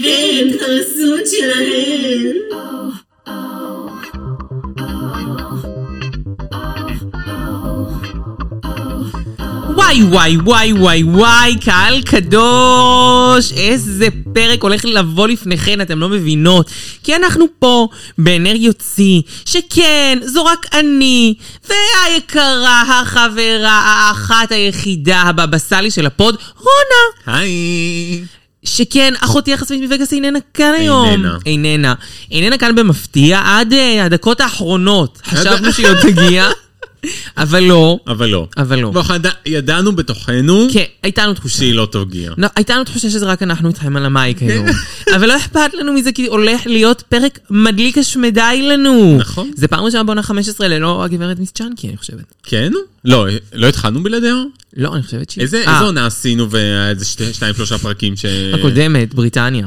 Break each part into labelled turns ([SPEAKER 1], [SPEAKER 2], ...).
[SPEAKER 1] הם חרסות שלהם.
[SPEAKER 2] וואי וואי וואי וואי וואי, קהל קדוש, איזה פרק הולך לבוא לפניכן, אתם לא מבינות. כי אנחנו פה באנרגיות שיא, שכן, זו רק אני, והיקרה, החברה, האחת היחידה, הבבא סאלי של הפוד, רונה.
[SPEAKER 3] היי!
[SPEAKER 2] שכן, אחותי החשפנית מווגאס איננה כאן היום.
[SPEAKER 3] איננה.
[SPEAKER 2] איננה. איננה כאן במפתיע עד אה, הדקות האחרונות. חשבנו שהיא עוד תגיע, אבל לא.
[SPEAKER 3] אבל לא.
[SPEAKER 2] אבל לא.
[SPEAKER 3] ואנחנו ידע- ידענו בתוכנו
[SPEAKER 2] כן, הייתה לנו תחושה.
[SPEAKER 3] שהיא לא תגיע.
[SPEAKER 2] לא, הייתה לנו תחושה שזה רק אנחנו איתכם על המייק היום.
[SPEAKER 3] כן.
[SPEAKER 2] אבל לא אכפת לנו מזה, כי הולך להיות פרק מדליק השמדי לנו.
[SPEAKER 3] נכון.
[SPEAKER 2] זה פעם ראשונה בעונה 15 ללא הגברת מיס צ'אנקי, אני חושבת.
[SPEAKER 3] כן? לא, לא התחלנו בלעדיה?
[SPEAKER 2] לא, אני חושבת שהיא...
[SPEAKER 3] איזה
[SPEAKER 2] אה,
[SPEAKER 3] איזה עונה עשינו והיה איזה שתי- שניים שלושה פרקים ש...
[SPEAKER 2] הקודמת, בריטניה.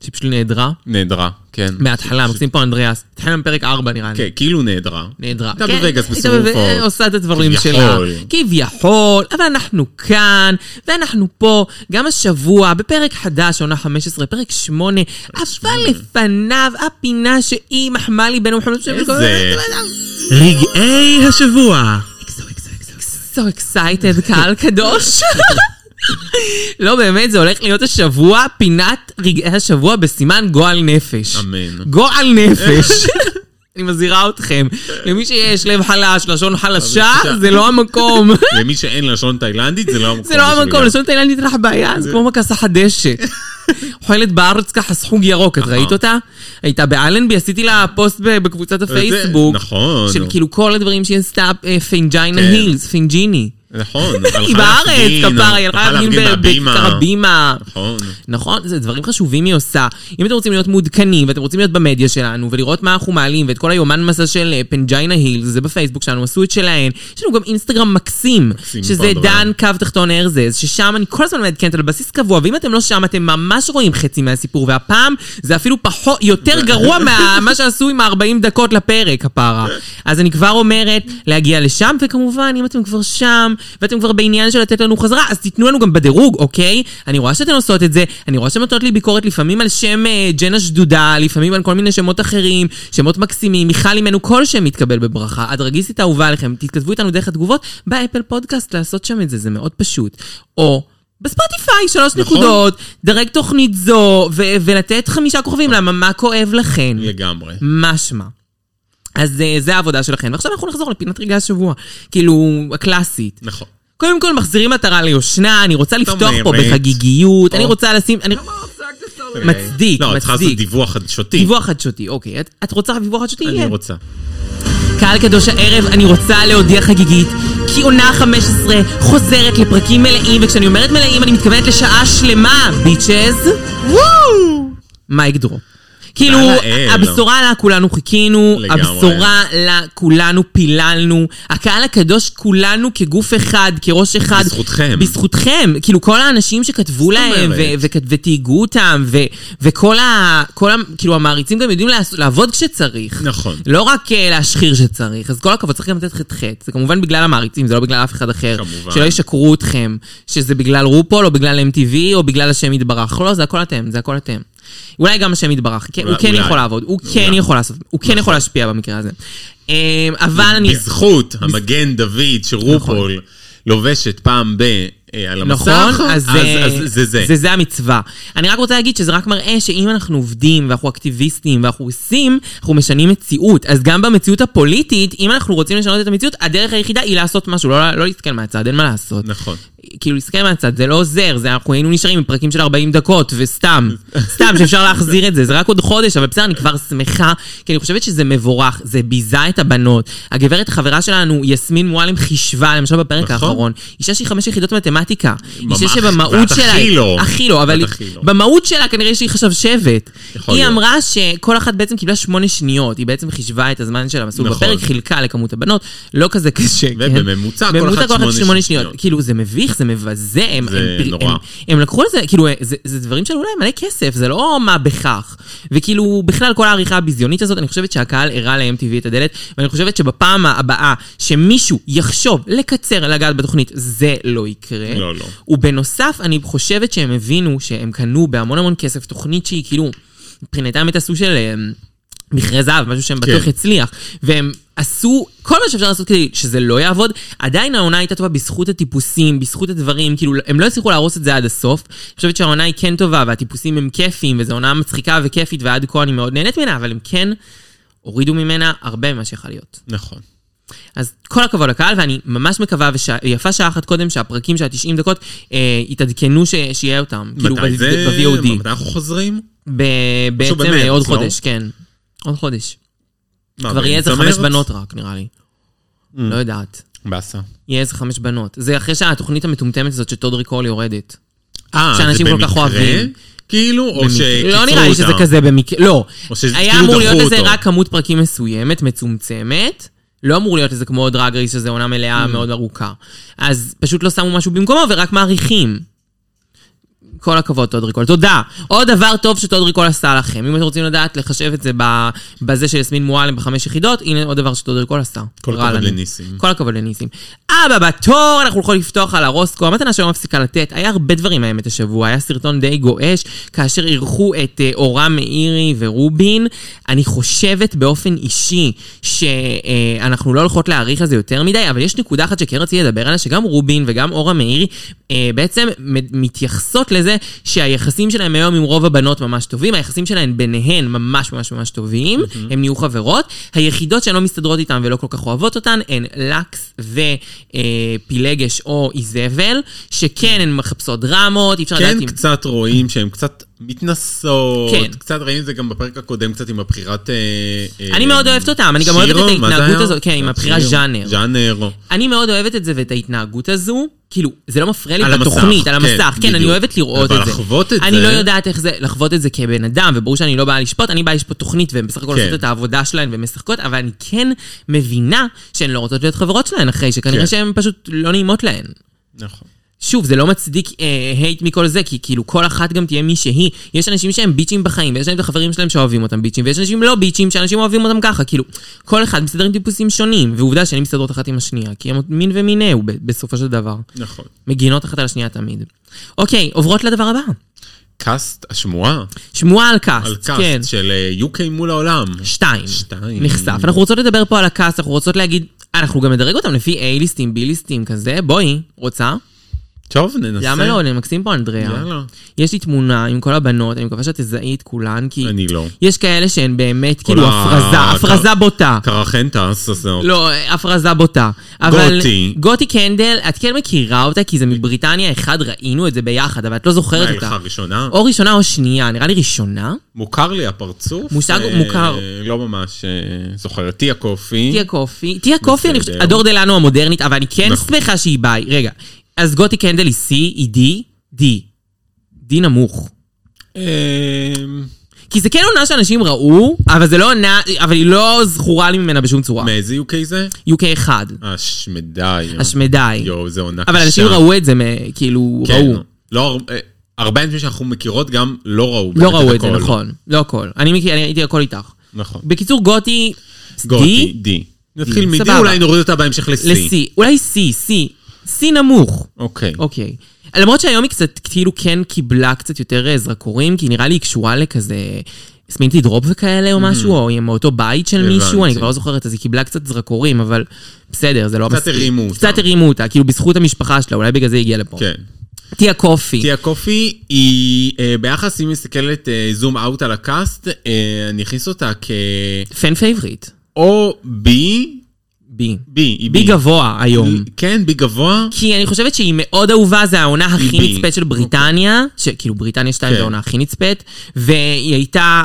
[SPEAKER 2] שהיא פשוט נעדרה.
[SPEAKER 3] נעדרה, כן.
[SPEAKER 2] מההתחלה, מקסים פה אנדריאס. התחלנו בפרק 4 נראה לי.
[SPEAKER 3] כן, כאילו נעדרה.
[SPEAKER 2] נעדרה.
[SPEAKER 3] הייתה
[SPEAKER 2] כן,
[SPEAKER 3] בווגאס
[SPEAKER 2] הייתה
[SPEAKER 3] בסיבוב
[SPEAKER 2] בו-
[SPEAKER 3] הופעות.
[SPEAKER 2] עושה את הדברים
[SPEAKER 3] כביכול.
[SPEAKER 2] שלה. כביכול. אבל אנחנו כאן, ואנחנו פה, גם השבוע, בפרק חדש, עונה 15, פרק 8, אבל לפניו הפינה שהיא מחמאה לי בן ומחמד שם.
[SPEAKER 3] איזה...
[SPEAKER 2] רגעי השבוע. So excited, קהל קדוש. לא באמת, זה הולך להיות השבוע, פינת רגעי השבוע בסימן גועל נפש.
[SPEAKER 3] אמן.
[SPEAKER 2] גועל נפש. אני מזהירה אתכם, למי שיש לב חלש, לשון חלשה, זה לא המקום.
[SPEAKER 3] למי שאין לשון תאילנדית, זה לא המקום.
[SPEAKER 2] זה לא המקום,
[SPEAKER 3] בשבילה.
[SPEAKER 2] לשון תאילנדית אין לך בעיה, זה כמו מכה סחת דשא. אוכלת בארץ ככה סחוג ירוק, את ראית אותה? הייתה באלנבי, עשיתי לה פוסט ב- בקבוצת הפייסבוק.
[SPEAKER 3] נכון.
[SPEAKER 2] של כאילו כל הדברים שהיא עשתה, אה, פינג'יינה
[SPEAKER 3] כן.
[SPEAKER 2] הילס, פינג'יני.
[SPEAKER 3] נכון.
[SPEAKER 2] היא בארץ, כפרה, היא הלכה להפגין ב- בכיכר הבימה.
[SPEAKER 3] נכון.
[SPEAKER 2] נכון, זה דברים חשובים היא עושה. אם אתם רוצים להיות מעודכנים, ואתם רוצים להיות במדיה שלנו, ולראות מה אנחנו מעלים, ואת כל היומן מסע של אה, פנג'יינה הילס, זה בפייסבוק שלנו, עשו את שלהן. יש לנו גם אינסטגרם מקסים,
[SPEAKER 3] מקסים,
[SPEAKER 2] שזה
[SPEAKER 3] כל דבר.
[SPEAKER 2] דן קו תחתון ארזז, ששם אני כל הזמן מעדכנת על בסיס קבוע, ואם אתם לא שם, אתם ממש רואים חצי מהסיפור, והפעם זה אפילו פחות, יותר גרוע ממה שעשו עם ה-40 דקות לפרק, הפערה. אז אני כבר אומרת להגיע לשם, וכמובן, אם אתם כבר שם, ואתם כבר בעניין של לתת לנו חזרה, אז תיתנו לנו גם בדירוג, אוקיי? אני רואה שאתן עושות את זה, אני רואה שאתן נותנות לי ביקורת לפעמים על שם אה, ג'נה שדודה, לפעמים על כל מיני שמות אחרים, שמות מקסימים, מיכל אימנו, כל שם מתקבל בברכה. הדרגיסטית האהובה עליכם, תתכתבו איתנו דרך התגובות, באפל פודקאסט לעשות שם את זה, זה מאוד פשוט. או... בספוטיפיי, שלוש
[SPEAKER 3] נכון.
[SPEAKER 2] נקודות, דרג תוכנית זו, ו- ולתת חמישה כוכבים, למה מה כואב לכן?
[SPEAKER 3] לגמרי.
[SPEAKER 2] משמע. אז אה, זה העבודה שלכם. ועכשיו אנחנו נחזור לפינת רגעי השבוע, כאילו, הקלאסית.
[SPEAKER 3] נכון.
[SPEAKER 2] קודם כל, מחזירים עטרה ליושנה, אני
[SPEAKER 3] לא
[SPEAKER 2] רוצה לפתוח פה
[SPEAKER 3] אומרת?
[SPEAKER 2] בחגיגיות, אני
[SPEAKER 3] או.
[SPEAKER 2] רוצה לשים... אני... מצדיק,
[SPEAKER 3] לא, את צריכה לעשות
[SPEAKER 2] מצדיק.
[SPEAKER 3] דיווח חדשותי.
[SPEAKER 2] דיווח חדשותי, אוקיי. את- את רוצה דיווח חדשותי?
[SPEAKER 3] אני
[SPEAKER 2] יהיה.
[SPEAKER 3] רוצה.
[SPEAKER 2] קהל קדוש הערב, אני רוצה להודיע חגיגית כי עונה 15 חוזרת לפרקים מלאים, וכשאני אומרת מלאים אני מתכוונת לשעה שלמה, ביצ'ז. וואו! מייק דרופ. כאילו,
[SPEAKER 3] לאל.
[SPEAKER 2] הבשורה לה כולנו חיכינו,
[SPEAKER 3] לגמרי.
[SPEAKER 2] הבשורה לה כולנו פיללנו, הקהל הקדוש כולנו כגוף אחד, כראש אחד.
[SPEAKER 3] בזכותכם.
[SPEAKER 2] בזכותכם. כאילו, כל האנשים שכתבו להם, ו-
[SPEAKER 3] אומרת?
[SPEAKER 2] ו- ותהיגו אותם, ו- וכל ה... כל ה... כאילו, המעריצים גם יודעים לעשות- לעבוד כשצריך.
[SPEAKER 3] נכון.
[SPEAKER 2] לא רק אה, להשחיר שצריך, אז כל הכבוד, צריך גם לתת חטא חטא. זה כמובן בגלל המעריצים, זה לא בגלל אף אחד אחר.
[SPEAKER 3] כמובן.
[SPEAKER 2] שלא ישקרו אתכם, שזה בגלל רופול, או בגלל MTV, או בגלל השם יתברך. לא, זה הכל אתם, זה הכל אתם. אולי גם השם יתברך, כן, הוא
[SPEAKER 3] אולי-
[SPEAKER 2] כן
[SPEAKER 3] אולי.
[SPEAKER 2] יכול לעבוד, הוא כן
[SPEAKER 3] אולי. נכון.
[SPEAKER 2] יכול לעשות, הוא כן יכול להשפיע במקרה הזה. אה, אבל אני...
[SPEAKER 3] בזכות המגן דוד שרופול לובשת פעם ב... אה, על המסך,
[SPEAKER 2] נכון? אז, אה,
[SPEAKER 3] אז זה זה.
[SPEAKER 2] זה זה המצווה. אני רק רוצה להגיד שזה רק מראה שאם אנחנו עובדים ואנחנו אקטיביסטים ואנחנו עושים, אנחנו משנים מציאות. אז גם במציאות הפוליטית, אם אנחנו רוצים לשנות את המציאות, הדרך היחידה היא לעשות משהו, לא, לא להסתכל מהצד, אין מה לעשות.
[SPEAKER 3] נכון.
[SPEAKER 2] כאילו להסתכל מהצד, זה לא עוזר, זה, אנחנו היינו נשארים עם פרקים של 40 דקות, וסתם, סתם שאפשר להחזיר את זה, זה רק עוד חודש, אבל בסדר, אני כבר שמחה, כי אני חושבת שזה מבורך, זה ביזה את הבנות. הגברת החברה שלנו, יסמין מועלם, חישבה, למשל בפרק
[SPEAKER 3] נכון.
[SPEAKER 2] האחרון, אישה שהיא חמש יחידות מתמטיקה.
[SPEAKER 3] ממש,
[SPEAKER 2] אישה שבמהות
[SPEAKER 3] ואת
[SPEAKER 2] שלה...
[SPEAKER 3] הכי לא.
[SPEAKER 2] הכי לא, אבל
[SPEAKER 3] ואת הכי לא.
[SPEAKER 2] במהות שלה כנראה שהיא חשבשבת.
[SPEAKER 3] יכול
[SPEAKER 2] היא
[SPEAKER 3] להיות.
[SPEAKER 2] אמרה שכל אחת בעצם קיבלה שמונה שניות, היא בעצם חישבה את הזמן של המסלול
[SPEAKER 3] נכון.
[SPEAKER 2] בפרק, חילקה לכמות הבנות, לא כזה קשה. כן?
[SPEAKER 3] ובממוצע כל אחת שמונה
[SPEAKER 2] שמונה
[SPEAKER 3] שניות.
[SPEAKER 2] כאילו, זה מביך, זה זה מבזה. הם,
[SPEAKER 3] זה
[SPEAKER 2] הם,
[SPEAKER 3] נורא.
[SPEAKER 2] הם, הם לקחו את זה, כאילו, זה, זה דברים שעלו להם מלא כסף, זה לא מה בכך. וכאילו, בכלל, כל העריכה הביזיונית הזאת, אני חושבת שהקהל הראה ל-MTV את הדלת, ואני חושבת שבפעם הבאה שמישהו יחשוב לקצר לגעת בתוכנית, זה לא יקרה.
[SPEAKER 3] לא, לא.
[SPEAKER 2] ובנוסף, אני חושבת שהם הבינו שהם קנו בהמון המון כסף תוכנית שהיא כאילו, מבחינתם את הסוג של אה, מכרה זהב, משהו שהם בטוח
[SPEAKER 3] כן.
[SPEAKER 2] הצליח. והם עשו כל מה שאפשר לעשות כדי שזה לא יעבוד. עדיין העונה הייתה טובה בזכות הטיפוסים, בזכות הדברים, כאילו, הם לא הצליחו להרוס את זה עד הסוף. אני חושבת שהעונה היא כן טובה, והטיפוסים הם כיפיים, וזו עונה מצחיקה וכיפית, ועד כה אני מאוד נהנית ממנה, אבל הם כן הורידו ממנה הרבה ממה שיכול להיות.
[SPEAKER 3] נכון.
[SPEAKER 2] אז כל הכבוד לקהל, ואני ממש מקווה, ויפה שעה אחת קודם, שהפרקים של ה-90 דקות אה, יתעדכנו ש... שיהיה אותם. כאילו,
[SPEAKER 3] מתי
[SPEAKER 2] ב-
[SPEAKER 3] זה...
[SPEAKER 2] ב-VOD.
[SPEAKER 3] מתי אנחנו חוזרים?
[SPEAKER 2] ב- בעצם
[SPEAKER 3] במרץ,
[SPEAKER 2] אה, עוד
[SPEAKER 3] לא?
[SPEAKER 2] חודש, כן. עוד חודש.
[SPEAKER 3] מה,
[SPEAKER 2] כבר יהיה איזה
[SPEAKER 3] באמצע
[SPEAKER 2] חמש
[SPEAKER 3] מרץ?
[SPEAKER 2] בנות רק, נראה לי. לא יודעת.
[SPEAKER 3] באסה.
[SPEAKER 2] יהיה איזה חמש בנות. זה אחרי שהתוכנית המטומטמת הזאת שטודריק הול יורדת.
[SPEAKER 3] אה,
[SPEAKER 2] שאנשים
[SPEAKER 3] זה
[SPEAKER 2] כל כך
[SPEAKER 3] במקרה?
[SPEAKER 2] אוהבים.
[SPEAKER 3] כאילו, או שקיצרו
[SPEAKER 2] לא
[SPEAKER 3] אותה.
[SPEAKER 2] נראה לי שזה כזה במקרה, לא.
[SPEAKER 3] או שזה
[SPEAKER 2] היה
[SPEAKER 3] כאילו
[SPEAKER 2] אמור להיות
[SPEAKER 3] דחו
[SPEAKER 2] לזה
[SPEAKER 3] אותו.
[SPEAKER 2] רק כמות פרקים מסוימת, מצומצמת. לא אמור להיות לזה כמו דרג רייס, שזה עונה
[SPEAKER 3] Mm.
[SPEAKER 2] מלאה מאוד ארוכה. אז פשוט לא שמו משהו במקומו ורק מעריכים. כל הכבוד, טודריקול. תודה. עוד דבר טוב שטודריקול עשה לכם. אם אתם רוצים לדעת, לחשב את זה ב- בזה של יסמין מועלם בחמש יחידות, הנה עוד דבר שטודריקול עשה.
[SPEAKER 3] כל
[SPEAKER 2] רע
[SPEAKER 3] הכבוד
[SPEAKER 2] לנו.
[SPEAKER 3] לניסים.
[SPEAKER 2] כל הכבוד לניסים. אבא, בתור אנחנו יכולים לפתוח על הרוסקו. המתנה שהיום מפסיקה לתת. היה הרבה דברים האמת השבוע. היה סרטון די גועש, כאשר אירחו את אה, אורם מאירי ורובין. אני חושבת באופן אישי שאנחנו לא הולכות להעריך על זה יותר מדי, אבל יש נקודה אחת שכן רציתי לדבר עליה, שגם רובין וגם אורם מאירי אה, בעצם מ- מתייחסות לזה שהיחסים שלהם היום עם רוב הבנות ממש טובים, היחסים שלהן ביניהן ממש ממש ממש טובים, mm-hmm. הן נהיו חברות. היחידות שהן לא מסתדרות איתן ולא כל כך אוהבות אותן הן לקס ופילגש או איזבל, שכן הן מחפשות דרמות, אי אפשר לדעת
[SPEAKER 3] כן
[SPEAKER 2] אם...
[SPEAKER 3] קצת רואים שהן קצת מתנסות,
[SPEAKER 2] כן.
[SPEAKER 3] קצת ראינו את זה גם בפרק הקודם, קצת עם הבחירת... אה, אה,
[SPEAKER 2] אני מאוד אוהבת אותם, אני גם אוהבת את
[SPEAKER 3] שירו, מה זה
[SPEAKER 2] ההתנהגות
[SPEAKER 3] היה?
[SPEAKER 2] הזאת, כן, עם הבחירה
[SPEAKER 3] שירו,
[SPEAKER 2] ז'אנר.
[SPEAKER 3] ז'אנר. לא.
[SPEAKER 2] אני מאוד אוהבת את זה ואת ההתנהגות הזו. כאילו, זה לא מפריע
[SPEAKER 3] על
[SPEAKER 2] לי
[SPEAKER 3] המסך,
[SPEAKER 2] בתוכנית, על
[SPEAKER 3] כן,
[SPEAKER 2] המסך. כן, אני
[SPEAKER 3] בדיוק.
[SPEAKER 2] אוהבת לראות את זה.
[SPEAKER 3] אבל לחוות את
[SPEAKER 2] אני
[SPEAKER 3] זה-
[SPEAKER 2] לא יודעת איך זה, לחוות את זה כבן אדם, וברור שאני לא באה לשפוט, אני באה לשפוט תוכנית, והן בסך הכל
[SPEAKER 3] כן.
[SPEAKER 2] עושות את העבודה שלהן ומשחקות, אבל אני כן מבינה שהן לא רוצות להיות חברות שלהן אחרי, שכנראה
[SPEAKER 3] כן.
[SPEAKER 2] שהן פשוט לא נעימות להן.
[SPEAKER 3] נכון.
[SPEAKER 2] שוב, זה לא מצדיק אה, הייט מכל זה, כי כאילו כל אחת גם תהיה מי שהיא. יש אנשים שהם ביצ'ים בחיים, ויש להם את החברים שלהם שאוהבים אותם ביצ'ים, ויש אנשים לא ביצ'ים שאנשים אוהבים אותם ככה, כאילו, כל אחד מסתדר עם טיפוסים שונים, ועובדה שהן מסתדרות אחת עם השנייה, כי הם מין ומינהו ב- בסופו של דבר.
[SPEAKER 3] נכון.
[SPEAKER 2] מגינות אחת על השנייה תמיד. אוקיי, עוברות לדבר הבא.
[SPEAKER 3] קאסט, השמועה
[SPEAKER 2] שמועה על קאסט.
[SPEAKER 3] על קאסט
[SPEAKER 2] כן.
[SPEAKER 3] של אה, UK מול העולם.
[SPEAKER 2] שתיים.
[SPEAKER 3] שתיים.
[SPEAKER 2] נחשף. אנחנו רוצות לדבר פה על הקאסט, אנחנו רוצות להגיד, אנחנו גם נדרג אותם לפי A-ליסטים, B-ליסטים כזה, בואי, רוצה?
[SPEAKER 3] טוב, ננסה.
[SPEAKER 2] למה לא? אני מקסים פה, אנדריה.
[SPEAKER 3] יאללה.
[SPEAKER 2] יש לי תמונה עם כל הבנות, אני מקווה שאת תזהי את כולן, כי...
[SPEAKER 3] אני לא.
[SPEAKER 2] יש כאלה שהן באמת, כאילו,
[SPEAKER 3] ה-
[SPEAKER 2] הפרזה,
[SPEAKER 3] ה-
[SPEAKER 2] הפרזה בוטה.
[SPEAKER 3] קרחנטס, אז זהו.
[SPEAKER 2] לא, הפרזה בוטה. אבל...
[SPEAKER 3] גוטי.
[SPEAKER 2] גוטי קנדל, את כן מכירה אותה, כי זה מבריטניה, אחד ראינו את זה ביחד, אבל את לא זוכרת
[SPEAKER 3] מה,
[SPEAKER 2] אותה.
[SPEAKER 3] לך ראשונה?
[SPEAKER 2] או ראשונה או שנייה, נראה לי ראשונה.
[SPEAKER 3] מוכר לי הפרצוף.
[SPEAKER 2] מושג
[SPEAKER 3] אה,
[SPEAKER 2] מוכר.
[SPEAKER 3] לא ממש אה, זוכר. תיה קופי.
[SPEAKER 2] תהיה קופי. תהיה קופי, אני חושבת,
[SPEAKER 3] בסדר.
[SPEAKER 2] הדור דלנו המודרנית, אבל אני כן
[SPEAKER 3] נכון.
[SPEAKER 2] שמחה שהיא ביי. רגע, אז גוטי קנדל היא C, היא D, D. D נמוך.
[SPEAKER 3] אה,
[SPEAKER 2] כי זה כן עונה שאנשים ראו, אבל זה לא עונה, אבל היא לא זכורה לי ממנה בשום צורה.
[SPEAKER 3] מאיזה UK זה?
[SPEAKER 2] UK 1,
[SPEAKER 3] השמדי.
[SPEAKER 2] השמדי.
[SPEAKER 3] יואו, זה עונה קשה.
[SPEAKER 2] אבל אנשים ראו את זה, מ- כאילו,
[SPEAKER 3] כן.
[SPEAKER 2] ראו.
[SPEAKER 3] לא, הר- אה, הרבה אנשים שאנחנו מכירות גם לא ראו.
[SPEAKER 2] לא
[SPEAKER 3] באמת
[SPEAKER 2] ראו את זה,
[SPEAKER 3] הכל.
[SPEAKER 2] נכון. לא הכל. אני מכיר- אני הייתי הכל איתך.
[SPEAKER 3] נכון.
[SPEAKER 2] בקיצור, גוטי,
[SPEAKER 3] גוטי,
[SPEAKER 2] D
[SPEAKER 3] די. נתחיל מדי,
[SPEAKER 2] סבבה.
[SPEAKER 3] אולי נוריד אותה בהמשך ל-C.
[SPEAKER 2] ל-C. אולי C, C. C נמוך.
[SPEAKER 3] אוקיי.
[SPEAKER 2] אוקיי. למרות שהיום היא קצת, כאילו כן קיבלה קצת יותר אה, זרקורים, כי נראה לי היא קשורה לכזה... סמינתי דרופ וכאלה או משהו, או היא מאותו בית של
[SPEAKER 3] Mm-hmm. הבנתי.
[SPEAKER 2] מישהו, אני כבר לא זוכרת, אז היא קיבלה קצת זרקורים, אבל בסדר, זה לא
[SPEAKER 3] קצת
[SPEAKER 2] מספיק.
[SPEAKER 3] הרימו אותה.
[SPEAKER 2] קצת הרימו אותה, כאילו בזכות המשפחה שלה, אולי בגלל זה היא הגיעה לפה.
[SPEAKER 3] כן.
[SPEAKER 2] תיה קופי.
[SPEAKER 3] תיה קופי היא, אה, ביחס, אם מסתכלת אה, זום אאוט על הקאסט, אה, אני אכניס אותה
[SPEAKER 2] פן פייבריט.
[SPEAKER 3] כ-O, B,
[SPEAKER 2] בי.
[SPEAKER 3] B, היא
[SPEAKER 2] בי
[SPEAKER 3] B.
[SPEAKER 2] גבוה היום.
[SPEAKER 3] כן, B גבוה.
[SPEAKER 2] כי אני חושבת שהיא מאוד אהובה, זה העונה הכי
[SPEAKER 3] בי.
[SPEAKER 2] נצפית של בריטניה, שכאילו בריטניה 2
[SPEAKER 3] כן.
[SPEAKER 2] זה העונה הכי נצפית, והיא הייתה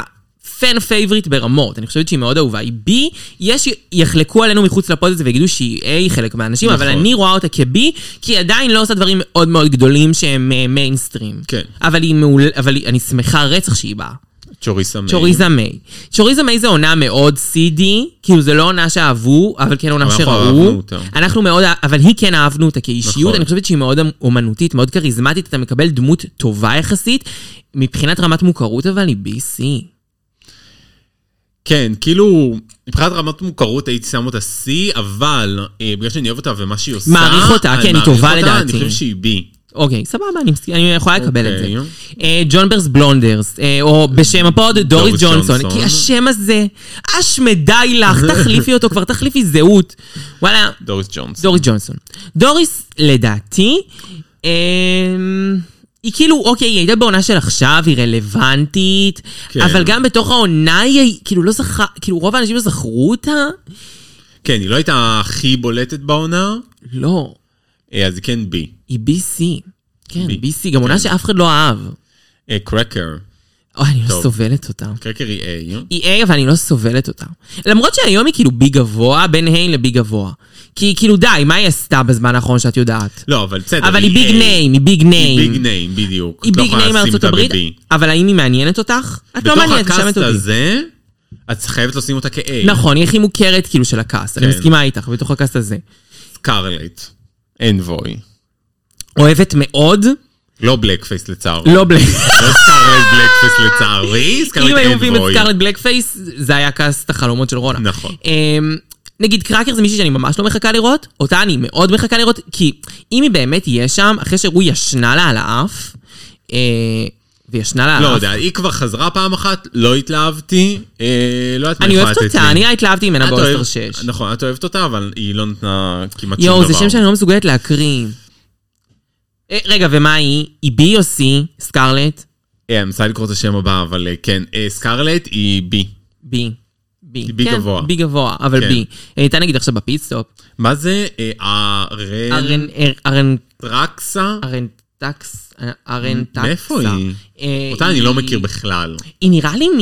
[SPEAKER 2] פן פייבריט ברמות, אני חושבת שהיא מאוד אהובה. היא בי, יש, יחלקו עלינו מחוץ לפוד הזה ויגידו שהיא איי חלק מהאנשים, אבל
[SPEAKER 3] נכון.
[SPEAKER 2] אני רואה אותה כבי, כי היא עדיין לא עושה דברים מאוד מאוד גדולים שהם אה, מיינסטרים.
[SPEAKER 3] כן.
[SPEAKER 2] אבל היא מעולה, אבל היא- אני שמחה רצח שהיא באה.
[SPEAKER 3] צ'וריסה מיי.
[SPEAKER 2] צ'וריזה מיי. צ'וריזה מיי זה עונה מאוד סידי, כאילו זה לא עונה שאהבו, אבל כן עונה
[SPEAKER 3] אבל אנחנו אהבנו
[SPEAKER 2] שראו.
[SPEAKER 3] אותה.
[SPEAKER 2] אנחנו מאוד, אה- אבל היא כן אהבנו אותה כאישיות,
[SPEAKER 3] נכון.
[SPEAKER 2] אני חושבת שהיא מאוד אומנותית, מאוד כריזמטית, אתה מקבל דמות טובה יחסית. מבחינת רמת מוכרות, אבל היא BC.
[SPEAKER 3] כן, כאילו, מבחינת רמת מוכרות הייתי שם אותה C, אבל אה, בגלל שאני אוהב אותה ומה שהיא עושה...
[SPEAKER 2] מעריך אותה,
[SPEAKER 3] אני
[SPEAKER 2] כן, היא
[SPEAKER 3] מעריך
[SPEAKER 2] טובה
[SPEAKER 3] אותה,
[SPEAKER 2] לדעתי.
[SPEAKER 3] אני חושב שהיא B.
[SPEAKER 2] אוקיי, סבבה, אני, מס- אני יכולה לקבל את זה.
[SPEAKER 3] אוקיי.
[SPEAKER 2] אה, ג'ון ברס בלונדרס, אה, או בשם הפוד דוריס
[SPEAKER 3] דוריס
[SPEAKER 2] ג'ונסון,
[SPEAKER 3] ג'ונסון.
[SPEAKER 2] כי השם הזה, אש מדי לך, תחליפי אותו כבר, תחליפי זהות. וואלה,
[SPEAKER 3] דוריס ג'ונס.
[SPEAKER 2] דוריס ג'ונסון. דוריס, לדעתי, אמ, היא כאילו, אוקיי, היא הייתה בעונה של עכשיו, היא רלוונטית,
[SPEAKER 3] כן.
[SPEAKER 2] אבל גם בתוך העונה היא, כאילו, לא זכה, כאילו, רוב האנשים לא זכרו אותה?
[SPEAKER 3] כן, היא לא הייתה הכי בולטת בעונה,
[SPEAKER 2] לא,
[SPEAKER 3] אה, אז היא כן B.
[SPEAKER 2] היא BC. כן,
[SPEAKER 3] B.
[SPEAKER 2] BC, גם עונה שאף אחד לא אהב.
[SPEAKER 3] אה, קרקר.
[SPEAKER 2] אוי, אני לא
[SPEAKER 3] טוב.
[SPEAKER 2] סובלת אותה.
[SPEAKER 3] קרקר היא A.
[SPEAKER 2] היא A, אבל אני לא סובלת אותה. למרות שהיום היא כאילו בי גבוה, בין ה' לבי גבוה. כי כאילו די, מה היא עשתה בזמן האחרון שאת יודעת?
[SPEAKER 3] לא, אבל בסדר,
[SPEAKER 2] אבל היא ביג
[SPEAKER 3] A.
[SPEAKER 2] ניים, היא ביג ניים.
[SPEAKER 3] היא ביג ניים, בדיוק.
[SPEAKER 2] היא
[SPEAKER 3] את לא
[SPEAKER 2] ביג
[SPEAKER 3] יכולה
[SPEAKER 2] ניים
[SPEAKER 3] לשים
[SPEAKER 2] מארצות
[SPEAKER 3] אותה
[SPEAKER 2] הברית,
[SPEAKER 3] ב-B.
[SPEAKER 2] אבל האם היא מעניינת אותך? את לא מעניינת,
[SPEAKER 3] בתוך
[SPEAKER 2] תשאמת
[SPEAKER 3] הקאסט
[SPEAKER 2] אותי.
[SPEAKER 3] הזה, את חייבת לשים אותה כ-A.
[SPEAKER 2] נכון, היא הכי מוכרת כאילו של הקאסט, אני
[SPEAKER 3] כן.
[SPEAKER 2] מסכימה איתך, בתוך הקאסט הזה.
[SPEAKER 3] סקרלט. אנבוי.
[SPEAKER 2] אוהבת מאוד,
[SPEAKER 3] לא בלק פייס לצערי.
[SPEAKER 2] לא בלק.
[SPEAKER 3] לא סקרלט בלק פייס לצערי,
[SPEAKER 2] אם היו
[SPEAKER 3] סקרלט
[SPEAKER 2] מביאים את
[SPEAKER 3] אנבוי.
[SPEAKER 2] סקארלט בלק פייס, זה היה קאסט החלומות של רונה.
[SPEAKER 3] נכון.
[SPEAKER 2] אמ, נגיד קרקר זה מישהי שאני ממש לא מחכה לראות, אותה אני מאוד מחכה לראות, כי אם היא באמת תהיה שם, אחרי שהוא ישנה לה על האף, אה, וישנה לה על
[SPEAKER 3] לא
[SPEAKER 2] האף,
[SPEAKER 3] יודע, היא כבר חזרה פעם אחת, לא התלהבתי, אה, לא יודעת מה
[SPEAKER 2] אני
[SPEAKER 3] הפרעת
[SPEAKER 2] אוהבת אותה,
[SPEAKER 3] לי.
[SPEAKER 2] אני התלהבתי ממנה
[SPEAKER 3] את
[SPEAKER 2] באוסטר
[SPEAKER 3] אוהבת-
[SPEAKER 2] 6.
[SPEAKER 3] נכון, את אוהבת אותה, אבל היא לא נתנה כמעט שום דבר.
[SPEAKER 2] יואו, זה שם שאני לא מסוגלת להקריא. אה, רגע, ומה היא? היא בי או סי? סקארלט?
[SPEAKER 3] אה, אני מנסה לקרוא את השם הבא, אבל אה, כן, אה, סקרלט היא בי.
[SPEAKER 2] בי. בי.
[SPEAKER 3] בי
[SPEAKER 2] כן,
[SPEAKER 3] גבוה.
[SPEAKER 2] בי גבוה, אבל
[SPEAKER 3] כן.
[SPEAKER 2] בי. היא הייתה נגיד עכשיו בפיטסטופ.
[SPEAKER 3] מה זה? אה, הרן...
[SPEAKER 2] ארן... ארן...
[SPEAKER 3] טרקסה?
[SPEAKER 2] ארנטקס, ארנטקסה.
[SPEAKER 3] מאיפה היא?
[SPEAKER 2] אה,
[SPEAKER 3] אותה אני לא מכיר בכלל.
[SPEAKER 2] היא נראה לי מ...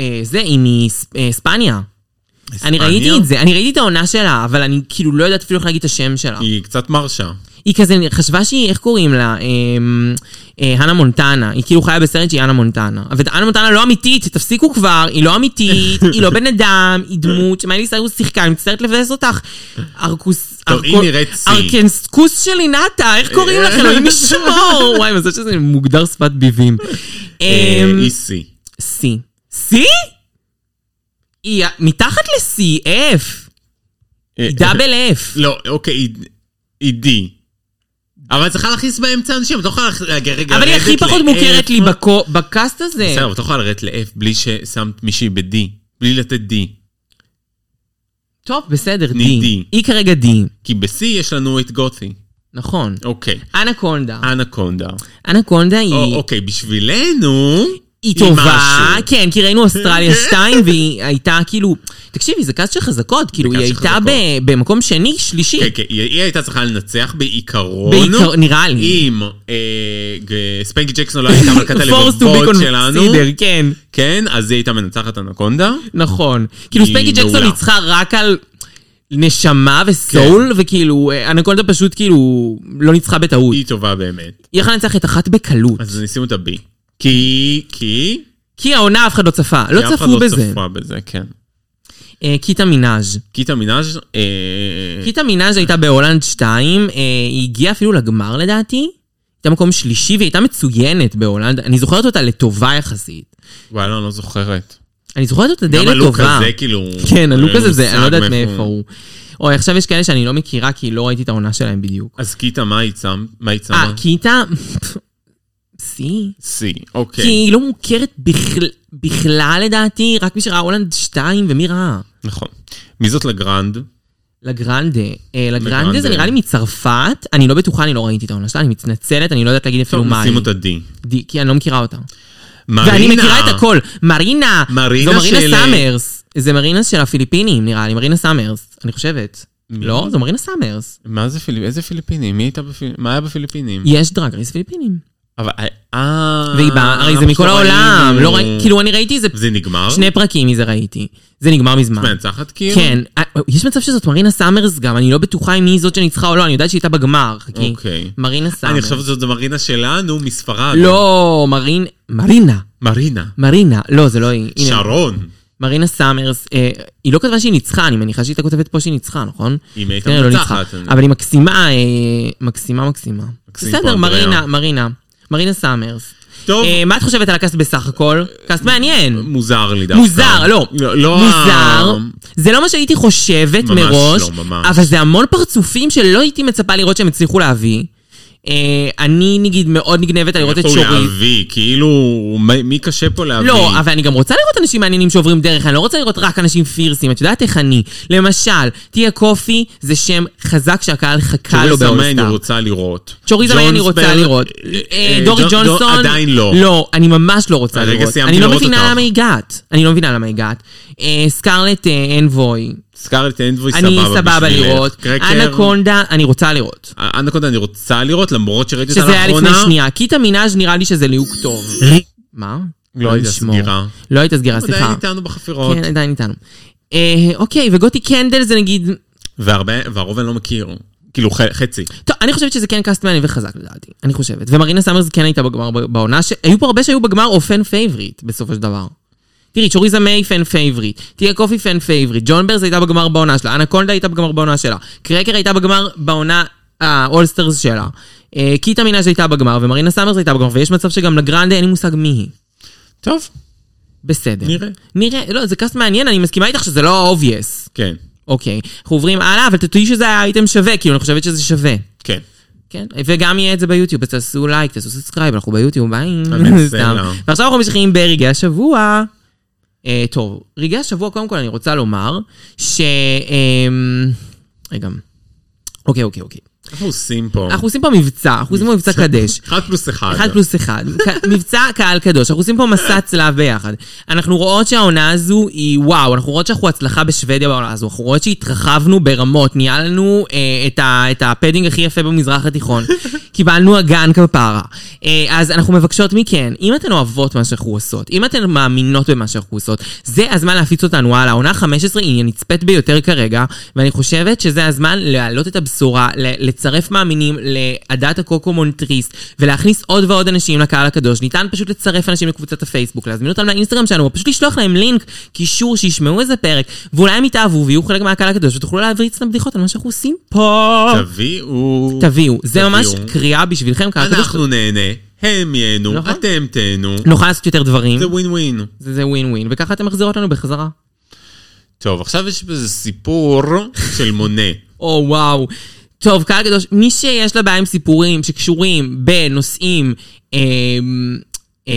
[SPEAKER 2] אה, זה, היא מאספניה. אני
[SPEAKER 3] אספניה?
[SPEAKER 2] ראיתי את זה, אני ראיתי את העונה שלה, אבל אני כאילו לא יודעת אפילו איך להגיד את השם שלה.
[SPEAKER 3] היא קצת מרשה.
[SPEAKER 2] היא כזה חשבה שהיא, איך קוראים לה? אמ, אה, הנה מונטנה. היא כאילו חיה בסרט שהיא הנה מונטנה. אבל הנה מונטנה לא אמיתית, תפסיקו כבר, היא לא אמיתית, היא לא בן אדם, היא דמות שמיילי סיירוס שיחקה, אני מצטערת לבאס אותך. ארקוס...
[SPEAKER 3] טוב, היא
[SPEAKER 2] ארקו-
[SPEAKER 3] נראית שיא.
[SPEAKER 2] ארקנסקוס שלי נאטה, איך קוראים לך? אלוהים ישמור! וואי, מזל שזה מוגדר שפת ביבים.
[SPEAKER 3] אה,
[SPEAKER 2] אמ,
[SPEAKER 3] היא C.
[SPEAKER 2] C. C? היא מתחת ל-C, F.
[SPEAKER 3] אה,
[SPEAKER 2] היא דאבל F.
[SPEAKER 3] לא, אוקיי, היא- היא D. אבל את צריכה להכניס באמצע אנשים, את לא יכולה להגיד רגע,
[SPEAKER 2] אבל היא הכי
[SPEAKER 3] לרדת
[SPEAKER 2] פחות
[SPEAKER 3] ל-F.
[SPEAKER 2] מוכרת לי בקו- בקאסט הזה.
[SPEAKER 3] בסדר, אבל את לא יכולה לרדת ל-F בלי ששמת מישהי ב-D. בלי לתת D.
[SPEAKER 2] טוב, בסדר, D.
[SPEAKER 3] אני D.
[SPEAKER 2] היא כרגע D.
[SPEAKER 3] כי ב-C יש לנו את גותי.
[SPEAKER 2] נכון.
[SPEAKER 3] אוקיי.
[SPEAKER 2] אנקונדה.
[SPEAKER 3] אנקונדה.
[SPEAKER 2] אנקונדה
[SPEAKER 3] או,
[SPEAKER 2] היא...
[SPEAKER 3] אוקיי, בשבילנו...
[SPEAKER 2] היא טובה,
[SPEAKER 3] משהו.
[SPEAKER 2] כן, כי ראינו אוסטרליה 2 והיא הייתה כאילו, תקשיבי, זה קאסט של חזקות, כאילו היא
[SPEAKER 3] קאסט של
[SPEAKER 2] הייתה
[SPEAKER 3] חזקות.
[SPEAKER 2] ב- במקום שני,
[SPEAKER 3] כן,
[SPEAKER 2] שלישי,
[SPEAKER 3] כן, היא היא הייתה צריכה לנצח בעיקרון.
[SPEAKER 2] בעיקר- נראה לי.
[SPEAKER 3] אם אה, ג- ספנקי ג'קסון לא הייתה מלכת הלבבות שלנו,
[SPEAKER 2] considered, כן,
[SPEAKER 3] כן, אז היא הייתה מנצחת אנקונדה.
[SPEAKER 2] נכון. כאילו
[SPEAKER 3] היא
[SPEAKER 2] ספנקי ג'קסון
[SPEAKER 3] מעולה.
[SPEAKER 2] ניצחה רק על נשמה וסול,
[SPEAKER 3] כן.
[SPEAKER 2] וכאילו אה, אנקונדה פשוט כאילו לא ניצחה בטעות.
[SPEAKER 3] היא טובה באמת.
[SPEAKER 2] היא יכלה לנצח את אחת בקלות.
[SPEAKER 3] אז ניסינו את הבי. כי... כי...
[SPEAKER 2] כי העונה אף אחד לא צפה,
[SPEAKER 3] כי
[SPEAKER 2] לא
[SPEAKER 3] אף אחד
[SPEAKER 2] צפו בזה.
[SPEAKER 3] לא צפה בזה, כן.
[SPEAKER 2] אה, קיטה מינאז'.
[SPEAKER 3] קיטה מינאז' אה,
[SPEAKER 2] קיטה מינאז' הייתה בהולנד 2, אה, היא הגיעה אפילו לגמר לדעתי. הייתה מקום שלישי והיא הייתה מצוינת בהולנד, אני זוכרת אותה לטובה יחסית.
[SPEAKER 3] וואלה, אני לא זוכרת.
[SPEAKER 2] אני זוכרת אותה די
[SPEAKER 3] גם הלוק
[SPEAKER 2] לטובה.
[SPEAKER 3] הזה, כאילו...
[SPEAKER 2] כן, הלוק
[SPEAKER 3] אין לי
[SPEAKER 2] הזה, זה, אני לא
[SPEAKER 3] מושג
[SPEAKER 2] יודעת מאיפה הוא. אוי, עכשיו יש כאלה שאני לא מכירה כי לא ראיתי את העונה שלהם בדיוק.
[SPEAKER 3] אז קיטה, מה היא צמה? מה היא
[SPEAKER 2] אה,
[SPEAKER 3] צמה?
[SPEAKER 2] קיטה... סי.
[SPEAKER 3] סי,
[SPEAKER 2] כי
[SPEAKER 3] אוקיי.
[SPEAKER 2] היא לא מוכרת בכלל- בכלל לדעתי, רק מי שראה הולנד 2 ומי ראה?
[SPEAKER 3] נכון. מי זאת לגרנד?
[SPEAKER 2] לגרנדה. אה, לגרנדה זה
[SPEAKER 3] לגרנדה.
[SPEAKER 2] נראה לי מצרפת, אני לא בטוחה, אני לא ראיתי את העונה שלה, אני מתנצלת, אני לא יודעת להגיד אפילו
[SPEAKER 3] טוב,
[SPEAKER 2] מה
[SPEAKER 3] נשים
[SPEAKER 2] היא.
[SPEAKER 3] אותה די.
[SPEAKER 2] די- כי אני לא מכירה אותה.
[SPEAKER 3] מרינה.
[SPEAKER 2] ואני מכירה את הכל. מרינה!
[SPEAKER 3] מרינה
[SPEAKER 2] זו מרינה
[SPEAKER 3] של- אה,
[SPEAKER 2] סאמרס. זה מרינה של הפיליפינים, נראה לי, מרינה סאמרס, אני חושבת. לא, זו מרינה סאמרס.
[SPEAKER 3] מה זה פיליפינים? איזה פיליפינים? מי הייתה בפיליפינים? מה היה בפיליפינים?
[SPEAKER 2] יש דרג רייס פיליפינים.
[SPEAKER 3] אבל... אה...
[SPEAKER 2] והיא באה, הרי זה מכל
[SPEAKER 3] לא
[SPEAKER 2] העולם.
[SPEAKER 3] ראינו.
[SPEAKER 2] לא ראיתי, כאילו אני ראיתי איזה
[SPEAKER 3] זה נגמר?
[SPEAKER 2] שני פרקים מזה ראיתי. זה נגמר מזמן.
[SPEAKER 3] מנצחת כאילו?
[SPEAKER 2] כן, אה, יש מצב שזאת מרינה סאמרס גם, אני לא בטוחה אם היא זאת שניצחה או לא, אני יודעת שהיא הייתה בגמר. חכי.
[SPEAKER 3] אוקיי.
[SPEAKER 2] מרינה סאמרס.
[SPEAKER 3] אני חושב שזאת מרינה שלנו מספרד.
[SPEAKER 2] לא, מרין... מרינה.
[SPEAKER 3] מרינה,
[SPEAKER 2] מרינה, לא, זה לא היא. הנה.
[SPEAKER 3] שרון.
[SPEAKER 2] מרינה סאמרס, אה, היא לא כתבה שהיא ניצחה, אני מניחה שהיא הייתה כותבת פה שהיא ניצחה, נכון?
[SPEAKER 3] אם היא הייתה
[SPEAKER 2] כנראה לא
[SPEAKER 3] מנצחת,
[SPEAKER 2] ניצחה.
[SPEAKER 3] אני-
[SPEAKER 2] אבל היא מקסימה, אה, מקסימה, מקסימה.
[SPEAKER 3] מקסים פה,
[SPEAKER 2] בסדר,
[SPEAKER 3] אנדריה.
[SPEAKER 2] מרינה, מרינה. מרינה סאמרס.
[SPEAKER 3] טוב.
[SPEAKER 2] אה, מה את חושבת על הקאסט בסך הכל? קאסט מעניין.
[SPEAKER 3] מוזר לי דווקא.
[SPEAKER 2] מוזר, לא.
[SPEAKER 3] לא
[SPEAKER 2] מוזר.
[SPEAKER 3] ה-
[SPEAKER 2] זה לא מה שהייתי חושבת
[SPEAKER 3] ממש
[SPEAKER 2] מראש,
[SPEAKER 3] לא, ממש.
[SPEAKER 2] אבל זה המון פרצופים שלא הייתי מצפה לראות שהם הצליחו להביא. אה, אני נגיד מאוד נגנבת על לראות את
[SPEAKER 3] איפה הוא
[SPEAKER 2] שורי.
[SPEAKER 3] להביא? כאילו, מ- מי קשה פה להביא?
[SPEAKER 2] לא, אבל אני גם רוצה לראות אנשים מעניינים שעוברים דרך, אני לא רוצה לראות רק אנשים פירסים, את יודעת איך אני. למשל, תהיה קופי, זה שם חזק שהקהל חכה לו
[SPEAKER 3] צ'וריזה מיי אני
[SPEAKER 2] באולסטאר.
[SPEAKER 3] רוצה לראות.
[SPEAKER 2] צ'וריזה מיי אני רוצה
[SPEAKER 3] ג'ונסברג-
[SPEAKER 2] לראות.
[SPEAKER 3] אה,
[SPEAKER 2] אה,
[SPEAKER 3] אה,
[SPEAKER 2] דורי
[SPEAKER 3] ג'ו-
[SPEAKER 2] ג'ונסון?
[SPEAKER 3] עדיין לא.
[SPEAKER 2] לא, אני ממש לא רוצה
[SPEAKER 3] הרגע
[SPEAKER 2] לראות.
[SPEAKER 3] סיימתי
[SPEAKER 2] אני לא
[SPEAKER 3] לראות
[SPEAKER 2] מבינה
[SPEAKER 3] אותך.
[SPEAKER 2] למה הגעת. אני לא מבינה למה הגעת. אה, סקארלט אה, אנבוי,
[SPEAKER 3] סקארלט אנדווי סבבה
[SPEAKER 2] אני
[SPEAKER 3] בשבילך.
[SPEAKER 2] סבבה לראות.
[SPEAKER 3] קרקר-
[SPEAKER 2] אנקונדה, אני רוצה לראות.
[SPEAKER 3] אנקונדה אני רוצה לראות, למרות שראיתי אותה
[SPEAKER 2] שזה היה
[SPEAKER 3] לאחרונה. אה?
[SPEAKER 2] לפני שנייה. קיטה מינאז' נראה לי שזה ליהוק טוב. מה?
[SPEAKER 3] לא הייתה
[SPEAKER 2] נשמור.
[SPEAKER 3] סגירה.
[SPEAKER 2] לא הייתה סגירה,
[SPEAKER 3] עדיין
[SPEAKER 2] סליחה.
[SPEAKER 3] איתנו בחפירות.
[SPEAKER 2] כן, עדיין איתנו. אה, אוקיי, וגותי קנדל זה נגיד...
[SPEAKER 3] והרבה, והרוב אני לא מכיר. כאילו ח- חצי.
[SPEAKER 2] טוב, אני חושבת שזה כן קאסט מעניין וחזק לדעתי, אני חושבת. ומרינה סמרס כן הייתה בגמר ב- בעונה, ש... היו פה הרבה שהיו בגמר או פן פייבריט בסופו של דבר. תראי, צ'וריזה מיי פן פייבריט, תהיה קופי פן פייבריט, ג'ון ברז הייתה בגמר בעונה שלה, אנקונדה הייתה בגמר בעונה שלה, קרקר הייתה בגמר בעונה האולסטרס שלה, אה, קיטה מינאז' הייתה בגמר, ומרינה סמרס הייתה בגמר, ויש מצב שגם לגרנדה אין לי מושג מי היא.
[SPEAKER 3] טוב.
[SPEAKER 2] בסדר.
[SPEAKER 3] נראה.
[SPEAKER 2] נראה, לא, זה קאסט מעניין, אני מסכימה איתך שזה לא obvious.
[SPEAKER 3] כן,
[SPEAKER 2] אוקיי, אנחנו עוברים הלאה, אבל תטעי שזה היה אייטם שווה, כאילו, אני חושבת שזה שווה.
[SPEAKER 3] כן.
[SPEAKER 2] כן, וגם יהיה את זה ביוטיוב, אז תעשו לייק, תעשו סאסקרייב, אנחנו ביוטיוב, ביי.
[SPEAKER 3] אמן,
[SPEAKER 2] סתם.
[SPEAKER 3] סלע.
[SPEAKER 2] ועכשיו אנחנו ממשיכים ברגעי השבוע. אה, טוב, רגעי השבוע, קודם כל אני רוצה לומר, ש... אמ, רגע. אוקיי, אוקיי, אוקיי.
[SPEAKER 3] אנחנו עושים פה.
[SPEAKER 2] אנחנו עושים פה מבצע, אנחנו עושים פה מבצע קדש.
[SPEAKER 3] אחד פלוס אחד.
[SPEAKER 2] אחד פלוס אחד. ק- מבצע קהל קדוש, אנחנו עושים פה מסע צלב ביחד. אנחנו רואות שהעונה הזו היא וואו, אנחנו רואות שאנחנו הצלחה בשוודיה בעונה הזו, אנחנו רואות שהתרחבנו ברמות, ניהלנו אה, את, ה, את הפדינג הכי יפה במזרח התיכון, קיבלנו אגן כפרה. אה, אז אנחנו מבקשות מכן, אם אתן אוהבות מה שאנחנו עושות, אם אתן מאמינות במה שאנחנו עושות, זה הזמן להפיץ אותנו הלאה. העונה 15 היא הנצפית ביותר כרגע, ואני חושבת שזה הזמן להעלות את הבשורה, ל- לצרף מאמינים לעדת הקוקו מונטריסט, ולהכניס עוד ועוד אנשים לקהל הקדוש. ניתן פשוט לצרף אנשים לקבוצת הפייסבוק, להזמין אותם לאינסטגרם שלנו, או פשוט לשלוח להם לינק, קישור, שישמעו איזה פרק, ואולי הם יתאהבו ויהיו חלק מהקהל הקדוש, ותוכלו להבריץ את הבדיחות על מה שאנחנו עושים פה.
[SPEAKER 3] תביאו.
[SPEAKER 2] תביאו. זה
[SPEAKER 3] תביאו.
[SPEAKER 2] ממש קריאה בשבילכם, קהל הקדוש.
[SPEAKER 3] אנחנו נהנה, הם ייהנו,
[SPEAKER 2] נכון.
[SPEAKER 3] אתם תהנו.
[SPEAKER 2] נוכל לעשות יותר דברים,
[SPEAKER 3] זה ווין ווין.
[SPEAKER 2] זה זה ווין ווין, וככה אתם מחזירות לנו בחזרה.
[SPEAKER 3] טוב, עכשיו יש בזה סיפור של מונה.
[SPEAKER 2] או וואו. טוב, קהל קדוש, מי שיש לה בעיה עם סיפורים שקשורים בנושאים אה, אה,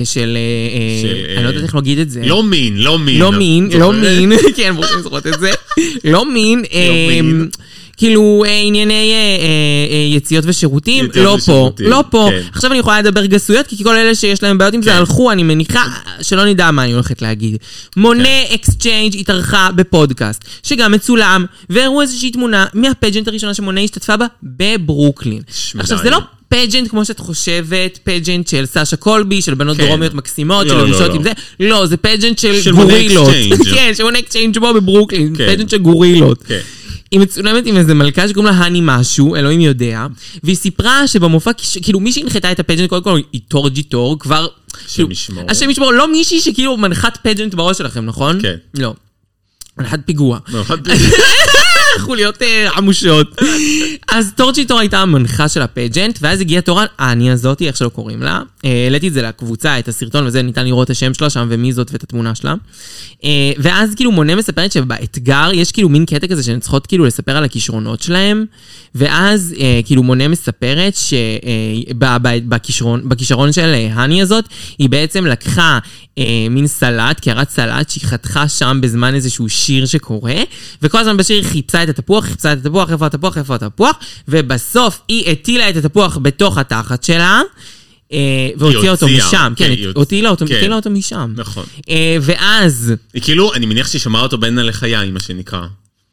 [SPEAKER 2] אה, של... אה, אה,
[SPEAKER 3] של, אה,
[SPEAKER 2] אני לא יודעת איך להגיד את זה.
[SPEAKER 3] לא מין, לא מין.
[SPEAKER 2] לא מין,
[SPEAKER 3] זוכרת?
[SPEAKER 2] לא מין, כן, ברור שאתם זוכרות את זה. לא מין, אה,
[SPEAKER 3] מין.
[SPEAKER 2] כאילו אה, ענייני אה, אה, אה, יציאות ושירותים,
[SPEAKER 3] יציאות
[SPEAKER 2] לא פה,
[SPEAKER 3] ושירותים,
[SPEAKER 2] לא פה.
[SPEAKER 3] כן.
[SPEAKER 2] עכשיו אני יכולה לדבר גסויות, כי כל אלה שיש להם בעיות עם זה
[SPEAKER 3] כן.
[SPEAKER 2] הלכו, אני מניחה, שלא נדע מה אני הולכת להגיד. מונה
[SPEAKER 3] כן.
[SPEAKER 2] אקסצ'יינג' התארחה בפודקאסט, שגם מצולם, והראו איזושהי תמונה מהפג'נט הראשונה שמונה השתתפה בה בברוקלין.
[SPEAKER 3] שמדי.
[SPEAKER 2] עכשיו, זה לא פג'נט כמו שאת חושבת, פג'נט של סשה קולבי, של בנות
[SPEAKER 3] כן.
[SPEAKER 2] דרומיות מקסימות,
[SPEAKER 3] לא,
[SPEAKER 2] של
[SPEAKER 3] לא,
[SPEAKER 2] ירושות
[SPEAKER 3] לא.
[SPEAKER 2] עם זה, לא, זה פג'נט של
[SPEAKER 3] של
[SPEAKER 2] גורילות.
[SPEAKER 3] מונה אקסצ'יינג'.
[SPEAKER 2] כן, של מונה אקסצ'יינג' פה בברוקלין,
[SPEAKER 3] כן.
[SPEAKER 2] פג'נט של גורילות.
[SPEAKER 3] כן.
[SPEAKER 2] היא מצולמת עם איזה מלכה שקוראים לה האני משהו, אלוהים יודע, והיא סיפרה שבמופע, כש- כאילו מי שהנחתה את הפג'נט, קודם כל היא תור ג'י תור, כבר... כאילו,
[SPEAKER 3] ישמור.
[SPEAKER 2] השם ישמור, לא מישהי שכאילו מנחת פג'נט בראש שלכם, נכון?
[SPEAKER 3] כן.
[SPEAKER 2] לא. מנחת פיגוע.
[SPEAKER 3] לא, אחד-
[SPEAKER 2] חוליות אה, עמושות. אז טורצ'יטור הייתה המנחה של הפג'נט, ואז הגיעה תורה, אני הזאתי, איך שלא קוראים לה. אה, העליתי את זה לקבוצה, את הסרטון, וזה ניתן לראות את השם שלה שם, ומי זאת ואת התמונה שלה. אה, ואז כאילו מונה מספרת שבאתגר יש כאילו מין קטע כזה שהן צריכות כאילו לספר על הכישרונות שלהם, ואז אה, כאילו מונה מספרת אה, שבכישרון של אה, האני הזאת, היא בעצם לקחה אה, מין סלט, קערת סלט, שהיא חתכה שם בזמן איזשהו שיר שקורה, וכל הזמן בשיר היא חיפשה את התפוח, חיפשה את התפוח, איפה התפוח, איפה התפוח, ובסוף היא הטילה את התפוח בתוך התחת שלה. אה, והוציאה אותו
[SPEAKER 3] הוציאה,
[SPEAKER 2] משם,
[SPEAKER 3] כן,
[SPEAKER 2] כן,
[SPEAKER 3] היא הוצ-
[SPEAKER 2] הטילה אותו-
[SPEAKER 3] כן.
[SPEAKER 2] הטילה אותו משם.
[SPEAKER 3] נכון.
[SPEAKER 2] אה, ואז,
[SPEAKER 3] היא כאילו, אני מניח שהיא שמעה אותו בין הלחיים, מה שנקרא.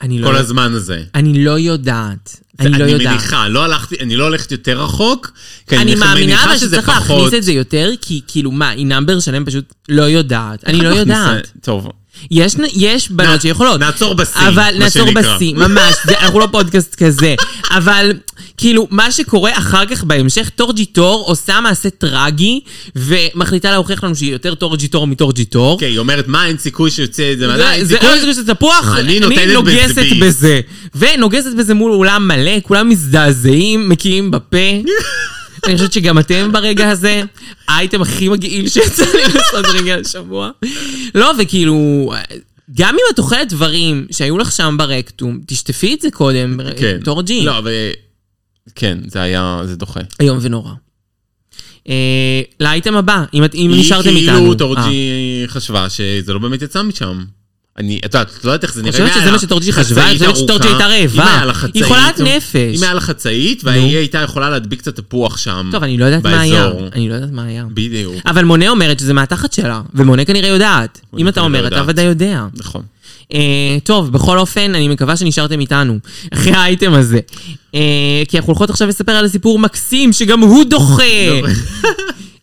[SPEAKER 2] אני לא,
[SPEAKER 3] כל הזמן הזה.
[SPEAKER 2] אני לא יודעת. אני לא
[SPEAKER 3] אני
[SPEAKER 2] יודעת.
[SPEAKER 3] מניחה, לא הלכתי, אני לא הולכת יותר רחוק, כי אני
[SPEAKER 2] אני
[SPEAKER 3] מניח-
[SPEAKER 2] מאמינה
[SPEAKER 3] מניחה
[SPEAKER 2] אבל
[SPEAKER 3] שזה
[SPEAKER 2] שצריך
[SPEAKER 3] פחות...
[SPEAKER 2] להכניס את זה יותר, כי כאילו מה, היא נאמבר שלם פשוט לא יודעת. אני לא יודעת.
[SPEAKER 3] טוב.
[SPEAKER 2] יש, יש בנות
[SPEAKER 3] נע-
[SPEAKER 2] שיכולות.
[SPEAKER 3] נעצור בשיא,
[SPEAKER 2] אבל
[SPEAKER 3] מה
[SPEAKER 2] נעצור
[SPEAKER 3] שנקרא.
[SPEAKER 2] בשיא, ממש, זה, אנחנו לא פודקאסט כזה. אבל כאילו, מה שקורה אחר כך בהמשך, טורג'יטור עושה מעשה טרגי, ומחליטה להוכיח לנו שהיא יותר טורג'יטור מטורג'יטור.
[SPEAKER 3] אוקיי, היא אומרת, מה, אין סיכוי שיוצא את זה, מה, אין
[SPEAKER 2] זה
[SPEAKER 3] סיכוי?
[SPEAKER 2] אוי, זה תפוח,
[SPEAKER 3] אני
[SPEAKER 2] אני
[SPEAKER 3] נותנת
[SPEAKER 2] נוגסת
[SPEAKER 3] בזבי.
[SPEAKER 2] בזה. ונוגסת בזה מול אולם מלא, כולם מזדעזעים, מקיאים בפה. אני חושבת שגם אתם ברגע הזה, האייטם הכי מגעיל שיצא לי לעשות רגע השבוע. לא, וכאילו, גם אם את אוכלת דברים שהיו לך שם ברקטום, תשטפי את זה קודם,
[SPEAKER 3] כן.
[SPEAKER 2] תורג'י.
[SPEAKER 3] לא, אבל... אה, כן, זה היה, זה דוחה.
[SPEAKER 2] איום ונורא. אה, לאייטם הבא, אם את- אם נשארתם
[SPEAKER 3] היא
[SPEAKER 2] איתנו.
[SPEAKER 3] כאילו,
[SPEAKER 2] אה.
[SPEAKER 3] טורג'י חשבה שזה לא באמת יצא משם. אני, את יודעת, את לא יודעת איך זה נראה.
[SPEAKER 2] חושבת
[SPEAKER 3] אם היה
[SPEAKER 2] שזה
[SPEAKER 3] לה
[SPEAKER 2] מה שטורג'י חשבה?
[SPEAKER 3] חצאית
[SPEAKER 2] אני חושבת שטורג'י
[SPEAKER 3] ארוכה,
[SPEAKER 2] הייתה רעבה.
[SPEAKER 3] אם היה לה
[SPEAKER 2] היא
[SPEAKER 3] חצאית-
[SPEAKER 2] חולת נפש.
[SPEAKER 3] אם היה לה חצאית,
[SPEAKER 2] נו.
[SPEAKER 3] והיא הייתה יכולה להדביק את התפוח שם.
[SPEAKER 2] טוב, אני אה, לא יודעת מה היה.
[SPEAKER 3] באזור.
[SPEAKER 2] אני לא יודעת מה היה.
[SPEAKER 3] בדיוק,
[SPEAKER 2] אבל מונה אומרת שזה מהתחת שלה, ומונה כנראה יודעת.
[SPEAKER 3] מונה
[SPEAKER 2] אם אתה
[SPEAKER 3] כנראה
[SPEAKER 2] אומר, אתה
[SPEAKER 3] יודעת.
[SPEAKER 2] ודאי יודע.
[SPEAKER 3] נכון.
[SPEAKER 2] אה, טוב, בכל אופן, אני מקווה שנשארתם איתנו, אחרי האייטם הזה. אה, כי אנחנו הולכות עכשיו לספר על סיפור מקסים, שגם הוא דוחה.
[SPEAKER 3] לא.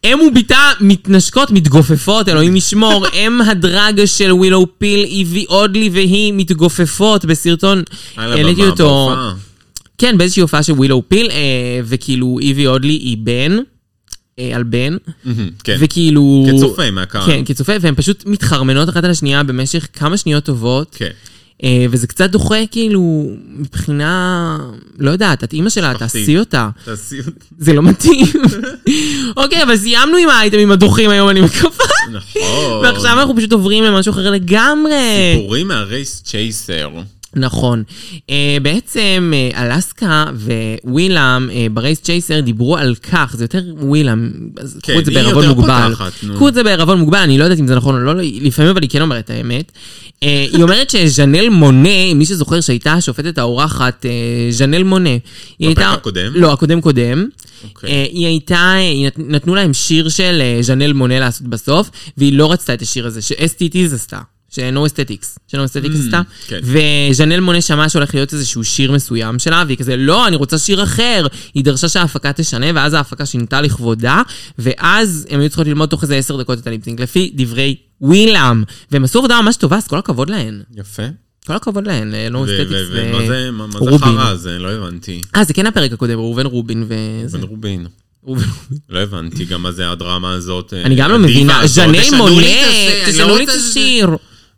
[SPEAKER 2] אם ובתה מתנשקות, מתגופפות, אלוהים ישמור. אם הדרג של ווילאו פיל, איבי אודלי והיא מתגופפות בסרטון.
[SPEAKER 3] על
[SPEAKER 2] העליתי
[SPEAKER 3] הבמה,
[SPEAKER 2] אותו.
[SPEAKER 3] בהופעה.
[SPEAKER 2] כן, באיזושהי הופעה של ווילאו פיל, אה, וכאילו איבי אודלי היא בן, אה, על בן,
[SPEAKER 3] מהמם, כן.
[SPEAKER 2] וכאילו...
[SPEAKER 3] כצופה אה. מהקהל.
[SPEAKER 2] כן, כצופה, והן פשוט מתחרמנות אחת על השנייה במשך כמה שניות טובות,
[SPEAKER 3] כן.
[SPEAKER 2] אה, וזה קצת דוחה, כאילו, מבחינה... לא יודעת, את אימא שלה,
[SPEAKER 3] משפחתית.
[SPEAKER 2] תעשי אותה.
[SPEAKER 3] תעשי אותי.
[SPEAKER 2] זה לא מתאים. אוקיי, אבל סיימנו עם האייטמים הדוחים היום, אני מקווה.
[SPEAKER 3] נכון.
[SPEAKER 2] ועכשיו אנחנו פשוט עוברים למשהו אחר לגמרי.
[SPEAKER 3] סיפורים מהרייס צ'ייסר.
[SPEAKER 2] נכון. אה, בעצם אה, אלסקה ווילאם אה, ברייס צ'ייסר דיברו על כך, זה יותר ווילאם, אז
[SPEAKER 3] כן,
[SPEAKER 2] קחו את זה
[SPEAKER 3] היא
[SPEAKER 2] בערבון
[SPEAKER 3] יותר
[SPEAKER 2] מוגבל.
[SPEAKER 3] פותחת, נו.
[SPEAKER 2] קחו את זה בערבון מוגבל, אני לא יודעת אם זה נכון או לא, לא, לפעמים אבל היא כן אומרת את האמת. אה, היא אומרת שז'נל מונה, מי שזוכר שהייתה השופטת האורחת, אה, ז'נל מונה. היא
[SPEAKER 3] בפרק
[SPEAKER 2] הייתה-
[SPEAKER 3] הקודם?
[SPEAKER 2] לא, הקודם קודם.
[SPEAKER 3] אוקיי.
[SPEAKER 2] אה, היא הייתה, אה, היא נת- נתנו להם שיר של אה, ז'נל מונה לעשות בסוף, והיא לא רצתה את השיר הזה, ש-STTs עשתה. ש-No Aesthetics, ש-No Aesthetics עשתה,
[SPEAKER 3] כן.
[SPEAKER 2] וז'נל מונה שמעה שהולך להיות איזשהו שיר מסוים שלה, והיא כזה, לא, אני רוצה שיר אחר. היא דרשה שההפקה תשנה, ואז ההפקה שינתה לכבודה, ואז הם היו צריכות ללמוד תוך איזה עשר דקות את הליפסינג, לפי דברי ווילאם. והם עשו עבודה ממש טובה, אז כל הכבוד להן.
[SPEAKER 3] יפה.
[SPEAKER 2] כל הכבוד להן, אה, לא ל-No
[SPEAKER 3] ו- ו-
[SPEAKER 2] Aesthetics
[SPEAKER 3] ו- מה זה- מה- מה זה
[SPEAKER 2] ורובין.
[SPEAKER 3] חרא הזה? לא הבנתי.
[SPEAKER 2] אה, זה כן הפרק הקודם, ראובן רובין וזה.
[SPEAKER 3] בן רובין.
[SPEAKER 2] ראובן
[SPEAKER 3] לא הבנתי גם מה זה הדרמה הזאת. אה,
[SPEAKER 2] אני גם לא
[SPEAKER 3] הדיבה
[SPEAKER 2] מבינה,
[SPEAKER 3] הזאת.
[SPEAKER 2] ז'נל
[SPEAKER 3] תשנו לי את
[SPEAKER 2] מונה,
[SPEAKER 3] זה, אני לא
[SPEAKER 2] תשנו לי את
[SPEAKER 3] רוצה שזה-
[SPEAKER 2] השיר.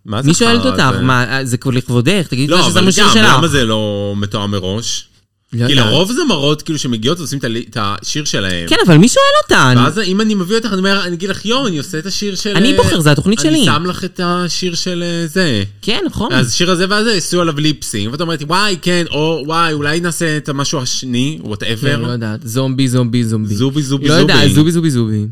[SPEAKER 3] מה זה
[SPEAKER 2] מי שואלת
[SPEAKER 3] חרא
[SPEAKER 2] אותך?
[SPEAKER 3] הזה?
[SPEAKER 2] מה, זה כבר לכבודך, תגידי
[SPEAKER 3] לא,
[SPEAKER 2] לה
[SPEAKER 3] אבל
[SPEAKER 2] שזה השיר
[SPEAKER 3] גם,
[SPEAKER 2] שלך.
[SPEAKER 3] למה זה לא מתואם מראש?
[SPEAKER 2] לא
[SPEAKER 3] כי
[SPEAKER 2] יודעת.
[SPEAKER 3] לרוב זמרות כאילו שמגיעות ועושים את ה- את השיר שלהם.
[SPEAKER 2] כן, אבל מי שואל אותן?
[SPEAKER 3] ואז אם אני מביא אותך, אני אומר, אני אגיד לך, יום, אני עושה את השיר של... אה,
[SPEAKER 2] אני בוחר, זה התוכנית שלי."
[SPEAKER 3] אני שם לך את השיר של אה, זה.
[SPEAKER 2] כן, נכון.
[SPEAKER 3] אז השיר הזה והזה, עשו עליו ליפסינג, ואת אומרת, וואי, כן, או וואי, אולי נעשה את המשהו השני,
[SPEAKER 2] כן, לא
[SPEAKER 3] וואטאבר.
[SPEAKER 2] יודעת, זומבי, זומבי, זומבי.
[SPEAKER 3] זובי, זובי,
[SPEAKER 2] לא
[SPEAKER 3] זובי.
[SPEAKER 2] יודעת, זובי, זובי, זובי.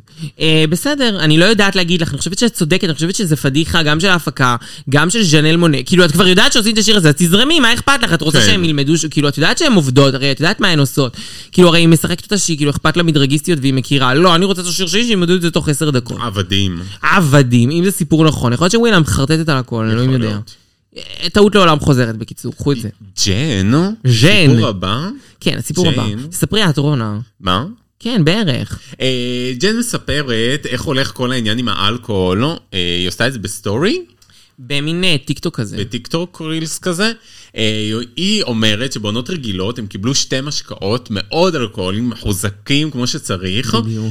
[SPEAKER 2] אה, בסדר, אני לא יודעת להגיד לך, אני חושבת שאת צודקת, אני חושבת שזה פדיחה גם של ההפקה, גם של ז'נל מונה. כאילו, את כבר יודעת שעושים את השיר הזה, אז תזרמי, מה אכפת לך? את רוצה
[SPEAKER 3] כן.
[SPEAKER 2] שהם ילמדו, ש- כאילו, את יודעת שהן עובדות, הרי את יודעת מה הן עושות. כאילו, הרי היא משחקת אותה שהיא, כאילו, אכפת לה מדרגיסטיות והיא מכירה. לא, אני רוצה את השיר שלי, שילמדו את זה תוך עשר דקות.
[SPEAKER 3] עבדים.
[SPEAKER 2] עבדים, אם זה סיפור נכון, יכול להיות שווילם מחרטטת על הכל, אלוהים יודע.
[SPEAKER 3] להיות.
[SPEAKER 2] אה, טעות לעולם חוזרת, בקיצור, קחו את זה.
[SPEAKER 3] ג'ן?
[SPEAKER 2] ז'ן.
[SPEAKER 3] סיפור הבא?
[SPEAKER 2] כן, הסיפור הבא.
[SPEAKER 3] ג'יין.
[SPEAKER 2] ספרי את רונה.
[SPEAKER 3] מה?
[SPEAKER 2] כן, בערך.
[SPEAKER 3] אה, ג'ן מספרת איך הולך כל העניין עם האלכוהול, אה, היא עושה את זה בסטורי?
[SPEAKER 2] כן. במין אה, טיקטוק כזה.
[SPEAKER 3] בטיקטוק רילס כזה. אה, היא אומרת שבעונות רגילות הם קיבלו שתי משקאות מאוד אלכוהולים, מחוזקים כמו שצריך.
[SPEAKER 2] בדיוק.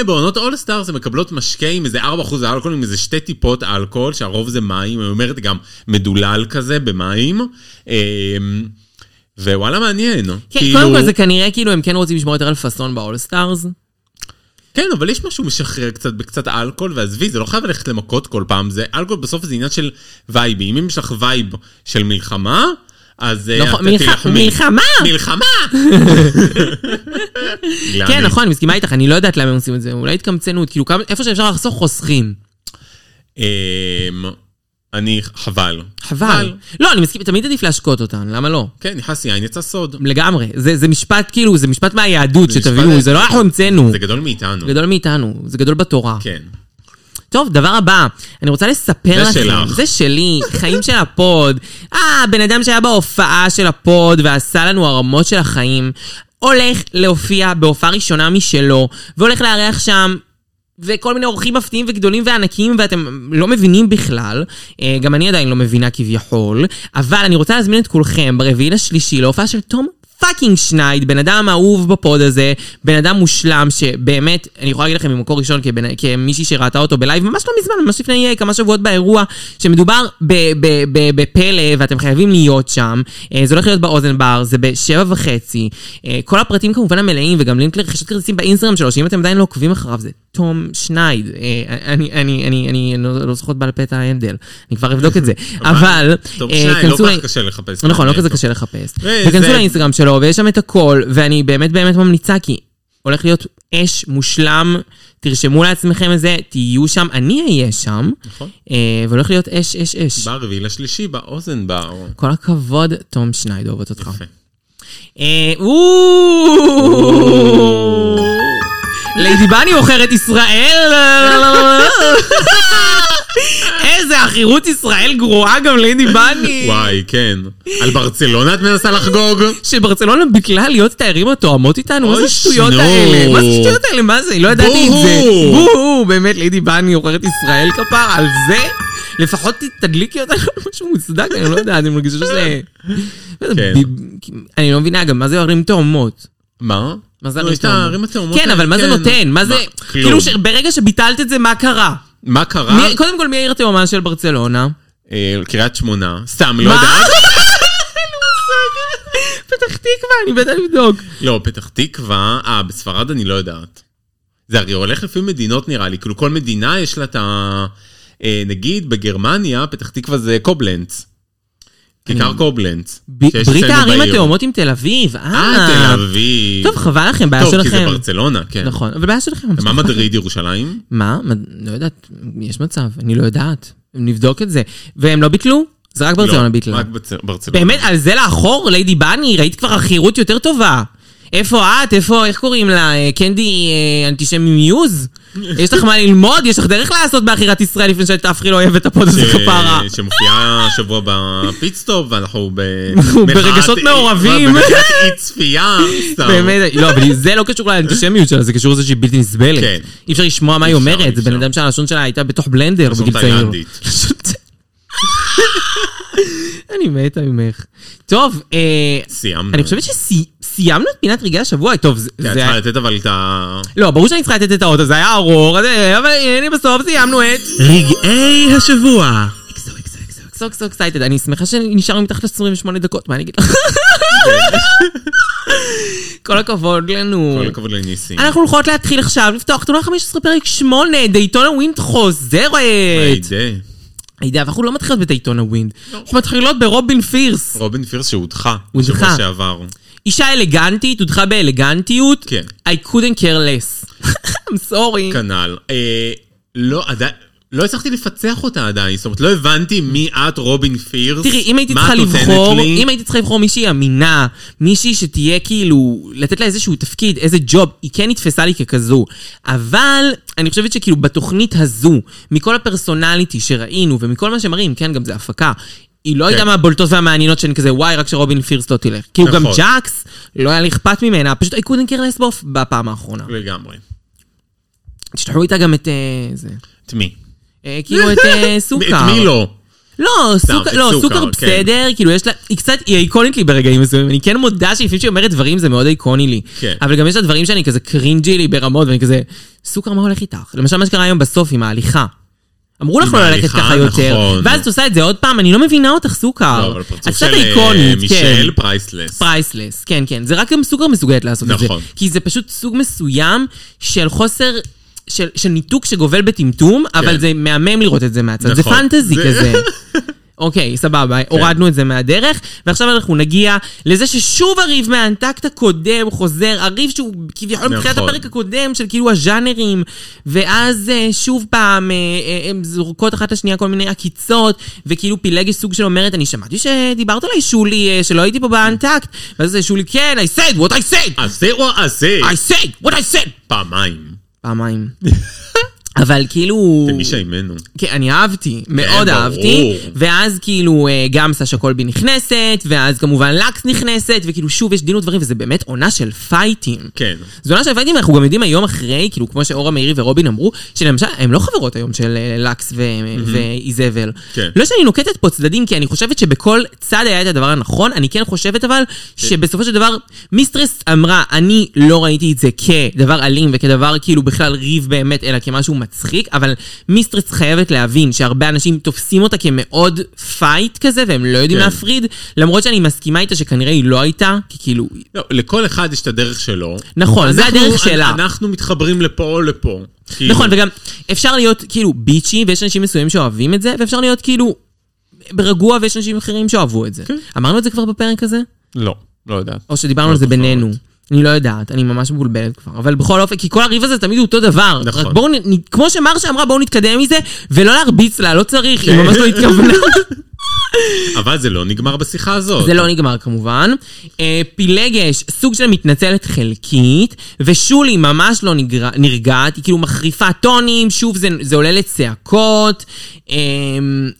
[SPEAKER 3] ובעונות אולסטארס הן מקבלות משקה עם איזה 4% אלכוהול, עם איזה שתי טיפות אלכוהול, שהרוב זה מים, היא אומרת גם מדולל כזה במים. אה, ווואלה מעניין.
[SPEAKER 2] כן, קודם כל זה כנראה כאילו הם כן רוצים לשמור יותר על פאסון באולסטארס.
[SPEAKER 3] כן, אבל יש משהו משחרר קצת בקצת אלכוהול, ועזבי, זה לא חייב ללכת למכות כל פעם, זה אלכוהול בסוף זה עניין של וייבים. אם יש לך וייב של מלחמה, אז אה,
[SPEAKER 2] נכון,
[SPEAKER 3] את
[SPEAKER 2] מלח-
[SPEAKER 3] תילחמי.
[SPEAKER 2] מלחמה!
[SPEAKER 3] מלחמה!
[SPEAKER 2] כן, נכון, אני מסכימה איתך, אני לא יודעת למה הם עושים את זה, אולי התקמצנות, כאילו כמה- איפה שאפשר לחסוך חוסכים.
[SPEAKER 3] אמ, אני, חבל.
[SPEAKER 2] חבל. לא, אני מסכים, תמיד עדיף להשקות אותן, למה לא?
[SPEAKER 3] כן, נכנס יין, יצא סוד.
[SPEAKER 2] לגמרי. זה זה משפט כאילו, זה משפט מהיהדות,
[SPEAKER 3] זה משפט
[SPEAKER 2] שתבינו, זה לא אנחנו המצאנו.
[SPEAKER 3] זה גדול מאיתנו.
[SPEAKER 2] גדול מאיתנו, זה גדול בתורה.
[SPEAKER 3] כן.
[SPEAKER 2] טוב, דבר הבא, אני רוצה לספר
[SPEAKER 3] זה
[SPEAKER 2] לכם,
[SPEAKER 3] שלך.
[SPEAKER 2] זה שלי, חיים של הפוד. אה, בן אדם שהיה בהופעה של הפוד ועשה לנו הרמות של החיים, הולך להופיע בהופעה ראשונה משלו, והולך לארח שם. וכל מיני אורחים מפתיעים וגדולים וענקיים, ואתם לא מבינים בכלל. אה, גם אני עדיין לא מבינה כביכול. אבל אני רוצה להזמין את כולכם ברביעי לשלישי להופעה של תום פאקינג שנייד, בן אדם אהוב בפוד הזה, בן אדם מושלם, שבאמת, אני יכול להגיד לכם ממקור ראשון, כבן, כמישהי שראתה אותו בלייב ממש לא מזמן, ממש לפני אה, כמה שבועות באירוע, שמדובר ב- ב- ב- בפלא, ואתם חייבים להיות שם. אה, זה הולך להיות באוזן בר, זה בשבע וחצי. אה, כל הפרטים כמובן המלאים, וגם לינק לרכישת כרטיסים באינסטגרם שלו, שאם אתם עדיין לא עוקבים אחריו, זה תום שנייד. אה, אני, אני, אני, אני לא לא זוכרת בעל פה את ההנדל, אני כבר אבדוק את זה. אבל,
[SPEAKER 3] טוב,
[SPEAKER 2] אה,
[SPEAKER 3] שי, לא
[SPEAKER 2] כנסו
[SPEAKER 3] כל
[SPEAKER 2] ל-
[SPEAKER 3] כך קשה לחפש.
[SPEAKER 2] נכון, לא
[SPEAKER 3] אה,
[SPEAKER 2] כזה
[SPEAKER 3] טוב.
[SPEAKER 2] קשה לחפש.
[SPEAKER 3] אה,
[SPEAKER 2] וכנסו
[SPEAKER 3] זה-
[SPEAKER 2] לאינסטגרם שלו, ויש שם את הכל, ואני באמת באמת ממליצה, כי הולך להיות אש מושלם, תרשמו לעצמכם את זה, תהיו שם, אני אהיה שם,
[SPEAKER 3] נכון.
[SPEAKER 2] אה, והולך להיות אש, אש, אש.
[SPEAKER 3] ברביעי לשלישי באוזן בר.
[SPEAKER 2] כל הכבוד, תום שנייד, אוהבת אותך.
[SPEAKER 3] יפה.
[SPEAKER 2] אה, וואו. ליידי בני מוכרת ישראל! איזה עכירות ישראל גרועה גם ליידי בני!
[SPEAKER 3] וואי, כן. על ברצלונה את מנסה לחגוג?
[SPEAKER 2] שברצלונה בכלל להיות תיירים התואמות איתנו? מה זה
[SPEAKER 3] אוי,
[SPEAKER 2] השטויות
[SPEAKER 3] שנו.
[SPEAKER 2] האלה? מה זה השטויות האלה? מה זה? לא ידעתי את זה.
[SPEAKER 3] בוהו.
[SPEAKER 2] בוהו! באמת, לידי בני עוכרת ישראל כפר על זה? לפחות תדליקי אותנו על משהו מוצדק, אני לא יודעת, אני מרגישה שזה...
[SPEAKER 3] כן.
[SPEAKER 2] ב- אני לא מבינה גם, מה זה ערים תאומות?
[SPEAKER 3] מה?
[SPEAKER 2] מה זה
[SPEAKER 3] לא,
[SPEAKER 2] ערים
[SPEAKER 3] את הערים
[SPEAKER 2] תאומות?
[SPEAKER 3] התאומות
[SPEAKER 2] כן, אבל מה זה
[SPEAKER 3] האלה,
[SPEAKER 2] נותן? מה זה... כאילו,
[SPEAKER 3] כלום. אה?
[SPEAKER 2] ברגע שביטלת את זה, מה קרה?
[SPEAKER 3] מה קרה?
[SPEAKER 2] מי- קודם כל, מי העיר התאומה של ברצלונה?
[SPEAKER 3] אה, קריית שמונה. סתם, לא
[SPEAKER 2] מה?
[SPEAKER 3] יודעת.
[SPEAKER 2] פתח תקווה, אני בטח לבדוק.
[SPEAKER 3] לא, פתח תקווה. אה, בספרד אני לא יודעת. זה הרי הולך לפי מדינות נראה לי. כאילו, כל מדינה יש לה את ה... אה, נגיד, בגרמניה, פתח תקווה זה קובלנץ. כיכר קובלנץ.
[SPEAKER 2] ב-
[SPEAKER 3] שיש
[SPEAKER 2] ברית
[SPEAKER 3] אצלנו
[SPEAKER 2] הערים
[SPEAKER 3] בעיר.
[SPEAKER 2] התאומות עם תל אביב,
[SPEAKER 3] אה, תל אביב.
[SPEAKER 2] טוב, חבל לכם, בעיה
[SPEAKER 3] טוב, כי זה
[SPEAKER 2] שלכם.
[SPEAKER 3] ברצלונה, כן.
[SPEAKER 2] נכון, אבל בעיה שלכם. ממש
[SPEAKER 3] מה
[SPEAKER 2] לא אכפת לי.
[SPEAKER 3] מדריד ירושלים?
[SPEAKER 2] מה? מד- לא יודעת, יש מצב, אני לא יודעת. נבדוק את זה. והם לא ביטלו? זה רק ברצלונה
[SPEAKER 3] לא,
[SPEAKER 2] ביטלה.
[SPEAKER 3] רק בצ- ברצלונה.
[SPEAKER 2] באמת, על זה לאחור, ליידי בני, ראית כבר עכירות יותר טובה. איפה את? איפה, איך קוראים לה? אה, קנדי אה, אנטישמי מיוז? יש לך מה ללמוד? יש לך דרך לעשות בעכירת ישראל לפני שתהפכי לאויבת הפוד הזה
[SPEAKER 3] ש-
[SPEAKER 2] כפרה.
[SPEAKER 3] אה, שמופיעה השבוע בפיטסטופ, ואנחנו ב...
[SPEAKER 2] ברגשות
[SPEAKER 3] מחאת-
[SPEAKER 2] מעורבים.
[SPEAKER 3] במחאת אי צפייה, סתם.
[SPEAKER 2] באמת, לא, אבל זה לא קשור לאנטישמיות שלה, זה קשור לזה שהיא בלתי נסבלת.
[SPEAKER 3] כן.
[SPEAKER 2] אי אפשר לשמוע מה היא
[SPEAKER 3] אי אפשר, אי
[SPEAKER 2] אומרת, זה בן
[SPEAKER 3] אפשר.
[SPEAKER 2] אדם שהלשון שלה הייתה בתוך בלנדר
[SPEAKER 3] לשון
[SPEAKER 2] בגיל צעיר.
[SPEAKER 3] תאילנדית.
[SPEAKER 2] לשון תא- אני מתה ממך. טוב, אה,
[SPEAKER 3] סיימנו.
[SPEAKER 2] אני חושבת שסיימנו את פינת רגעי השבוע, טוב, זה...
[SPEAKER 3] כן,
[SPEAKER 2] זה
[SPEAKER 3] את צריכה
[SPEAKER 2] היה-
[SPEAKER 3] לתת אבל את ה...
[SPEAKER 2] לא, ברור שאני צריכה לתת את האות, אז זה היה ארור, אז, אה, אבל הנה בסוף סיימנו את...
[SPEAKER 3] רגעי השבוע.
[SPEAKER 2] סו סו אקסייטד, אני שמחה שנשארנו מתחת ל-28 דקות, מה אני אגיד לך? כל הכבוד לנו.
[SPEAKER 3] כן. כל הכבוד לניסים.
[SPEAKER 2] אנחנו הולכות להתחיל עכשיו לפתוח תונה 15 פרק 8, דייטונה ווינד חוזרת.
[SPEAKER 3] היי,
[SPEAKER 2] הידע, ואנחנו לא מתחילות בדייטונה ווינד. אנחנו מתחילות ברובין פירס.
[SPEAKER 3] רובין פירס שהודחה.
[SPEAKER 2] הודחה.
[SPEAKER 3] בשבוע שעבר.
[SPEAKER 2] אישה אלגנטית, הודחה באלגנטיות.
[SPEAKER 3] כן.
[SPEAKER 2] I couldn't care less. I'm sorry.
[SPEAKER 3] כנ"ל. אה, לא, עדיין... לא הצלחתי לפצח אותה עדיין, זאת אומרת, לא הבנתי מי את רובין פירס.
[SPEAKER 2] תראי, אם הייתי
[SPEAKER 3] מה
[SPEAKER 2] צריכה
[SPEAKER 3] את נותנת
[SPEAKER 2] לבחור,
[SPEAKER 3] לי?
[SPEAKER 2] אם הייתי צריכה לבחור מישהי אמינה, מישהי שתהיה כאילו, לתת לה איזשהו תפקיד, איזה ג'וב, היא כן נתפסה לי ככזו. אבל אני חושבת שכאילו בתוכנית הזו, מכל הפרסונליטי שראינו ומכל מה שמראים, כן, גם זה הפקה. היא
[SPEAKER 3] כן.
[SPEAKER 2] לא הייתה מהבולטות והמעניינות שאני כזה, וואי, רק שרובין פירס לא תלך. כי הוא גם
[SPEAKER 3] נכון.
[SPEAKER 2] ג'קס, לא היה לי אכפת ממנה, פשוט I couldn't care less both בפעם האחרונה.
[SPEAKER 3] לגמרי.
[SPEAKER 2] תשלחו איתה גם את אה, זה.
[SPEAKER 3] את מי?
[SPEAKER 2] אה, כאילו את אה, סוכר.
[SPEAKER 3] את מי לא?
[SPEAKER 2] לא, סוכר,
[SPEAKER 3] את
[SPEAKER 2] לא,
[SPEAKER 3] סוכר,
[SPEAKER 2] סוכר
[SPEAKER 3] כן.
[SPEAKER 2] בסדר, כאילו יש לה, היא קצת, היא איקונית לי ברגעים מסוימים, אני כן מודה שלפעמים שהיא אומרת דברים זה מאוד איקוני לי.
[SPEAKER 3] כן.
[SPEAKER 2] אבל גם יש לה דברים שאני כזה קרינג'י לי ברמות, ואני כזה, סוכר, מה הולך איתך? למשל מה שקרה היום בסוף עם ההליכה. אמרו לך
[SPEAKER 3] עם
[SPEAKER 2] לא ללכת
[SPEAKER 3] ההליכה,
[SPEAKER 2] ככה יותר,
[SPEAKER 3] נכון.
[SPEAKER 2] ואז את עושה את זה עוד פעם, אני לא מבינה אותך
[SPEAKER 3] לא,
[SPEAKER 2] סוכר.
[SPEAKER 3] אבל
[SPEAKER 2] את
[SPEAKER 3] פרצוף
[SPEAKER 2] קצת
[SPEAKER 3] של אה,
[SPEAKER 2] איקונית, כן.
[SPEAKER 3] מישל פרייסלס.
[SPEAKER 2] פרייסלס, כן, כן. זה רק גם סוגר מסוגלת לעשות את זה.
[SPEAKER 3] נכון.
[SPEAKER 2] כי זה פשוט סוג מסוים של חוסר... של, של ניתוק שגובל בטמטום, כן. אבל זה מהמם לראות את זה מהצד. זה
[SPEAKER 3] נכון.
[SPEAKER 2] פנטזי
[SPEAKER 3] זה-
[SPEAKER 2] כזה. אוקיי, סבבה, הורדנו את זה מהדרך, ועכשיו אנחנו נגיע לזה ששוב הריב מהאנטקט הקודם חוזר, הריב שהוא כביכול מתחילת
[SPEAKER 3] נכון.
[SPEAKER 2] הפרק הקודם של כאילו הז'אנרים, ואז אה, שוב פעם אה, אה, הם זורקות אחת לשנייה כל מיני עקיצות, וכאילו פילגש סוג של אומרת, אני שמעתי שדיברת עליי שולי, אה, שלא הייתי פה באנטקט, ואז אה, שולי, כן, I said what I said, אה,
[SPEAKER 3] עשה אה, או עשה.
[SPEAKER 2] I said what I said,
[SPEAKER 3] פעמיים.
[SPEAKER 2] פעמיים. אבל כאילו...
[SPEAKER 3] תמישה עימנו.
[SPEAKER 2] כן, אני אהבתי, מאוד
[SPEAKER 3] ברור.
[SPEAKER 2] אהבתי. ואז כאילו אה, גם סשה קולבי נכנסת, ואז כמובן לקס נכנסת, וכאילו שוב יש דין ודברים, וזה באמת עונה של פייטים.
[SPEAKER 3] כן.
[SPEAKER 2] זו עונה של פייטים, אנחנו גם יודעים היום אחרי, כאילו כמו שאורה מאירי ורובין אמרו, שלמשל, הן לא חברות היום של אה, לקס ו- ואיזבל.
[SPEAKER 3] כן.
[SPEAKER 2] לא שאני נוקטת פה צדדים, כי אני חושבת שבכל צד היה את הדבר הנכון, אני כן חושבת אבל, שבסופו של דבר, מיסטרס אמרה, אני לא ראיתי את זה כדבר אלים וכדבר כאילו בכלל ריב באמת, אלא כמשהו מצחיק, אבל מיסטרס חייבת להבין שהרבה אנשים תופסים אותה כמאוד פייט כזה, והם לא יודעים
[SPEAKER 3] כן.
[SPEAKER 2] להפריד, למרות שאני מסכימה איתה שכנראה היא לא הייתה, כי כאילו...
[SPEAKER 3] לא, לכל אחד יש את הדרך שלו.
[SPEAKER 2] נכון, זה
[SPEAKER 3] אנחנו-
[SPEAKER 2] הדרך שלה.
[SPEAKER 3] אנחנו מתחברים לפה או לפה. כאילו,
[SPEAKER 2] נכון, וגם אפשר להיות כאילו ביצ'י, ויש אנשים מסוימים שאוהבים את זה, ואפשר להיות כאילו רגוע, ויש אנשים אחרים שאוהבו את זה. אמרנו את זה כבר בפרק הזה?
[SPEAKER 3] לא, כן. לא יודעת.
[SPEAKER 2] או שדיברנו על זה בינינו. אני לא יודעת, אני ממש מבולבלת כבר. אבל בכל אופן, כי כל הריב הזה תמיד הוא אותו דבר.
[SPEAKER 3] נכון.
[SPEAKER 2] רק בואו, נ- נ- כמו שמרשה אמרה, בואו נתקדם מזה, ולא להרביץ לה, לא צריך,
[SPEAKER 3] כן.
[SPEAKER 2] היא ממש לא התכוונה.
[SPEAKER 3] אבל זה לא נגמר בשיחה הזאת.
[SPEAKER 2] זה לא נגמר כמובן. אה, פילגש, סוג של מתנצלת חלקית, ושולי ממש לא נגר... נרגעת, היא כאילו מחריפה טונים, שוב זה, זה עולה לצעקות. אה,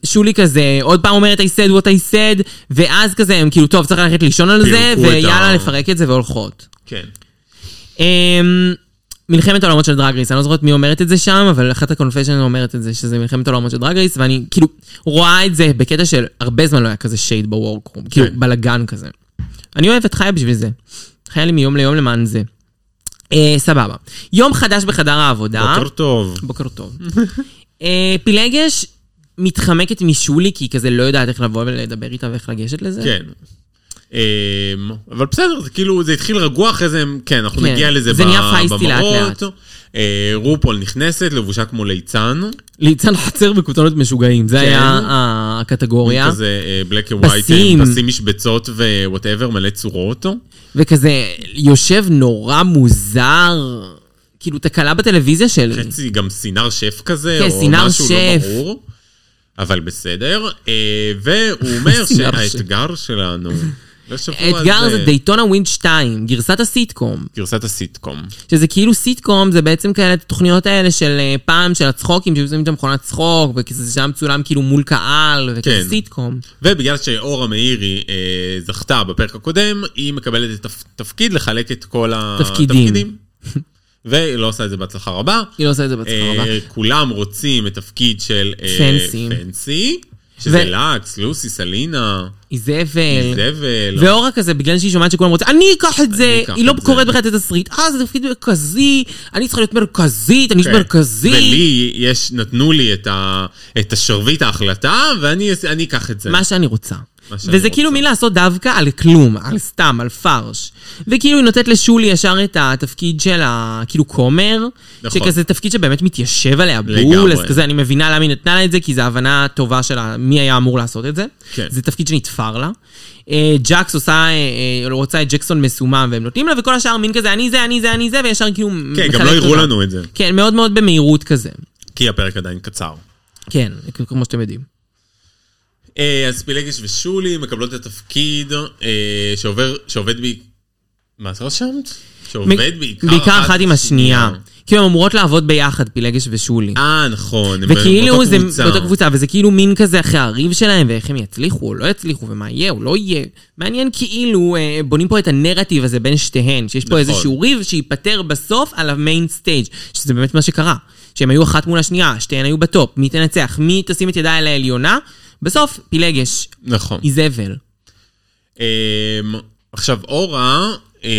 [SPEAKER 2] שולי כזה, עוד פעם אומרת I said what I said, ואז כזה הם כאילו, טוב, צריך ללכת לישון על זה,
[SPEAKER 3] פירקו את
[SPEAKER 2] ויאללה,
[SPEAKER 3] ה-
[SPEAKER 2] לפרק את זה והולכות.
[SPEAKER 3] כן.
[SPEAKER 2] אמ, מלחמת העולמות של דרג רייס, אני לא זוכרת מי אומרת את זה שם, אבל אחת הקונפשן אומרת את זה, שזה מלחמת העולמות של דרג רייס, ואני כאילו רואה את זה בקטע של הרבה זמן לא היה כזה שייד בוורקרום, כאילו
[SPEAKER 3] כן.
[SPEAKER 2] בלאגן כזה. אני אוהב את חיה בשביל זה. חיה לי מיום ליום למען זה. אה, סבבה. יום חדש בחדר העבודה.
[SPEAKER 3] בוקר טוב.
[SPEAKER 2] בוקר טוב. אה, פילגש מתחמקת משולי, כי היא כזה לא יודעת איך לבוא ולדבר איתה ואיך לגשת לזה.
[SPEAKER 3] כן. אמ, אבל בסדר, זה כאילו, זה התחיל רגוע, אחרי זה הם, כן, אנחנו
[SPEAKER 2] כן.
[SPEAKER 3] נגיע לזה
[SPEAKER 2] זה
[SPEAKER 3] ב-
[SPEAKER 2] נהיה פייסטי לאט
[SPEAKER 3] במראות. אה, רופול נכנסת, לבושה כמו ליצן.
[SPEAKER 2] ליצן חצר וכותנות משוגעים, זה היה הקטגוריה.
[SPEAKER 3] כן. כזה אה, בלק ווייט,
[SPEAKER 2] פסים.
[SPEAKER 3] פסים משבצות ווואטאבר, מלא צורות.
[SPEAKER 2] וכזה יושב נורא מוזר, כאילו תקלה בטלוויזיה שלי.
[SPEAKER 3] חצי גם סינר שף כזה,
[SPEAKER 2] כן,
[SPEAKER 3] או
[SPEAKER 2] סינר
[SPEAKER 3] משהו
[SPEAKER 2] שף.
[SPEAKER 3] לא ברור. אבל בסדר. אה, והוא אומר
[SPEAKER 2] סינר
[SPEAKER 3] שהאתגר שלנו לשבוע הזה...
[SPEAKER 2] האתגר זה דייטונה ווינד 2, גרסת הסיטקום.
[SPEAKER 3] גרסת הסיטקום.
[SPEAKER 2] שזה כאילו סיטקום, זה בעצם כאלה התוכניות האלה של אה, פעם, של הצחוקים, שהיו שמים את המכונת צחוק, וכזה שם צולם כאילו מול קהל, וכזה
[SPEAKER 3] כן.
[SPEAKER 2] סיטקום.
[SPEAKER 3] ובגלל שאורה מאירי אה, זכתה בפרק הקודם, היא מקבלת את התפקיד לחלק את כל
[SPEAKER 2] תפקידים.
[SPEAKER 3] התפקידים. והיא לא עושה את זה בהצלחה רבה.
[SPEAKER 2] היא לא עושה את זה בהצלחה רבה.
[SPEAKER 3] אה, כולם רוצים את תפקיד של אה,
[SPEAKER 2] פנסי.
[SPEAKER 3] פנסי, שזה
[SPEAKER 2] ו- אה,
[SPEAKER 3] לקס, לוסי, סלינה,
[SPEAKER 2] איזבל.
[SPEAKER 3] זבל.
[SPEAKER 2] ואורה כזה, בגלל שהיא שומעת שכולם רוצים, אני אקח את זה,
[SPEAKER 3] לא. אקח
[SPEAKER 2] היא לא
[SPEAKER 3] את זה.
[SPEAKER 2] קוראת בכלל את התסריט, אה, זה תפקיד מרכזי, אני צריכה להיות מרכזית, אני איש
[SPEAKER 3] כן.
[SPEAKER 2] מרכזי.
[SPEAKER 3] ולי יש, נתנו לי את, ה, את השרביט ההחלטה, ואני אס- אני אקח את זה.
[SPEAKER 2] מה שאני רוצה.
[SPEAKER 3] כן. מה שאני
[SPEAKER 2] וזה כאילו
[SPEAKER 3] רוצה.
[SPEAKER 2] מין לעשות דווקא על כלום, על סתם, על פרש. וכאילו היא נותנת לשולי ישר את התפקיד של ה... כאילו כומר,
[SPEAKER 3] נכון.
[SPEAKER 2] שכזה תפקיד שבאמת מתיישב עליה בול,
[SPEAKER 3] לגמרי.
[SPEAKER 2] אז כזה אני מבינה למה היא נתנה לה את זה, כי זו הבנה טובה שלה מי היה אמור לעשות את זה.
[SPEAKER 3] כן.
[SPEAKER 2] זה תפקיד שנתפר לה. אה, ג'קס עושה, אה, אה, רוצה את ג'קסון מסומם והם נותנים לה, וכל השאר מין כזה, אני זה, אני זה, אני זה, וישר כאילו
[SPEAKER 3] כן, גם
[SPEAKER 2] מחלק
[SPEAKER 3] לא הראו
[SPEAKER 2] אותה.
[SPEAKER 3] לנו את זה,
[SPEAKER 2] כן, מאוד מאוד במהירות כזה.
[SPEAKER 3] כי הפרק עדיין קצר.
[SPEAKER 2] כן, כמו שאתם יודעים.
[SPEAKER 3] אה, אז פילגש ושולי מקבלות את התפקיד אה, שעובר, שעובד ב... מה את רשמת? שעובד
[SPEAKER 2] מ-
[SPEAKER 3] בעיקר...
[SPEAKER 2] בעיקר אחת עם השנייה. כאילו הן אמורות לעבוד ביחד, פילגש ושולי.
[SPEAKER 3] אה, נכון, הם
[SPEAKER 2] וכאילו
[SPEAKER 3] באותה
[SPEAKER 2] זה
[SPEAKER 3] קבוצה.
[SPEAKER 2] באותה קבוצה, וזה כאילו מין כזה אחרי הריב שלהם, ואיך הם יצליחו או לא יצליחו, ומה יהיה או לא יהיה. מעניין כאילו אה, בונים פה את הנרטיב הזה בין שתיהן, שיש פה
[SPEAKER 3] נכון.
[SPEAKER 2] איזשהו ריב שייפתר בסוף על המיין סטייג', שזה באמת מה שקרה. שהן היו אחת מול השנייה, שתיהן היו בטופ, מי תנצח, מי תשים את ידה אל העליונה, בסוף פילגש,
[SPEAKER 3] נכון.
[SPEAKER 2] איזבל.
[SPEAKER 3] אה, עכשיו, אורה... אה,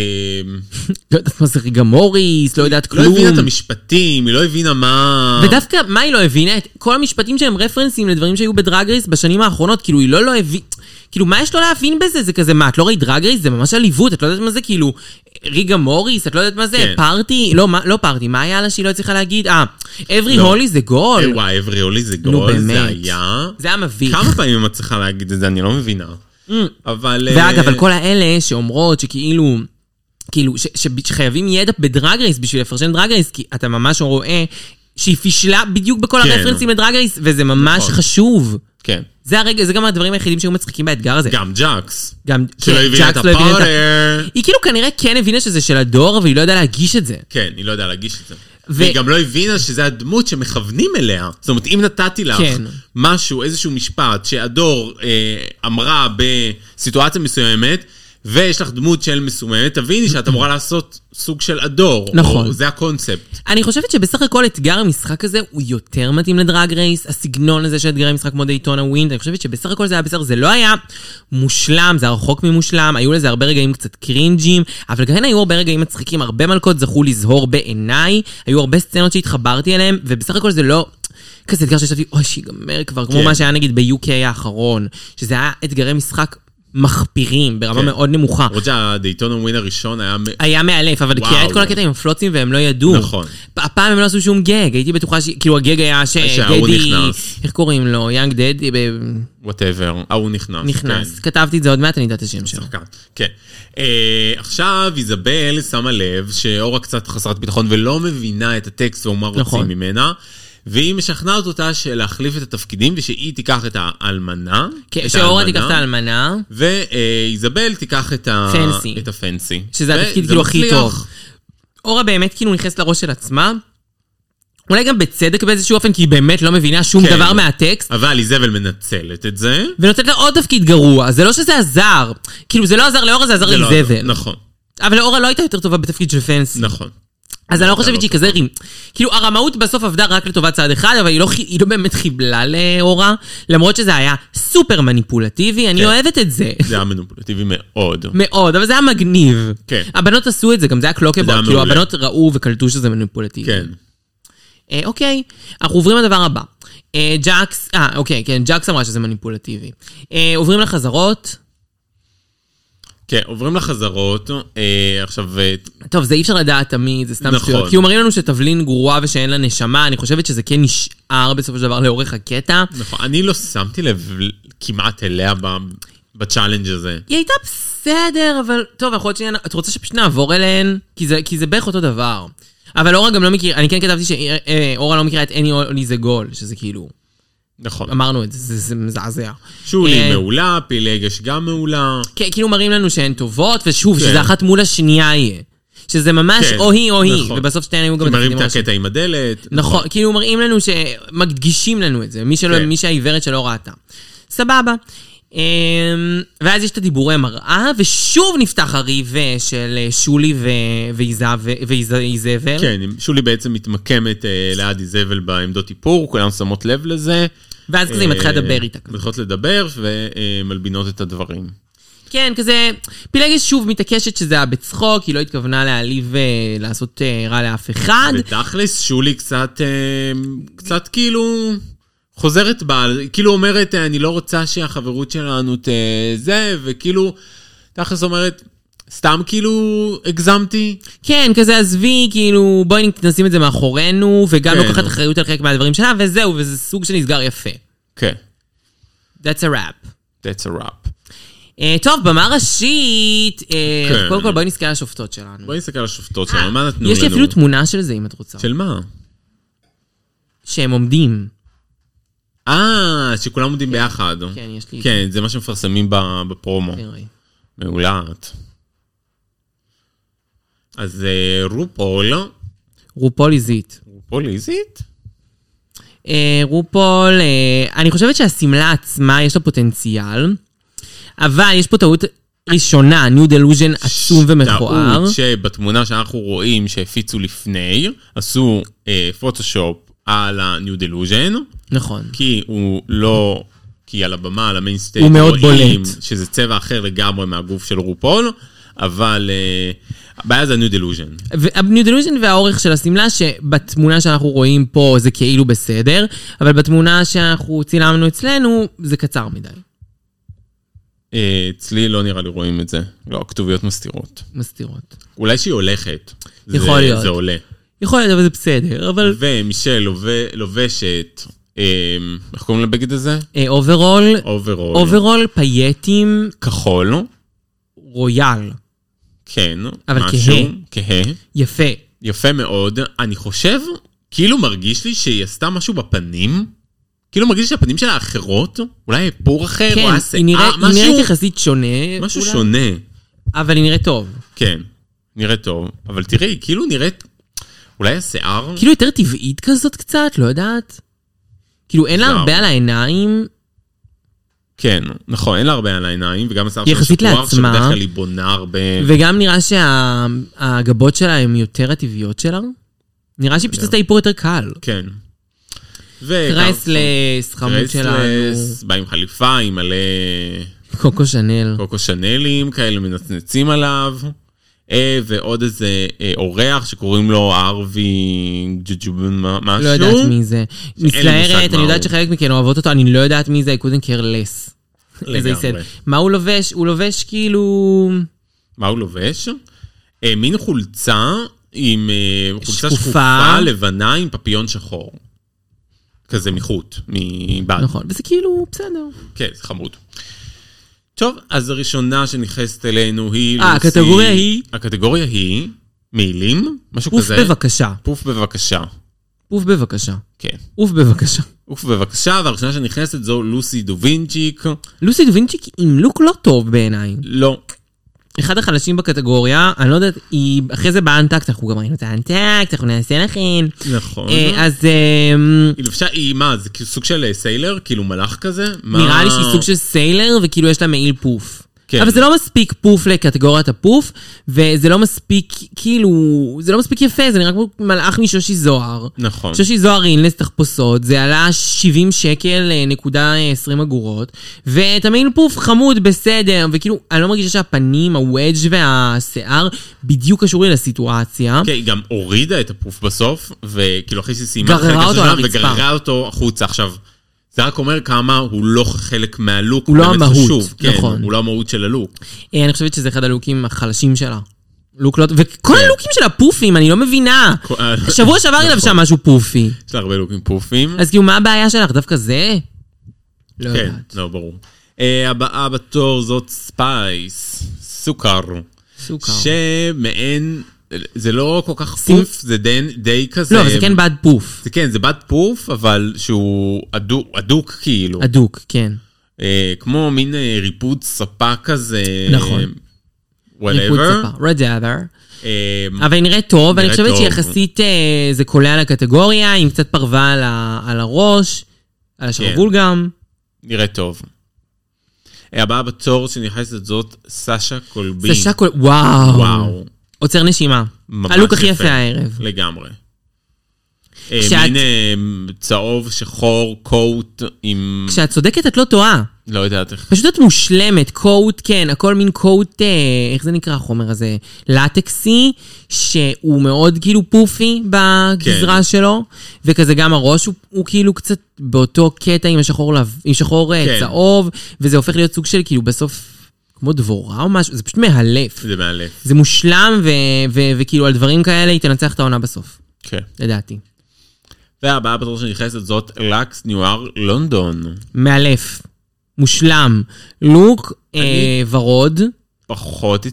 [SPEAKER 2] לא יודעת מה זה ריגמוריס, לא יודעת
[SPEAKER 3] לא
[SPEAKER 2] כלום.
[SPEAKER 3] הבינה את המשפטים, היא לא הבינה מה...
[SPEAKER 2] ודווקא, מה היא לא הבינה? את כל המשפטים שהם רפרנסים לדברים שהיו בדרג רייס בשנים האחרונות, כאילו, היא לא לא הבינה... כאילו, מה יש לו להבין בזה? זה כזה, מה, את לא ראית דרג רייס? זה ממש עליבות, את לא יודעת מה זה, כאילו, ריגה מוריס, את לא יודעת מה זה,
[SPEAKER 3] כן.
[SPEAKER 2] פארטי? לא, מה- לא פארטי, מה היה לה שהיא לא הצליחה להגיד? אה, every
[SPEAKER 3] לא.
[SPEAKER 2] holy זה
[SPEAKER 3] אה,
[SPEAKER 2] גול.
[SPEAKER 3] וואי, אבריאולי זה
[SPEAKER 2] נו,
[SPEAKER 3] גול,
[SPEAKER 2] באמת.
[SPEAKER 3] זה היה...
[SPEAKER 2] זה היה מביך.
[SPEAKER 3] כמה פעמים את צריכה להגיד את זה? אני לא מבינה. אבל... אה,
[SPEAKER 2] ואגב, על כל האלה שאומרות שכאילו... כאילו, ש, ש, שחייבים ידע בדרג רייס בשביל לפרשן דרג רייס, כי אתה ממש רואה שהיא פישלה בדיוק בכל
[SPEAKER 3] כן.
[SPEAKER 2] הרפרנסים לדרג רייס, וזה ממש
[SPEAKER 3] נכון.
[SPEAKER 2] חשוב.
[SPEAKER 3] כן.
[SPEAKER 2] זה הרגע, זה גם הדברים היחידים שהיו מצחיקים באתגר הזה.
[SPEAKER 3] גם ג'קס.
[SPEAKER 2] גם
[SPEAKER 3] שלא
[SPEAKER 2] כן,
[SPEAKER 3] הבינה את
[SPEAKER 2] ג'קס לא הבינה את ה-
[SPEAKER 3] הפאודר.
[SPEAKER 2] היא כאילו כנראה כן הבינה שזה של הדואר, אבל היא לא ידעה להגיש את זה.
[SPEAKER 3] כן, היא לא יודעה להגיש את זה.
[SPEAKER 2] ו-
[SPEAKER 3] והיא גם לא הבינה שזו הדמות שמכוונים אליה. זאת אומרת, אם נתתי לך
[SPEAKER 2] כן.
[SPEAKER 3] משהו, איזשהו משפט שהדור אה, אמרה בסיטואציה מסוימת, ויש לך דמות של מסוממת, תביני שאת אמורה לעשות סוג של הדור.
[SPEAKER 2] נכון.
[SPEAKER 3] או, זה הקונספט.
[SPEAKER 2] אני חושבת שבסך הכל אתגר המשחק הזה הוא יותר מתאים לדרג רייס, הסגנון הזה של אתגרי משחק כמו דייטונה ווינד, אני חושבת שבסך הכל זה היה בסדר, זה לא היה מושלם, זה היה רחוק ממושלם, היו לזה הרבה רגעים קצת קרינג'ים, אבל כן היו הרבה רגעים מצחיקים, הרבה מלכות זכו לזהור בעיניי, היו הרבה סצנות שהתחברתי אליהן, ובסך הכל זה לא... כזה אתגר שחשבתי, אוי, שיגמר כבר, כמו
[SPEAKER 3] כן.
[SPEAKER 2] מה שהיה נגיד ב-UK האחרון, שזה היה אתגרי משחק מחפירים, ברמה
[SPEAKER 3] כן.
[SPEAKER 2] מאוד נמוכה.
[SPEAKER 3] למרות שהדייטון הווין הראשון היה... מ-
[SPEAKER 2] היה מאלף, אבל כי
[SPEAKER 3] וואו.
[SPEAKER 2] היה את כל הקטע עם הפלוצים והם לא ידעו.
[SPEAKER 3] נכון.
[SPEAKER 2] פ- הפעם הם לא עשו שום גג, הייתי בטוחה ש... כאילו הגג היה
[SPEAKER 3] שההוא
[SPEAKER 2] שדדי...
[SPEAKER 3] נכנס.
[SPEAKER 2] איך קוראים לו? יאנג דדי ב-
[SPEAKER 3] וואטאבר, ההוא אה, נכנס.
[SPEAKER 2] נכנס.
[SPEAKER 3] כן.
[SPEAKER 2] כתבתי את זה עוד מעט, אני יודעת את השם שלו.
[SPEAKER 3] שחקן, כן. אה, עכשיו איזבל שמה לב שאורה קצת חסרת ביטחון ולא מבינה את הטקסט ומה
[SPEAKER 2] נכון.
[SPEAKER 3] רוצים ממנה. והיא משכנעת אותה להחליף את התפקידים ושהיא תיקח את האלמנה.
[SPEAKER 2] כן,
[SPEAKER 3] את
[SPEAKER 2] שאורה
[SPEAKER 3] האלמנה,
[SPEAKER 2] תיקח את האלמנה,
[SPEAKER 3] ואיזבל תיקח את, ה...
[SPEAKER 2] פנסי.
[SPEAKER 3] את הפנסי.
[SPEAKER 2] שזה
[SPEAKER 3] וזה
[SPEAKER 2] התפקיד כאילו הכי
[SPEAKER 3] מצליח.
[SPEAKER 2] טוב. אורה באמת כאילו נכנסת לראש של עצמה. אולי גם בצדק באיזשהו אופן, כי היא באמת לא מבינה שום
[SPEAKER 3] כן.
[SPEAKER 2] דבר מהטקסט.
[SPEAKER 3] אבל איזבל מנצלת את זה.
[SPEAKER 2] ונותנת לה עוד תפקיד גרוע, זה לא שזה עזר. כאילו, זה לא עזר לאורה, זה עזר
[SPEAKER 3] זה לא-
[SPEAKER 2] לאיזבל.
[SPEAKER 3] נכון,
[SPEAKER 2] אבל לאורה לא הייתה יותר טובה בתפקיד של פנסי.
[SPEAKER 3] נכון.
[SPEAKER 2] אז אני לא
[SPEAKER 3] אתה
[SPEAKER 2] חושבת
[SPEAKER 3] לא
[SPEAKER 2] שהיא כזה רים. כאילו, הרמאות בסוף עבדה רק לטובת צד אחד, אבל היא לא, חי- היא לא באמת חיבלה לאורה, למרות שזה היה סופר מניפולטיבי, אני
[SPEAKER 3] כן.
[SPEAKER 2] אוהבת את זה.
[SPEAKER 3] זה היה מנופולטיבי מאוד.
[SPEAKER 2] מאוד, אבל זה היה מגניב.
[SPEAKER 3] כן.
[SPEAKER 2] הבנות עשו את זה, גם זה היה
[SPEAKER 3] זה
[SPEAKER 2] קלוקבו,
[SPEAKER 3] היה
[SPEAKER 2] כאילו
[SPEAKER 3] מעולה.
[SPEAKER 2] הבנות ראו וקלטו שזה מניפולטיבי.
[SPEAKER 3] כן.
[SPEAKER 2] אה, אוקיי, אנחנו עוברים לדבר הבא. אה, ג'קס, אה, אוקיי, כן, ג'קס אמרה שזה מניפולטיבי. אה, עוברים לחזרות.
[SPEAKER 3] כן, עוברים לחזרות. אה, עכשיו, אה,
[SPEAKER 2] טוב, זה אי אפשר לדעת תמיד, זה סתם
[SPEAKER 3] נכון.
[SPEAKER 2] שטויות. כי אומרים לנו שתבלין גרועה ושאין לה נשמה, אני חושבת שזה כן נשאר בסופו של דבר לאורך הקטע.
[SPEAKER 3] נכון, אני לא שמתי לב כמעט אליה ב- בצ'אלנג' הזה.
[SPEAKER 2] היא הייתה בסדר, אבל... טוב, אנחנו עוד שנייה... את רוצה שפשוט נעבור אליהן? כי זה, כי זה בערך אותו דבר. אבל אורה גם לא מכירה... אני כן כתבתי שאורה לא מכירה את אני אולי זה גול, שזה כאילו...
[SPEAKER 3] נכון.
[SPEAKER 2] אמרנו את זה, זה, זה מזעזע. אה,
[SPEAKER 3] שולי מעולה, פילגש גם מעולה.
[SPEAKER 2] כן, כאילו מראים לנו שהן טובות, ושוב,
[SPEAKER 3] כן.
[SPEAKER 2] שזה אחת מול השנייה יהיה. שזה ממש
[SPEAKER 3] כן,
[SPEAKER 2] או היא או היא,
[SPEAKER 3] נכון.
[SPEAKER 2] ובסוף שתיהן היו גם...
[SPEAKER 3] כי מראים את
[SPEAKER 2] בתפקידים
[SPEAKER 3] הקטע עם הדלת.
[SPEAKER 2] נכון, כאילו מראים לנו שמדגישים לנו את זה, מי, שלא,
[SPEAKER 3] כן.
[SPEAKER 2] מי שהעיוורת שלא ראתה. סבבה. אמ, ואז יש את הדיבורי מראה, ושוב נפתח הריב אה, של אה, שולי ו- ואיזה- ו- ואיזבל.
[SPEAKER 3] כן, אם- שולי בעצם מתמקמת אה, ליד איזבל בעמדות איפור, כולם שמות לב לזה.
[SPEAKER 2] ואז כזה היא
[SPEAKER 3] אה,
[SPEAKER 2] מתחילה לדבר איתה. כזה.
[SPEAKER 3] מתחילות לדבר ומלבינות את הדברים.
[SPEAKER 2] כן, כזה... פילגש שוב מתעקשת שזה היה בצחוק, היא לא התכוונה להעליב, אה, לעשות אה, רע לאף אחד.
[SPEAKER 3] ותכלס, שולי קצת, אה, קצת כאילו חוזרת בה, כאילו אומרת, אה, אני לא רוצה שהחברות שלנו ת... זה, וכאילו, תכלס אומרת, סתם כאילו הגזמתי.
[SPEAKER 2] כן, כזה עזבי, כאילו, בואי נשים את זה מאחורינו, וגם
[SPEAKER 3] כן.
[SPEAKER 2] לוקחת אחריות על חלק מהדברים שלה, וזהו, וזה סוג שנסגר יפה.
[SPEAKER 3] כן,
[SPEAKER 2] That's a wrap.
[SPEAKER 3] that's a wrap.
[SPEAKER 2] אה, טוב, במה ראשית, אה,
[SPEAKER 3] כן.
[SPEAKER 2] קודם כל בואי נסתכל על השופטות שלנו.
[SPEAKER 3] בואי נסתכל על השופטות שלנו, מה נתנו לנו?
[SPEAKER 2] יש לי אפילו תמונה של זה, אם את רוצה.
[SPEAKER 3] של מה?
[SPEAKER 2] שהם עומדים.
[SPEAKER 3] אה, שכולם עומדים ביחד.
[SPEAKER 2] כן, יש לי כן. את
[SPEAKER 3] כן, זה מה שמפרסמים ב- בפרומו.
[SPEAKER 2] תראי.
[SPEAKER 3] מעולת. אז אה, רופול,
[SPEAKER 2] רופול איזית.
[SPEAKER 3] רופול איזית?
[SPEAKER 2] אה, רופול, אה, אני חושבת שהשמלה עצמה יש לה פוטנציאל, אבל יש פה טעות ראשונה, ניו דלוז'ן עצום ומכוער.
[SPEAKER 3] טעות שבתמונה שאנחנו רואים שהפיצו לפני, עשו אה, פוטושופ על ה-New Delusion,
[SPEAKER 2] נכון.
[SPEAKER 3] כי הוא לא... כי על הבמה, על המיינסטייט,
[SPEAKER 2] הוא מאוד
[SPEAKER 3] רואים
[SPEAKER 2] בולט.
[SPEAKER 3] שזה צבע אחר לגמרי מהגוף של רופול, אבל אה, הבעיה זה ה-New Delusion.
[SPEAKER 2] והניו דלוז'ן והאורך של השמלה, שבתמונה שאנחנו רואים פה זה כאילו בסדר, אבל בתמונה שאנחנו צילמנו אצלנו, זה קצר מדי.
[SPEAKER 3] אה, אצלי לא נראה לי רואים את זה. לא, הכתוביות מסתירות.
[SPEAKER 2] מסתירות.
[SPEAKER 3] אולי שהיא הולכת.
[SPEAKER 2] יכול
[SPEAKER 3] זה,
[SPEAKER 2] להיות.
[SPEAKER 3] זה עולה.
[SPEAKER 2] יכול להיות, אבל זה בסדר, אבל
[SPEAKER 3] ומישל לובש- לובשת, אה, איך קוראים לבגד הזה?
[SPEAKER 2] אה, אוברול,
[SPEAKER 3] אוברול.
[SPEAKER 2] אוברול פייטים
[SPEAKER 3] כחול.
[SPEAKER 2] רויאל.
[SPEAKER 3] כן,
[SPEAKER 2] אבל
[SPEAKER 3] משהו, כהה.
[SPEAKER 2] יפה.
[SPEAKER 3] יפה מאוד. אני חושב, כאילו מרגיש לי שהיא עשתה משהו בפנים. כאילו מרגיש לי שהפנים שלה אחרות, אולי איפור אחר,
[SPEAKER 2] כן,
[SPEAKER 3] או השיער,
[SPEAKER 2] היא נראית- היא נראית
[SPEAKER 3] אה, משהו,
[SPEAKER 2] יחסית שונה.
[SPEAKER 3] משהו
[SPEAKER 2] אולי,
[SPEAKER 3] שונה.
[SPEAKER 2] אבל היא נראית טוב.
[SPEAKER 3] כן, נראית טוב. אבל תראי, היא כאילו נראית... אולי השיער?
[SPEAKER 2] כאילו יותר טבעית כזאת קצת, לא יודעת. כאילו אין לה
[SPEAKER 3] וואו.
[SPEAKER 2] הרבה על העיניים,
[SPEAKER 3] כן, נכון, אין לה הרבה על העיניים, וגם השיער שלה
[SPEAKER 2] יחסית
[SPEAKER 3] שטוח,
[SPEAKER 2] לעצמה.
[SPEAKER 3] שבדרך כלל היא בונה הרבה...
[SPEAKER 2] וגם נראה שהגבות שלה הן יותר הטבעיות שלה. נראה שהיא פשוט עשתה איפור יותר קל.
[SPEAKER 3] כן. ו-
[SPEAKER 2] קרייסלס, חמוד שלנו,
[SPEAKER 3] קרייסלס, בא עם חליפה, עם מלא
[SPEAKER 2] קוקו שנל.
[SPEAKER 3] קוקו שנלים כאלה מנצנצים עליו. אה, ועוד איזה אה, אורח שקוראים לו ארווי ג'וג'ובן מה- משהו.
[SPEAKER 2] לא יודעת מי זה.
[SPEAKER 3] מושג
[SPEAKER 2] מצטערת,
[SPEAKER 3] מה
[SPEAKER 2] אני יודעת
[SPEAKER 3] הוא.
[SPEAKER 2] שחלק מכן אוהבות אותו, אני לא יודעת מי זה, I couldn't care less. as I said.
[SPEAKER 3] לגמרי.
[SPEAKER 2] מה הוא לובש? הוא לובש כאילו...
[SPEAKER 3] מה הוא לובש? אה, מין חולצה עם אה, חולצה
[SPEAKER 2] שקופה.
[SPEAKER 3] שקופה, לבנה עם פפיון שחור. כזה מחוט, מבד.
[SPEAKER 2] נכון, וזה כאילו, בסדר.
[SPEAKER 3] כן, זה חמוד. טוב, אז הראשונה שנכנסת אלינו היא...
[SPEAKER 2] אה,
[SPEAKER 3] לוסי-
[SPEAKER 2] הקטגוריה היא?
[SPEAKER 3] הקטגוריה היא מעילים, משהו
[SPEAKER 2] אוף
[SPEAKER 3] כזה.
[SPEAKER 2] בבקשה.
[SPEAKER 3] פוף בבקשה.
[SPEAKER 2] אוף בבקשה.
[SPEAKER 3] כן.
[SPEAKER 2] אוף בבקשה.
[SPEAKER 3] אוף בבקשה, והראשונה שנכנסת זו לוסי דווינצ'יק.
[SPEAKER 2] לוסי דווינצ'יק עם לוק לא טוב בעיניי.
[SPEAKER 3] לא.
[SPEAKER 2] אחד החלשים בקטגוריה, אני לא יודעת, היא אחרי זה באנטקט, אנחנו גם ראינו את האנטקט, אנחנו נעשה לכן.
[SPEAKER 3] נכון.
[SPEAKER 2] אה, אז אה,
[SPEAKER 3] היא לבשה, היא מה, זה כאילו סוג של אה, סיילר? כאילו מלאך כזה? מה-
[SPEAKER 2] נראה לי שהיא סוג של סיילר, וכאילו יש לה מעיל פוף.
[SPEAKER 3] כן.
[SPEAKER 2] אבל זה לא מספיק פוף לקטגוריית הפוף, וזה לא מספיק, כאילו, זה לא מספיק יפה, זה נראה כמו מלאך משושי זוהר.
[SPEAKER 3] נכון.
[SPEAKER 2] שושי זוהר אינלס תחפושות, זה עלה 70 שקל אה, נקודה אה, 20 אגורות, ואת המעיל פוף חמוד, בסדר, וכאילו, אני לא מרגישה שהפנים, הוודג' והשיער בדיוק קשור לי לסיטואציה.
[SPEAKER 3] כן, היא גם הורידה את הפוף בסוף, וכאילו אחרי שהיא סיימה,
[SPEAKER 2] גררה
[SPEAKER 3] חלק
[SPEAKER 2] אותו
[SPEAKER 3] השנה,
[SPEAKER 2] על הרצפה.
[SPEAKER 3] וגררה אותו החוצה. עכשיו, זה רק אומר כמה הוא לא חלק מהלוק,
[SPEAKER 2] הוא לא
[SPEAKER 3] באמת
[SPEAKER 2] המהות,
[SPEAKER 3] חשוב. כן,
[SPEAKER 2] נכון.
[SPEAKER 3] הוא לא המהות של הלוק.
[SPEAKER 2] אה, אני חושבת שזה אחד הלוקים החלשים שלה. לוק לא... וכל הלוקים שלה פופים, אני לא מבינה.
[SPEAKER 3] כן. כל- אה,
[SPEAKER 2] שבוע שעבר היא לבשה משהו פופי.
[SPEAKER 3] יש לה הרבה לוקים פופים.
[SPEAKER 2] אז כאילו, מה הבעיה שלך? דווקא זה? לא
[SPEAKER 3] כן,
[SPEAKER 2] יודעת.
[SPEAKER 3] לא, ברור. אה, הבאה בתור זאת ספייס, סוכר.
[SPEAKER 2] סוכר.
[SPEAKER 3] שמעין, זה לא כל כך פוף, זה דן- די כזה...
[SPEAKER 2] לא, אבל זה כן בד פוף.
[SPEAKER 3] זה כן, זה בת פוף, אבל שהוא אדוק, אדוק כאילו.
[SPEAKER 2] הדוק, כן.
[SPEAKER 3] אה, כמו מין אה, ריפוד ספה כזה.
[SPEAKER 2] נכון. ריקוד
[SPEAKER 3] וואטאבר.
[SPEAKER 2] ספה. רדאבר.
[SPEAKER 3] אה,
[SPEAKER 2] אבל היא נראית טוב, ואני
[SPEAKER 3] נראית
[SPEAKER 2] חושבת
[SPEAKER 3] טוב.
[SPEAKER 2] שיחסית אה, זה קולע על הקטגוריה, עם קצת פרווה על ה- על הראש, על
[SPEAKER 3] כן.
[SPEAKER 2] השרוול גם.
[SPEAKER 3] נראה טוב. אה, הבאה בתור שנכנסת זאת סשה קולבין.
[SPEAKER 2] זה שקול... וואו.
[SPEAKER 3] וואו.
[SPEAKER 2] עוצר נשימה.
[SPEAKER 3] ממש
[SPEAKER 2] הלוק הכי יפה הערב.
[SPEAKER 3] לגמרי. אה,
[SPEAKER 2] כשאת-
[SPEAKER 3] מין אה, צהוב, שחור, קוט עם...
[SPEAKER 2] כשאת צודקת את לא טועה.
[SPEAKER 3] לא יודעת איך.
[SPEAKER 2] פשוט את מושלמת, קוט, כן, הכל מין קוט, אה, איך זה נקרא החומר הזה? לטקסי, שהוא מאוד כאילו פופי בגזרה
[SPEAKER 3] כן.
[SPEAKER 2] כן. שלו, וכזה גם הראש הוא, הוא כאילו קצת באותו קטע עם השחור, לב- עם שחור
[SPEAKER 3] כן.
[SPEAKER 2] כן. צהוב, וזה הופך להיות סוג של כאילו בסוף כמו דבורה או משהו, זה פשוט מאלף.
[SPEAKER 3] זה מאלף.
[SPEAKER 2] זה מושלם, ו- ו- וכאילו על דברים כאלה היא תנצח את העונה בסוף,
[SPEAKER 3] כן.
[SPEAKER 2] לדעתי.
[SPEAKER 3] והבאה בתור שנכנסת זאת לקס ניואר לונדון.
[SPEAKER 2] מאלף, מושלם. לוק אה,
[SPEAKER 3] אני-
[SPEAKER 2] ורוד.
[SPEAKER 3] פחות...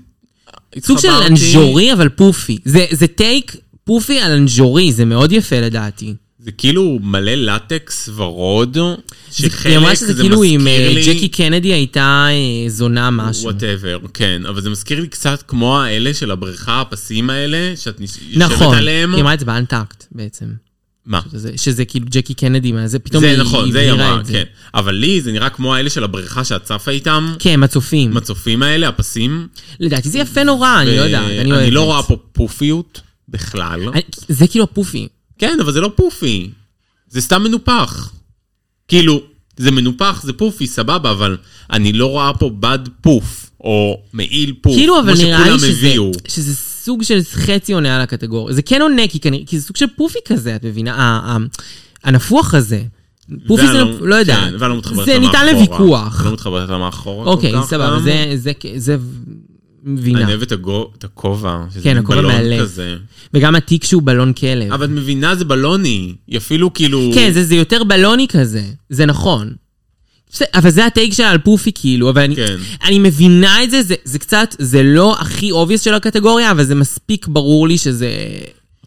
[SPEAKER 2] סוג של
[SPEAKER 3] התחברתי.
[SPEAKER 2] אנג'ורי, אבל פופי. זה, זה טייק פופי על אנג'ורי, זה מאוד יפה לדעתי.
[SPEAKER 3] זה כאילו מלא לטקס ורוד,
[SPEAKER 2] היא
[SPEAKER 3] שחלק
[SPEAKER 2] אמרה שזה
[SPEAKER 3] זה
[SPEAKER 2] כאילו אם אה,
[SPEAKER 3] מזכיר
[SPEAKER 2] ג'קי
[SPEAKER 3] לי...
[SPEAKER 2] קנדי הייתה אה, זונה משהו.
[SPEAKER 3] וואטאבר, כן, אבל זה מזכיר לי קצת כמו האלה של הבריכה, הפסים האלה, שאת נש- יושבת
[SPEAKER 2] נכון,
[SPEAKER 3] עליהם.
[SPEAKER 2] היא אמרה את זה באנטקט בעצם.
[SPEAKER 3] מה?
[SPEAKER 2] שזה, שזה כאילו ג'קי קנדי, מה זה פתאום
[SPEAKER 3] זה
[SPEAKER 2] היא
[SPEAKER 3] נכון, זה היא
[SPEAKER 2] הבהירה
[SPEAKER 3] אמרה,
[SPEAKER 2] את זה.
[SPEAKER 3] כן. אבל לי זה נראה כמו האלה של הבריכה שאת צפה איתם,
[SPEAKER 2] כן, מצופים.
[SPEAKER 3] מצופים האלה, הפסים.
[SPEAKER 2] לדעתי זה יפה נורא, אני לא יודעת, אני אוהבת.
[SPEAKER 3] אני לא רואה פה פופיות בכלל.
[SPEAKER 2] אני- זה כאילו הפופי.
[SPEAKER 3] כן, אבל זה לא פופי. זה סתם מנופח. כאילו, זה מנופח, זה פופי, סבבה, אבל אני לא רואה פה בד פוף, או מעיל פוף,
[SPEAKER 2] כאילו, אבל
[SPEAKER 3] כמו
[SPEAKER 2] נראה לי
[SPEAKER 3] שכולם
[SPEAKER 2] שזה,
[SPEAKER 3] הביאו.
[SPEAKER 2] שזה סוג של חצי עונה על הקטגוריה. זה כן עונה, כי, כנראה, כי זה סוג של פופי כזה, את מבינה? ה- ה- הנפוח הזה. פופי
[SPEAKER 3] ואני
[SPEAKER 2] זה, לא יודעת.
[SPEAKER 3] כן, ואני לא מתחברת
[SPEAKER 2] זה
[SPEAKER 3] למה
[SPEAKER 2] ניתן
[SPEAKER 3] אחורה.
[SPEAKER 2] לוויכוח.
[SPEAKER 3] אני לא מתחברת למה אחורה. כל
[SPEAKER 2] אוקיי,
[SPEAKER 3] כך
[SPEAKER 2] סבבה,
[SPEAKER 3] גם.
[SPEAKER 2] זה, זה, זה מבינה.
[SPEAKER 3] אני אוהב את הגו- את הכובע, שזה
[SPEAKER 2] כן,
[SPEAKER 3] מין
[SPEAKER 2] הכובע
[SPEAKER 3] בלון
[SPEAKER 2] מאלף.
[SPEAKER 3] כזה.
[SPEAKER 2] וגם התיק שהוא בלון כלב.
[SPEAKER 3] אבל את מבינה, זה בלוני. היא אפילו כאילו...
[SPEAKER 2] כן, זה, זה יותר בלוני כזה, זה נכון. זה- אבל זה הטייק שלה על פופי כאילו, אבל אני,
[SPEAKER 3] כן.
[SPEAKER 2] אני מבינה את זה, זה, זה קצת, זה לא הכי אובייס של הקטגוריה, אבל זה מספיק ברור לי שזה...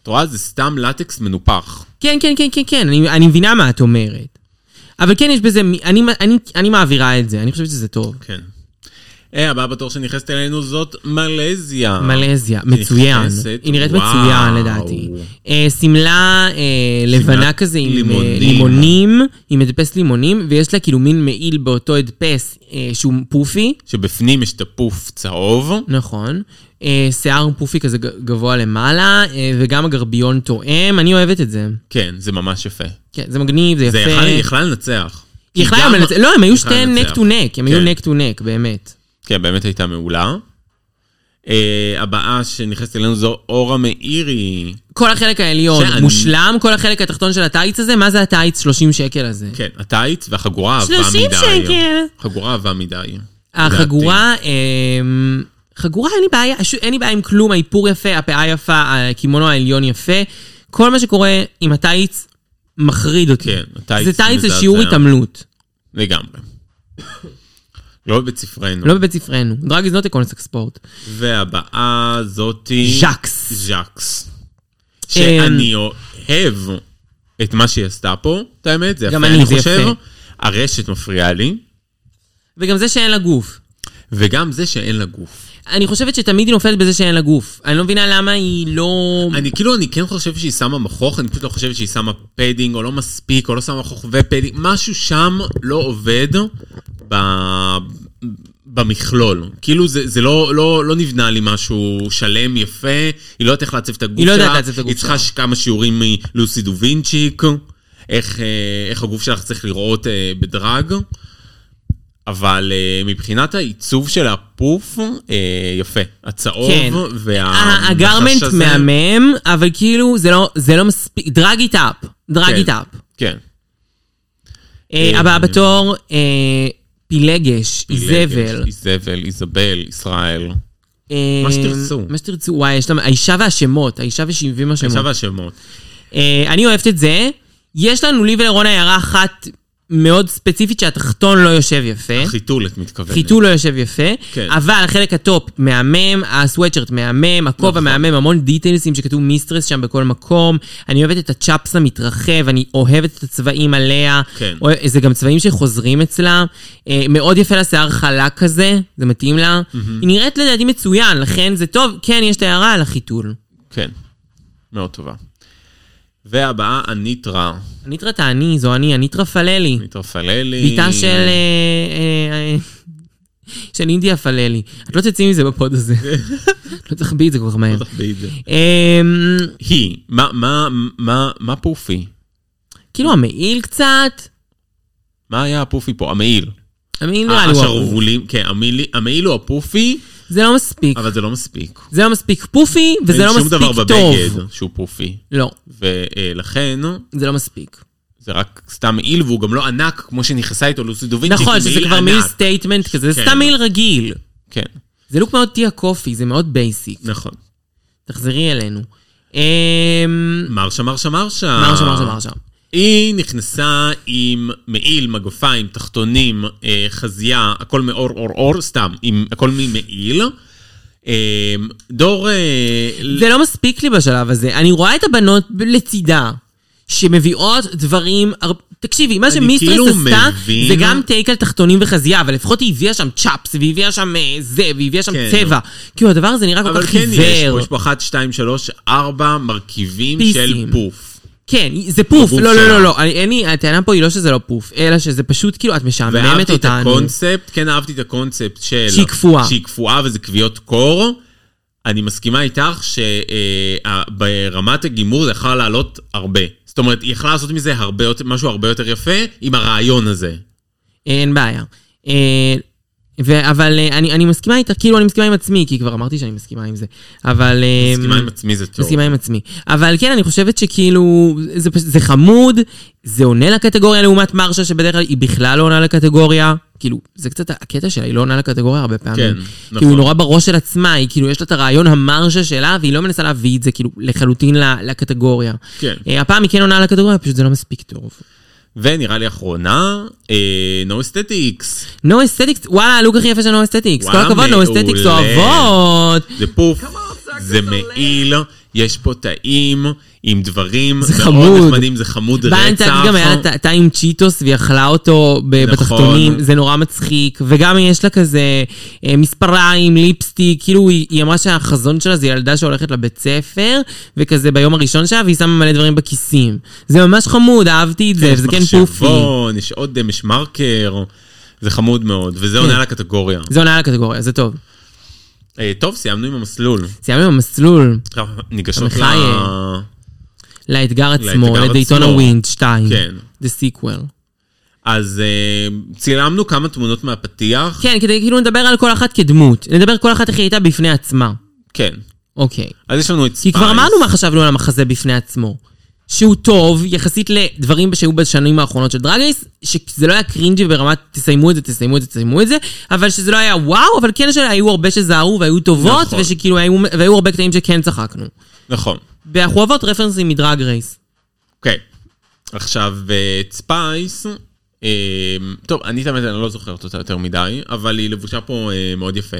[SPEAKER 3] את רואה? זה סתם לטקס מנופח.
[SPEAKER 2] כן, כן, כן, כן, כן, אני, אני מבינה מה את אומרת. אבל כן, יש בזה, מ- אני, אני, אני מעבירה את זה, אני חושבת שזה טוב.
[SPEAKER 3] כן. Uh, אה, הבאה בתור שנכנסת אלינו זאת מלזיה.
[SPEAKER 2] מלזיה,
[SPEAKER 3] היא
[SPEAKER 2] מצוין.
[SPEAKER 3] נכנסת,
[SPEAKER 2] היא נראית
[SPEAKER 3] וואו.
[SPEAKER 2] מצוין לדעתי. אה, שמלה אה, לבנה כזה עם אה,
[SPEAKER 3] לימונים.
[SPEAKER 2] לימונים, עם הדפס לימונים, ויש לה כאילו מין מעיל באותו הדפס אה, שהוא פופי,
[SPEAKER 3] שבפנים יש את הפוף צהוב.
[SPEAKER 2] נכון. אה, שיער פופי כזה ג- גבוה למעלה, אה, וגם הגרביון תואם, אני אוהבת את זה.
[SPEAKER 3] כן, זה ממש יפה.
[SPEAKER 2] כן, זה מגניב, זה יפה.
[SPEAKER 3] זה יכל- יכלה לנצח.
[SPEAKER 2] היא יכלה
[SPEAKER 3] כי
[SPEAKER 2] גם
[SPEAKER 3] גם-
[SPEAKER 2] לנצח. לא, הם היו
[SPEAKER 3] יכלה
[SPEAKER 2] שתיהן נק
[SPEAKER 3] לנצח.
[SPEAKER 2] טו נק, הם היו
[SPEAKER 3] כן.
[SPEAKER 2] נק טו נק, באמת.
[SPEAKER 3] כן, באמת הייתה מעולה. אה, הבאה שנכנסת אלינו זו אורה מאירי.
[SPEAKER 2] כל החלק העליון
[SPEAKER 3] שאני-
[SPEAKER 2] מושלם, כל החלק התחתון של הטייץ הזה, מה זה הטייץ 30 שקל הזה?
[SPEAKER 3] כן, הטייץ והחגורה עבה מדי.
[SPEAKER 2] 30 שקל.
[SPEAKER 3] חגורה עבה מדי.
[SPEAKER 2] החגורה, אמ, חגורה אין לי בעיה, ש- אין לי בעיה עם כלום, האיפור יפה, הפאה יפה, הקימונו העליון יפה. כל מה שקורה עם הטייץ מחריד אותי.
[SPEAKER 3] כן, הטייץ
[SPEAKER 2] זה טייץ זה
[SPEAKER 3] מזעזע.
[SPEAKER 2] שיעור התעמלות,
[SPEAKER 3] לדעתי. לגמרי. לא בבית ספרנו.
[SPEAKER 2] לא בבית ספרנו. דרג is not a concept sport.
[SPEAKER 3] Mm. והבאה זאתי...
[SPEAKER 2] ז'קס.
[SPEAKER 3] ז'קס.
[SPEAKER 2] אמ,
[SPEAKER 3] שאני אוהב את מה שהיא עשתה פה, את האמת, זה יפה,
[SPEAKER 2] גם אני, זה
[SPEAKER 3] אני
[SPEAKER 2] יפה.
[SPEAKER 3] חושב. הרשת מפריעה לי,
[SPEAKER 2] וגם זה שאין לה גוף.
[SPEAKER 3] וגם זה שאין לה גוף.
[SPEAKER 2] אני חושבת שתמיד היא נופלת בזה שאין לה גוף. אני לא מבינה למה היא לא...
[SPEAKER 3] אני כאילו, אני כן חושב שהיא שמה מכוך, אני פשוט לא חושבת שהיא שמה פדינג, או לא מספיק, או לא שמה מכוך ופדינג, משהו שם לא עובד ב... במכלול. כאילו זה, זה לא, לא, לא נבנה לי משהו שלם, יפה, היא לא יודעת איך לעצב את הגוף
[SPEAKER 2] היא לא יודעת
[SPEAKER 3] שלה,
[SPEAKER 2] לעצב את הגוף
[SPEAKER 3] היא צריכה ש- כמה שיעורים מלוסי דו וינצ'יק, איך, אה, איך הגוף שלך צריך לראות אה, בדרג. אבל אה, מבחינת העיצוב של הפוף, אה, יפה. הצהוב
[SPEAKER 2] כן.
[SPEAKER 3] וה...
[SPEAKER 2] הגרמנט
[SPEAKER 3] הזה-
[SPEAKER 2] מהמם, אבל כאילו זה לא- זה לא מספיק, דרג איט אפ, דרג
[SPEAKER 3] כן,
[SPEAKER 2] איט אפ.
[SPEAKER 3] כן.
[SPEAKER 2] אה, הבאה בתור, אה, פילגש, איזבל.
[SPEAKER 3] איזבל, איזבל, ישראל.
[SPEAKER 2] אה,
[SPEAKER 3] מה שתרצו.
[SPEAKER 2] מה שתרצו, וואי, יש לה... האישה והשמות, האישה ושבעים השמות.
[SPEAKER 3] עכשיו השמות.
[SPEAKER 2] אה, אני אוהבת את זה. יש לנו, לי ולרונה הערה אחת מאוד ספציפית שהתחתון לא יושב יפה.
[SPEAKER 3] חיתול, את מתכוונת.
[SPEAKER 2] חיתול לא יושב יפה,
[SPEAKER 3] כן.
[SPEAKER 2] אבל החלק הטופ מהמם, הסוואצ'רט מהמם,
[SPEAKER 3] נכון.
[SPEAKER 2] הכובע מהמם, המון דיטיילסים שכתוב מיסטרס שם בכל מקום. אני אוהבת את הצ'אפס המתרחב, אני אוהבת את הצבעים עליה.
[SPEAKER 3] כן.
[SPEAKER 2] אוה- זה גם צבעים שחוזרים אצלה. אה, מאוד יפה לשיער חלק כזה, זה מתאים לה. היא נראית לדעתי מצוין, לכן זה טוב. כן, יש את ההערה על החיתול.
[SPEAKER 3] כן. מאוד טובה. והבאה, אניטרה.
[SPEAKER 2] הניטרה תעני, זו אני, הניטרה פללי.
[SPEAKER 3] אניטרה פללי.
[SPEAKER 2] ביתה של... אה, אה, אה, של אינדיה פללי. את לא תצאי מזה בפוד הזה. את לא תחביא את זה כל כך מהר.
[SPEAKER 3] תחביא את זה.
[SPEAKER 2] אמ,
[SPEAKER 3] היא. מה, מה, מה, מה פופי?
[SPEAKER 2] כאילו המעיל קצת,
[SPEAKER 3] מה היה הפופי פה? המעיל. אה,
[SPEAKER 2] המעיל נראה לי הוא ארוך.
[SPEAKER 3] השרוולים, כן, המעיל- המעיל הוא הפופי,
[SPEAKER 2] זה לא מספיק.
[SPEAKER 3] אבל זה לא מספיק.
[SPEAKER 2] זה לא מספיק פופי, וזה לא
[SPEAKER 3] אין שום דבר
[SPEAKER 2] מספיק טוב.
[SPEAKER 3] בבגד שהוא פופי.
[SPEAKER 2] לא,
[SPEAKER 3] ולכן,
[SPEAKER 2] זה לא מספיק.
[SPEAKER 3] זה רק סתם מעיל, והוא גם לא ענק, כמו שנכנסה איתו לוסי דובינצ'יק.
[SPEAKER 2] נכון,
[SPEAKER 3] הוא
[SPEAKER 2] שזה
[SPEAKER 3] מעיל
[SPEAKER 2] כבר מעיל
[SPEAKER 3] ענק.
[SPEAKER 2] סטייטמנט כזה, זה
[SPEAKER 3] כן.
[SPEAKER 2] סתם מעיל רגיל.
[SPEAKER 3] כן,
[SPEAKER 2] זה לוק מאוד טיה קופי, זה מאוד בייסיק.
[SPEAKER 3] נכון.
[SPEAKER 2] תחזרי אלינו. אמ,
[SPEAKER 3] מרשה, מרשה, מרשה.
[SPEAKER 2] מרשה, מרשה, מרשה.
[SPEAKER 3] היא נכנסה עם מעיל, מגפיים, תחתונים, אה, חזייה, הכל מאור אור אור, סתם, עם, הכל ממעיל. אה, דור... אה, ל-
[SPEAKER 2] זה לא מספיק לי בשלב הזה. אני רואה את הבנות ב- לצידה, שמביאות דברים... הר- תקשיבי, מה שמיסטרס
[SPEAKER 3] כאילו
[SPEAKER 2] עשתה,
[SPEAKER 3] מבין.
[SPEAKER 2] זה גם טייק על תחתונים וחזייה, אבל לפחות היא הביאה שם צ'אפס, והיא הביאה שם אה, זה, והיא הביאה שם
[SPEAKER 3] כן.
[SPEAKER 2] צבע. כאילו, הדבר הזה נראה כל
[SPEAKER 3] אבל
[SPEAKER 2] כך
[SPEAKER 3] כן יש פה,
[SPEAKER 2] עיוור.
[SPEAKER 3] יש פה 1, 2, 3, 4 מרכיבים
[SPEAKER 2] פיסים.
[SPEAKER 3] של פוף.
[SPEAKER 2] כן, זה פוף.
[SPEAKER 3] הגוף
[SPEAKER 2] לא, לא,
[SPEAKER 3] שלה.
[SPEAKER 2] לא, לא. אני- אין לי... הטענה פה היא לא שזה לא פוף, אלא שזה פשוט, כאילו, את משעממת
[SPEAKER 3] ואהבתי את
[SPEAKER 2] אותנו.
[SPEAKER 3] הקונספט, כן אהבתי את הקונספט של...
[SPEAKER 2] שהיא קפואה.
[SPEAKER 3] שהיא קפואה וזה קביעות קור. אני מסכימה איתך שברמת הגימור זה יכול לעלות הרבה. זאת אומרת, היא יכלה לעשות מזה הרבה יותר, משהו הרבה יותר יפה עם הרעיון הזה.
[SPEAKER 2] אין בעיה. אה, ו- אבל אה, אני אני מסכימה איתך, כאילו, אני מסכימה עם עצמי, כי כבר אמרתי שאני מסכימה עם זה. אבל... אה,
[SPEAKER 3] מסכימה עם עצמי זה טוב.
[SPEAKER 2] מסכימה עם עצמי. אבל כן, אני חושבת שכאילו, זה, פש- זה חמוד, זה עונה לקטגוריה לעומת מרשה, שבדרך כלל היא בכלל לא עונה לקטגוריה. כאילו, זה קצת הקטע שלה, היא לא עונה לקטגוריה הרבה פעמים.
[SPEAKER 3] כן,
[SPEAKER 2] נכון. כאילו,
[SPEAKER 3] נכון.
[SPEAKER 2] היא נורא בראש של עצמה, היא כאילו, יש לה את הרעיון המרשה שלה, והיא לא מנסה להביא את זה כאילו לחלוטין ל- לקטגוריה.
[SPEAKER 3] כן.
[SPEAKER 2] אה, הפעם היא כן עונה לקטגוריה, פשוט זה לא מספיק טוב.
[SPEAKER 3] ונראה לי אחרונה, אה, נו אסתטיקס.
[SPEAKER 2] נו אסתטיקס, וואלה, הלוק הכי יפה של נו אסתטיקס. כל
[SPEAKER 3] וואלה,
[SPEAKER 2] הכבוד, נו
[SPEAKER 3] מעולה.
[SPEAKER 2] אסתטיקס אוהבות.
[SPEAKER 3] זה פוף, זה מעיל, יש פה תאים עם דברים
[SPEAKER 2] זה
[SPEAKER 3] מאוד
[SPEAKER 2] חמוד.
[SPEAKER 3] נחמדים, זה חמוד
[SPEAKER 2] באנטק
[SPEAKER 3] רצח.
[SPEAKER 2] גם היה ת- תא עם צ'יטוס והיא אכלה אותו ב-
[SPEAKER 3] נכון.
[SPEAKER 2] בתחתונים, זה נורא מצחיק. וגם יש לה כזה אה, מספריים, ליפסטיק, כאילו היא היא אמרה שהחזון שלה זה ילדה שהולכת לבית ספר, וכזה ביום הראשון שלה, והיא שמה מלא דברים בכיסים. זה ממש חמוד, אהבתי את זה, וזה כן פופי.
[SPEAKER 3] מחשבון, יש אודם, יש מרקר, זה חמוד מאוד,
[SPEAKER 2] כן.
[SPEAKER 3] וזה עונה לקטגוריה.
[SPEAKER 2] זה עונה על הקטגוריה, זה טוב.
[SPEAKER 3] אה, טוב, סיימנו עם המסלול.
[SPEAKER 2] סיימנו עם המסלול
[SPEAKER 3] עכשיו ניגשות ל...
[SPEAKER 2] המחאה, אה. לאתגר עצמו,
[SPEAKER 3] עצמו.
[SPEAKER 2] לדייטונה ווינד 2.
[SPEAKER 3] כן.
[SPEAKER 2] The sequel.
[SPEAKER 3] אז אה, צילמנו כמה תמונות מהפתיח.
[SPEAKER 2] כן, כדי כאילו נדבר על כל אחת כדמות. נדבר כל אחת איך היא הייתה בפני עצמה.
[SPEAKER 3] כן.
[SPEAKER 2] אוקיי.
[SPEAKER 3] אז יש לנו את
[SPEAKER 2] כי
[SPEAKER 3] ספייס.
[SPEAKER 2] כבר אמרנו מה חשבנו על המחזה בפני עצמו. שהוא טוב, יחסית לדברים שהיו בשנים האחרונות של דרג רייס, שזה לא היה קרינג'י ברמת תסיימו את זה, תסיימו את זה, תסיימו את זה, אבל שזה לא היה וואו, אבל כן שהיו הרבה שזהרו והיו טובות,
[SPEAKER 3] נכון.
[SPEAKER 2] ושכאילו היו, והיו הרבה קטעים שכן צחקנו.
[SPEAKER 3] נכון.
[SPEAKER 2] ואנחנו אוהבות רפרנסים מדרג רייס.
[SPEAKER 3] אוקיי. עכשיו, אה, את ספייס. אה, טוב, אני את האמת, אני לא זוכרת אותה יותר מדי, אבל היא לבושה פה אה, מאוד יפה,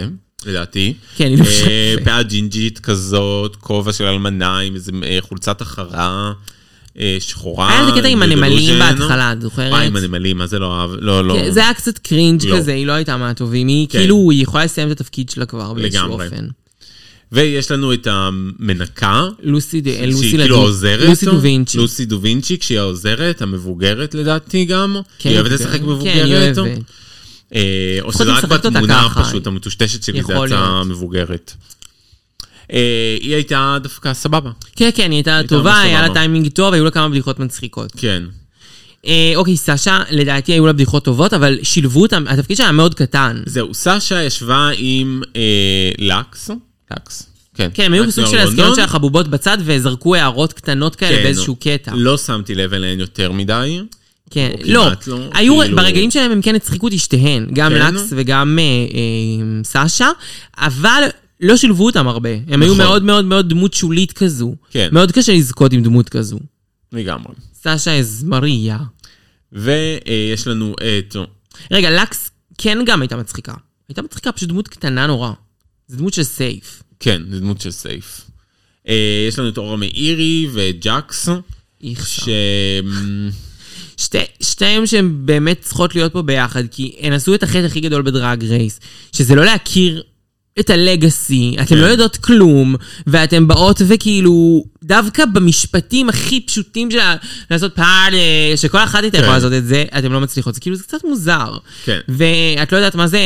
[SPEAKER 3] לדעתי.
[SPEAKER 2] כן, היא לבושה
[SPEAKER 3] אה,
[SPEAKER 2] יפה.
[SPEAKER 3] פאה ג'ינג'ית כזאת, כובע של אלמנה עם איזה אה, חולצת החרה. אה, שחורה.
[SPEAKER 2] היה איזה קטע עם הנמלים
[SPEAKER 3] דלוז'ן.
[SPEAKER 2] בהתחלה, את זוכרת?
[SPEAKER 3] אה, עם הנמלים, מה זה לא אהב? לא, לא.
[SPEAKER 2] כן, זה היה קצת קרינג'
[SPEAKER 3] לא.
[SPEAKER 2] כזה, היא לא הייתה מהטובים, היא
[SPEAKER 3] כן.
[SPEAKER 2] כאילו, היא יכולה לסיים את התפקיד שלה כבר באיזשהו
[SPEAKER 3] לגמרי.
[SPEAKER 2] אופן.
[SPEAKER 3] ויש לנו את המנקה,
[SPEAKER 2] לוסי ד- לוסי
[SPEAKER 3] שהיא כאילו
[SPEAKER 2] לדו-
[SPEAKER 3] העוזרת.
[SPEAKER 2] לוסי דו וינצ'י.
[SPEAKER 3] לוסי דו וינצ'י, כשהיא העוזרת, המבוגרת לדעתי גם.
[SPEAKER 2] כן,
[SPEAKER 3] היא אוהבת
[SPEAKER 2] מבוגרת.
[SPEAKER 3] לשחק
[SPEAKER 2] כן,
[SPEAKER 3] מבוגרת.
[SPEAKER 2] היא אוהבת.
[SPEAKER 3] אה, או
[SPEAKER 2] לפחות
[SPEAKER 3] שזה
[SPEAKER 2] היא
[SPEAKER 3] רק
[SPEAKER 2] משחקת אותה
[SPEAKER 3] בתמונה
[SPEAKER 2] ככה.
[SPEAKER 3] פשוט המטושטשת שלי, זה
[SPEAKER 2] יכול
[SPEAKER 3] יצא
[SPEAKER 2] להיות.
[SPEAKER 3] מבוגרת. אה, היא הייתה דווקא סבבה,
[SPEAKER 2] כן, כן, היא הייתה טובה,
[SPEAKER 3] ממש
[SPEAKER 2] היה לה
[SPEAKER 3] סבבה.
[SPEAKER 2] טיימינג טוב, היו לה כמה בדיחות מצחיקות.
[SPEAKER 3] כן.
[SPEAKER 2] אה, אוקיי, סשה, לדעתי היו לה בדיחות טובות, אבל שילבו אותם, התפקיד שלה היה מאוד קטן.
[SPEAKER 3] זהו, סשה ישבה עם אה, לקס. לקס. כן,
[SPEAKER 2] כן, הם היו
[SPEAKER 3] לקס
[SPEAKER 2] סוג של
[SPEAKER 3] מהר
[SPEAKER 2] הזכירות
[SPEAKER 3] לונדון.
[SPEAKER 2] של החבובות בצד, וזרקו הערות קטנות כאלה
[SPEAKER 3] כן.
[SPEAKER 2] באיזשהו קטע.
[SPEAKER 3] לא שמתי לב אליהן יותר מדי.
[SPEAKER 2] כן,
[SPEAKER 3] או
[SPEAKER 2] לא,
[SPEAKER 3] כמעט לא,
[SPEAKER 2] היו,
[SPEAKER 3] כאילו-
[SPEAKER 2] ברגעים שלהם הם כן הצחיקו את אשתיהן, גם
[SPEAKER 3] כן.
[SPEAKER 2] לקס וגם אה, אה, סשה, אבל לא שילבו אותם הרבה. הם היו
[SPEAKER 3] נכון.
[SPEAKER 2] מאוד מאוד מאוד דמות שולית כזו.
[SPEAKER 3] כן.
[SPEAKER 2] מאוד קשה לזכות עם דמות כזו.
[SPEAKER 3] לגמרי.
[SPEAKER 2] סשה אז מריה.
[SPEAKER 3] ויש אה, לנו את...
[SPEAKER 2] רגע, לקס כן גם הייתה מצחיקה. הייתה מצחיקה, פשוט דמות קטנה נורא. זו דמות של סייף.
[SPEAKER 3] כן, זו דמות של סייף. אה, יש לנו את אורה מאירי וג'קס,
[SPEAKER 2] איכסה.
[SPEAKER 3] ש...
[SPEAKER 2] שתי, שתיהם שהן באמת צריכות להיות פה ביחד, כי הן עשו את החטא הכי גדול בדרג רייס, שזה לא להכיר את הלגאסי, אתן
[SPEAKER 3] כן.
[SPEAKER 2] לא יודעות כלום, ואתן באות וכאילו, דווקא במשפטים הכי פשוטים של ה- לעשות פעל, אה, שכל אחת איתה
[SPEAKER 3] כן.
[SPEAKER 2] יכולה לעשות את זה, אתן לא מצליחות. זה כאילו, זה קצת מוזר.
[SPEAKER 3] כן.
[SPEAKER 2] ואת לא יודעת מה זה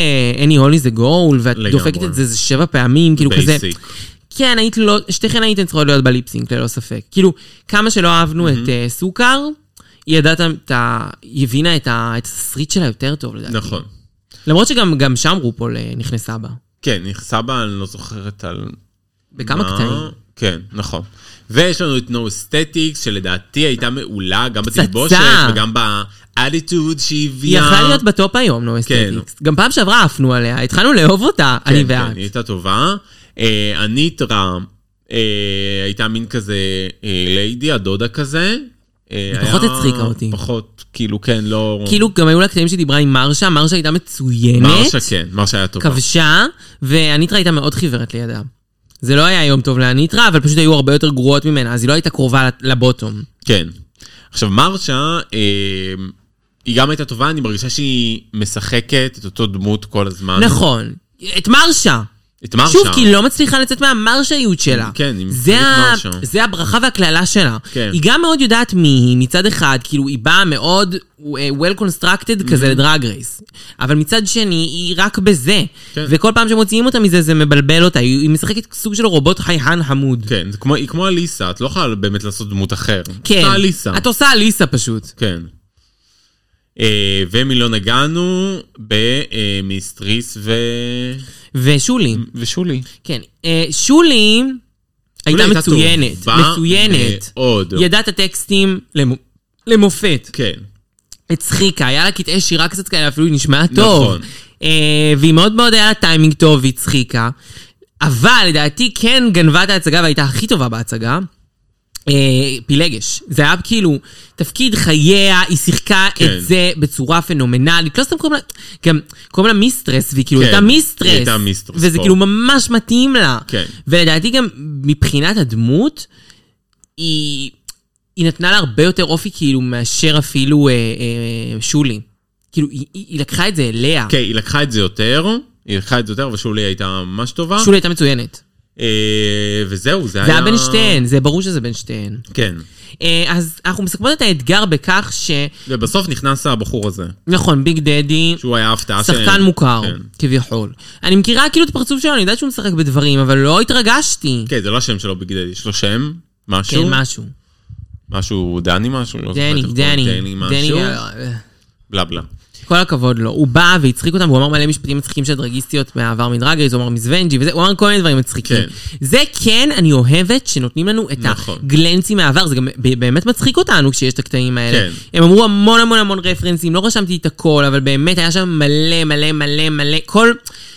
[SPEAKER 2] any holy זה goal, ואת
[SPEAKER 3] לגמרי.
[SPEAKER 2] דופקת את זה איזה שבע פעמים, כאילו כזה...
[SPEAKER 3] בייסיק.
[SPEAKER 2] כן, היית לא, שתיכן הייתן צריכות להיות בליפסינק, ללא ספק. כאילו, כמה שלא אהבנו את אה, סוכר, היא ידעת את ה... היא הבינה את ה- את התסריט שלה יותר טוב, לדעתי.
[SPEAKER 3] נכון.
[SPEAKER 2] למרות שגם גם שם רופול אה, נכנסה בה.
[SPEAKER 3] כן, נכסה בה, אני לא זוכרת על...
[SPEAKER 2] בכמה
[SPEAKER 3] מה.
[SPEAKER 2] קטעים.
[SPEAKER 3] כן, נכון. ויש לנו את נו אסתטיקס, שלדעתי הייתה מעולה גם בתלבושת וגם כן, באדיטוד שהיא
[SPEAKER 2] היא
[SPEAKER 3] הביאה.
[SPEAKER 2] יכלה להיות בטופ היום, נו אסתטיקס. גם פעם שעברה עפנו עליה, התחלנו לאהוב אותה,
[SPEAKER 3] כן,
[SPEAKER 2] אני
[SPEAKER 3] כן,
[SPEAKER 2] ואת.
[SPEAKER 3] היא הייתה טובה. אה, הניטרה אה, הייתה מין כזה אה, ליידי, הדודה כזה. אה,
[SPEAKER 2] היא פחות
[SPEAKER 3] היה-
[SPEAKER 2] הצחיקה אותי.
[SPEAKER 3] פחות, כאילו, כן, לא...
[SPEAKER 2] כאילו, גם היו לה קטעים שדיברה עם מרשה, מרשה הייתה מצוינת.
[SPEAKER 3] מרשה כן, מרשה היה טובה.
[SPEAKER 2] כבשה, והניטרה הייתה מאוד חיוורת לידה. זה לא היה יום טוב להניטרה, אבל פשוט היו הרבה יותר גרועות ממנה, אז היא לא הייתה קרובה לבוטום.
[SPEAKER 3] כן. עכשיו, מרשה, אה, היא גם הייתה טובה, אני מרגישה שהיא משחקת את אותו דמות כל הזמן.
[SPEAKER 2] נכון. את מרשה.
[SPEAKER 3] את מרשה.
[SPEAKER 2] שוב, כי היא לא מצליחה לצאת מהמרשאיות שלה.
[SPEAKER 3] כן, היא
[SPEAKER 2] זה,
[SPEAKER 3] מפחידת
[SPEAKER 2] ה...
[SPEAKER 3] מרשה.
[SPEAKER 2] זה הברכה והקללה שלה.
[SPEAKER 3] כן.
[SPEAKER 2] היא גם מאוד יודעת מי היא מצד אחד, כאילו היא באה מאוד אה, well constructed כזה לדרג רייס. אבל מצד שני, היא רק בזה.
[SPEAKER 3] כן.
[SPEAKER 2] וכל פעם שמוציאים אותה מזה, זה מבלבל אותה. היא היא משחקת סוג של רובוט חייהן חמוד.
[SPEAKER 3] כן, זה כמו, היא כמו אליסה, את לא יכולה באמת לעשות דמות אחר.
[SPEAKER 2] כן.
[SPEAKER 3] את עושה אליסה.
[SPEAKER 2] את עושה אליסה פשוט.
[SPEAKER 3] כן. אה, ומלא נגענו במיסטריס ו...
[SPEAKER 2] ושולי.
[SPEAKER 3] ושולי.
[SPEAKER 2] כן. אה, שולי הייתה
[SPEAKER 3] הייתה
[SPEAKER 2] מצוינת.
[SPEAKER 3] טובה
[SPEAKER 2] מצוינת.
[SPEAKER 3] מאוד.
[SPEAKER 2] ידעת טקסטים למו- למופת.
[SPEAKER 3] כן.
[SPEAKER 2] הצחיקה, היה לה קטעי שירה קצת כאלה, אפילו היא נשמעה טוב.
[SPEAKER 3] נכון.
[SPEAKER 2] אה, והיא מאוד מאוד היה לה טיימינג טוב והיא הצחיקה. אבל לדעתי כן גנבה את ההצגה והייתה הכי טובה בהצגה. אה, פילגש. זה היה כאילו תפקיד חייה, היא שיחקה
[SPEAKER 3] כן.
[SPEAKER 2] את זה בצורה פנומנלית. לא סתם קוראים לה, גם קוראים לה מיסטרס, והיא כאילו
[SPEAKER 3] כן,
[SPEAKER 2] הייתה מיסטרס.
[SPEAKER 3] היא הייתה מיסטרס,
[SPEAKER 2] וזה
[SPEAKER 3] פה.
[SPEAKER 2] כאילו ממש מתאים לה.
[SPEAKER 3] כן.
[SPEAKER 2] ולדעתי גם מבחינת הדמות, היא, היא נתנה לה הרבה יותר אופי כאילו מאשר אפילו אה, אה, שולי. כאילו, היא, היא, היא לקחה את זה אליה.
[SPEAKER 3] כן, היא לקחה את זה יותר, היא לקחה את זה יותר, ושולי הייתה ממש טובה.
[SPEAKER 2] שולי הייתה מצוינת.
[SPEAKER 3] אה, וזהו, זה היה...
[SPEAKER 2] זה היה בין שתיהן, זה ברור שזה בין שתיהן.
[SPEAKER 3] כן.
[SPEAKER 2] אה, אז אנחנו מסכמות את האתגר בכך ש...
[SPEAKER 3] ובסוף נכנס הבחור הזה,
[SPEAKER 2] נכון, ביג דדי,
[SPEAKER 3] שהוא היה הפתעה
[SPEAKER 2] שחקן מוכר,
[SPEAKER 3] אה, כן.
[SPEAKER 2] כביכול. אני מכירה כאילו את הפרצוף שלו, אני יודעת שהוא משחק בדברים, אבל לא התרגשתי.
[SPEAKER 3] כן, זה לא השם שלו בגלל, יש לו שם? משהו?
[SPEAKER 2] כן, משהו.
[SPEAKER 3] משהו, דני משהו? לא
[SPEAKER 2] דני,
[SPEAKER 3] זוכר.
[SPEAKER 2] דני,
[SPEAKER 3] דני
[SPEAKER 2] דני,
[SPEAKER 3] משהו?
[SPEAKER 2] אה,
[SPEAKER 3] בלה בלה.
[SPEAKER 2] כל הכבוד לו. הוא בא והצחיק אותם, והוא אמר מלא משפטים מצחיקים של דרגיסטיות מהעבר מדרגריז, הוא אמר מזוונג'י, וזה, הוא אמר כל מיני דברים מצחיקים.
[SPEAKER 3] כן.
[SPEAKER 2] זה כן, אני אוהבת שנותנים לנו את
[SPEAKER 3] נכון.
[SPEAKER 2] הגלנסים מהעבר, זה גם ב- באמת מצחיק אותנו כשיש את הקטעים האלה.
[SPEAKER 3] כן.
[SPEAKER 2] הם אמרו המון המון המון רפרנסים, לא רשמתי את הכל, אבל באמת היה שם מלא מלא מלא מלא, כל...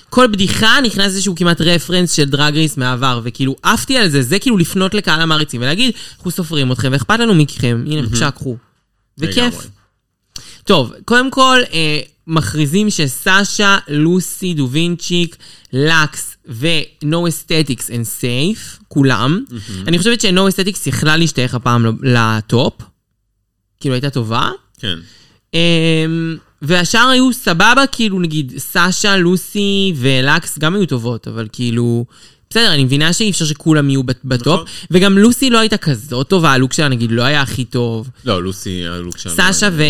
[SPEAKER 2] כל בדיחה נכנס איזשהו כמעט רפרנס של דרג רייס מהעבר, וכאילו עפתי על זה, זה כאילו לפנות לקהל המעריצים ולהגיד, אנחנו סופרים אתכם ואכפת לנו מכם, הנה בבקשה קחו. זה כיף.
[SPEAKER 3] לגמרי.
[SPEAKER 2] טוב, קודם כל, אה, מכריזים שסשה, לוסי, דווינצ'יק, לקס ו-No Aesthetics and Safe, כולם. Mm-hmm. אני חושבת ש-No Aesthetics יכלה להשתייך הפעם ל- לטופ, כאילו הייתה טובה.
[SPEAKER 3] כן.
[SPEAKER 2] אה, והשאר היו סבבה, כאילו נגיד סשה, לוסי ולקס גם היו טובות, אבל כאילו... בסדר, אני מבינה שאי אפשר שכולם יהיו בט- בטופ,
[SPEAKER 3] נכון.
[SPEAKER 2] וגם לוסי לא הייתה כזאת טובה, הלוק שלה נגיד לא היה הכי טוב.
[SPEAKER 3] לא, לוסי, הלוק שלנו.
[SPEAKER 2] סשה ו-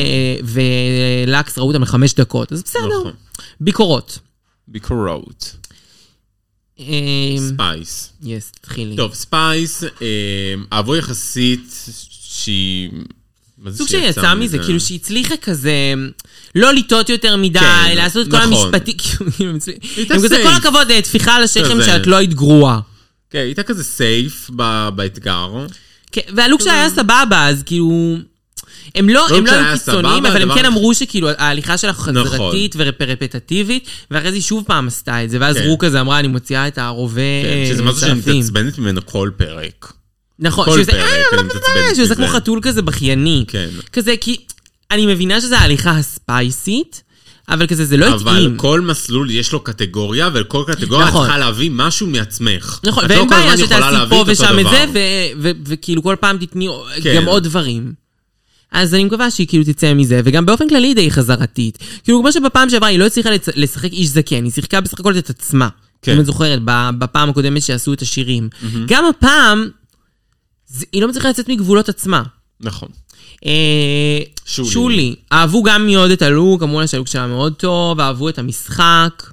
[SPEAKER 2] ולקס ראו אותם לחמש דקות, אז בסדר.
[SPEAKER 3] נכון.
[SPEAKER 2] ביקורות.
[SPEAKER 3] ביקורות.
[SPEAKER 2] אמ,
[SPEAKER 3] ספייס.
[SPEAKER 2] יס, תתחילי.
[SPEAKER 3] טוב, ספייס, אה, אהבו יחסית שהיא... מה זה
[SPEAKER 2] סוג
[SPEAKER 3] שהיא
[SPEAKER 2] שיצא מזה, כאילו שהיא הצליחה כזה, לא לטעות יותר מדי,
[SPEAKER 3] כן,
[SPEAKER 2] לעשות את כל
[SPEAKER 3] נכון.
[SPEAKER 2] המשפטים, כאילו, הם הצליח-
[SPEAKER 3] הייתה
[SPEAKER 2] הם כזה,
[SPEAKER 3] safe.
[SPEAKER 2] כל הכבוד, אה, טפיחה על השכם
[SPEAKER 3] כזה.
[SPEAKER 2] שאת לא היית גרועה.
[SPEAKER 3] כן, היא הייתה כזה סייף ב- באתגר.
[SPEAKER 2] כן, והלוק שלה היה סבבה, אז כאילו... הם לא, הם לא
[SPEAKER 3] שלה
[SPEAKER 2] היו
[SPEAKER 3] היה
[SPEAKER 2] קיצוניים,
[SPEAKER 3] סבבה,
[SPEAKER 2] אבל הם
[SPEAKER 3] הדבר
[SPEAKER 2] כן
[SPEAKER 3] הכי-
[SPEAKER 2] אמרו שכאילו ההליכה שלה חזרתית
[SPEAKER 3] נכון.
[SPEAKER 2] ורפטטיבית, ואחרי זה היא שוב פעם עשתה את זה, ואז
[SPEAKER 3] כן.
[SPEAKER 2] רו כזה אמרה, אני מוציאה את הרובה
[SPEAKER 3] כן, שזה
[SPEAKER 2] אה,
[SPEAKER 3] משהו שאני
[SPEAKER 2] צלפים."
[SPEAKER 3] מתעצבנת ממנו כל פרק.
[SPEAKER 2] נכון,
[SPEAKER 3] כל
[SPEAKER 2] שזה,
[SPEAKER 3] פרק,
[SPEAKER 2] אה,
[SPEAKER 3] אני
[SPEAKER 2] לא, לא,
[SPEAKER 3] מתעצבנת
[SPEAKER 2] לא, שזה כמו
[SPEAKER 3] מזה.
[SPEAKER 2] חתול כזה בכייני.
[SPEAKER 3] כן.
[SPEAKER 2] כזה, כי אני מבינה שזו ההליכה הספייסית, אבל כזה, זה לא
[SPEAKER 3] אבל
[SPEAKER 2] התאים.
[SPEAKER 3] כל מסלול יש לו קטגוריה, ולכל קטגוריה את
[SPEAKER 2] נכון.
[SPEAKER 3] צריכה להביא משהו מעצמך.
[SPEAKER 2] נכון,
[SPEAKER 3] את לא
[SPEAKER 2] ואין
[SPEAKER 3] כל
[SPEAKER 2] בעיה
[SPEAKER 3] הזמן יכולה
[SPEAKER 2] שתעשי
[SPEAKER 3] להביא
[SPEAKER 2] פה
[SPEAKER 3] את אותו
[SPEAKER 2] ושם את
[SPEAKER 3] דבר.
[SPEAKER 2] זה, ו- ו- וכאילו כל פעם תתני
[SPEAKER 3] כן.
[SPEAKER 2] גם עוד דברים. אז אני מקווה שהיא כאילו תצא מזה, וגם באופן כללי היא די חזרתית. כאילו, כמו שבפעם שעברה היא לא הצליחה לצ- לשחק איש זקן, היא שיחקה בסך הכל את עצמה.
[SPEAKER 3] כן.
[SPEAKER 2] אם את זוכרת, ב- בפעם הקודמת שעשו את השירים. גם הפעם, זה- היא לא מצליחה לצאת מגבולות עצמה.
[SPEAKER 3] נכון.
[SPEAKER 2] אה,
[SPEAKER 3] שולי.
[SPEAKER 2] שולי. אהבו גם מאוד את הלוק, אמרו לה שהלוק שלה מאוד טוב, אהבו את המשחק.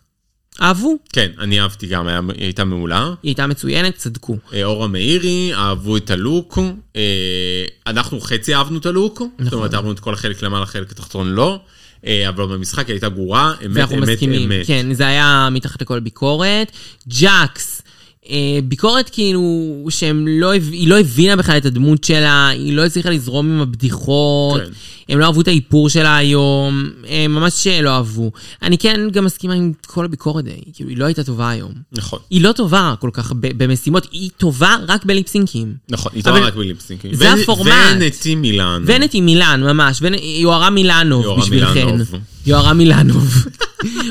[SPEAKER 2] אהבו.
[SPEAKER 3] כן, אני אהבתי גם, היה- היא הייתה מעולה.
[SPEAKER 2] היא הייתה מצוינת, צדקו.
[SPEAKER 3] אה, אורה מאירי, אהבו את הלוק. אה, אנחנו חצי אהבנו את הלוק.
[SPEAKER 2] נכון.
[SPEAKER 3] זאת אומרת, אהבנו את כל החלק למעלה, החלק התחתון לא. אה, אבל במשחק היא הייתה גרועה, אמת,
[SPEAKER 2] ואנחנו
[SPEAKER 3] אמת,
[SPEAKER 2] מסכימים.
[SPEAKER 3] אמת.
[SPEAKER 2] כן, זה היה מתחת לכל ביקורת. ג'קס. אה, ביקורת כאילו שהיא לא, הב- היא לא הבינה בכלל את הדמות שלה, היא לא הצליחה לזרום עם הבדיחות,
[SPEAKER 3] כן.
[SPEAKER 2] הם לא אהבו את האיפור שלה היום, הם ממש לא אהבו. אני כן גם מסכימה עם כל הביקורת, די, כאילו היא לא הייתה טובה היום.
[SPEAKER 3] נכון.
[SPEAKER 2] היא לא טובה כל כך ב- במשימות, היא טובה רק בליפסינקים.
[SPEAKER 3] נכון, היא
[SPEAKER 2] אבל-
[SPEAKER 3] טובה רק בליפסינקים.
[SPEAKER 2] זה הפורמט.
[SPEAKER 3] ונטי מילאן.
[SPEAKER 2] ונטי מילאן, ממש, ונ- יוהרה מילאנוב
[SPEAKER 3] יוהרה
[SPEAKER 2] בשבילכן.
[SPEAKER 3] מילנוב.
[SPEAKER 2] יוהרה מילאנוב.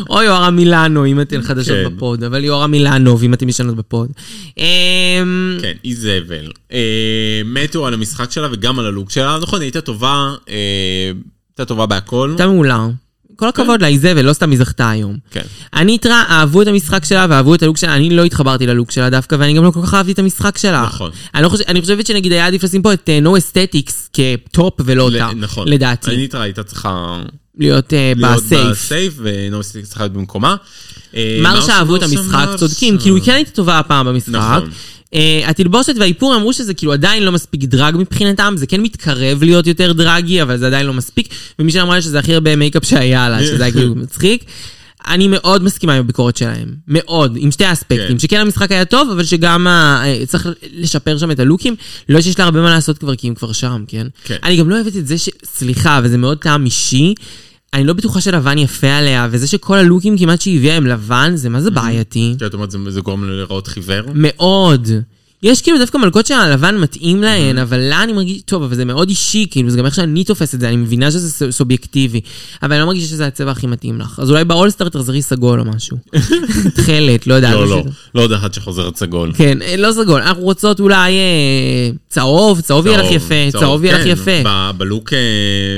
[SPEAKER 2] או יוהרה מילאנו, אם אתן חדשות
[SPEAKER 3] כן.
[SPEAKER 2] בפוד, אבל יוהרה מילאנוב, אם אתן ישנות בפוד. אמ,
[SPEAKER 3] כן, איזבל. אה, מתו על המשחק שלה וגם על הלוק שלה. נכון, היא הייתה טובה, אה, הייתה טובה בהכל.
[SPEAKER 2] הייתה מעולה. כל הכבוד לה, היא זבל, לא סתם היא זכתה היום.
[SPEAKER 3] כן.
[SPEAKER 2] אניטרה, אהבו את המשחק שלה ואהבו את הלוק שלה, אני לא התחברתי ללוק שלה דווקא, ואני גם לא כל כך אהבתי את המשחק שלה.
[SPEAKER 3] נכון.
[SPEAKER 2] אני, לא חושב, אני חושבת שנגיד היה עדיף לשים פה את אה, No Aesthetics כטופ ולא
[SPEAKER 3] ל-
[SPEAKER 2] אותה,
[SPEAKER 3] נכון.
[SPEAKER 2] לדעתי.
[SPEAKER 3] אניטרה הייתה צריכה
[SPEAKER 2] להיות אה,
[SPEAKER 3] להיות
[SPEAKER 2] בסייף.
[SPEAKER 3] בסייף, ונומיסטיק צריכה להיות במקומה. אה,
[SPEAKER 2] מרשה אהבו את
[SPEAKER 3] מרשה,
[SPEAKER 2] המשחק,
[SPEAKER 3] מרשה.
[SPEAKER 2] צודקים, כאילו היא כן הייתה טובה הפעם במשחק.
[SPEAKER 3] נכון.
[SPEAKER 2] אה, התלבושת והאיפור אמרו שזה כאילו עדיין לא מספיק דרג מבחינתם, זה כן מתקרב להיות יותר דרגי, אבל זה עדיין לא מספיק. ומישהי אמרה לי שזה הכי הרבה מייקאפ שהיה
[SPEAKER 3] כן.
[SPEAKER 2] לה, שזה היה כאילו מצחיק. אני מאוד מסכימה עם הביקורת שלהם, מאוד, עם שתי האספקטים,
[SPEAKER 3] כן.
[SPEAKER 2] שכן המשחק היה טוב, אבל שגם ה... אה, צריך לשפר שם את הלוקים. לא שיש לה הרבה מה לעשות כבר, כי הם כבר שם, כן?
[SPEAKER 3] כן.
[SPEAKER 2] אני גם לא אוהבת את זה ש... סליחה, וזה מאוד טעם אישי. אני לא בטוחה שלבן יפה עליה, וזה שכל הלוקים כמעט שהיא הביאה הם לבן, זה מה זה בעייתי?
[SPEAKER 3] כן, את אומרת, זה- זה גורם לו להיראות חיוור?
[SPEAKER 2] מאוד. יש כאילו דווקא מלכות שהלבן מתאים להן, אבל לה אני מרגיש, טוב, אבל זה מאוד אישי, כאילו, זה גם איך שאני תופס את זה, אני מבינה שזה ס- סובייקטיבי, אבל אני לא מרגישה שזה הצבע הכי מתאים לך. אז אולי באולסטאר תחזרי סגול או משהו. תכלת, לא יודעת.
[SPEAKER 3] לא, לא,
[SPEAKER 2] משהו.
[SPEAKER 3] לא עוד אחת שחוזרת סגול.
[SPEAKER 2] כן, אה, לא סגול, אנחנו רוצות אולי אה, צהוב, צהוב יהיה לך יפה, צהוב יהיה לך
[SPEAKER 3] כן,
[SPEAKER 2] יפה.
[SPEAKER 3] ב- בלוק, אה,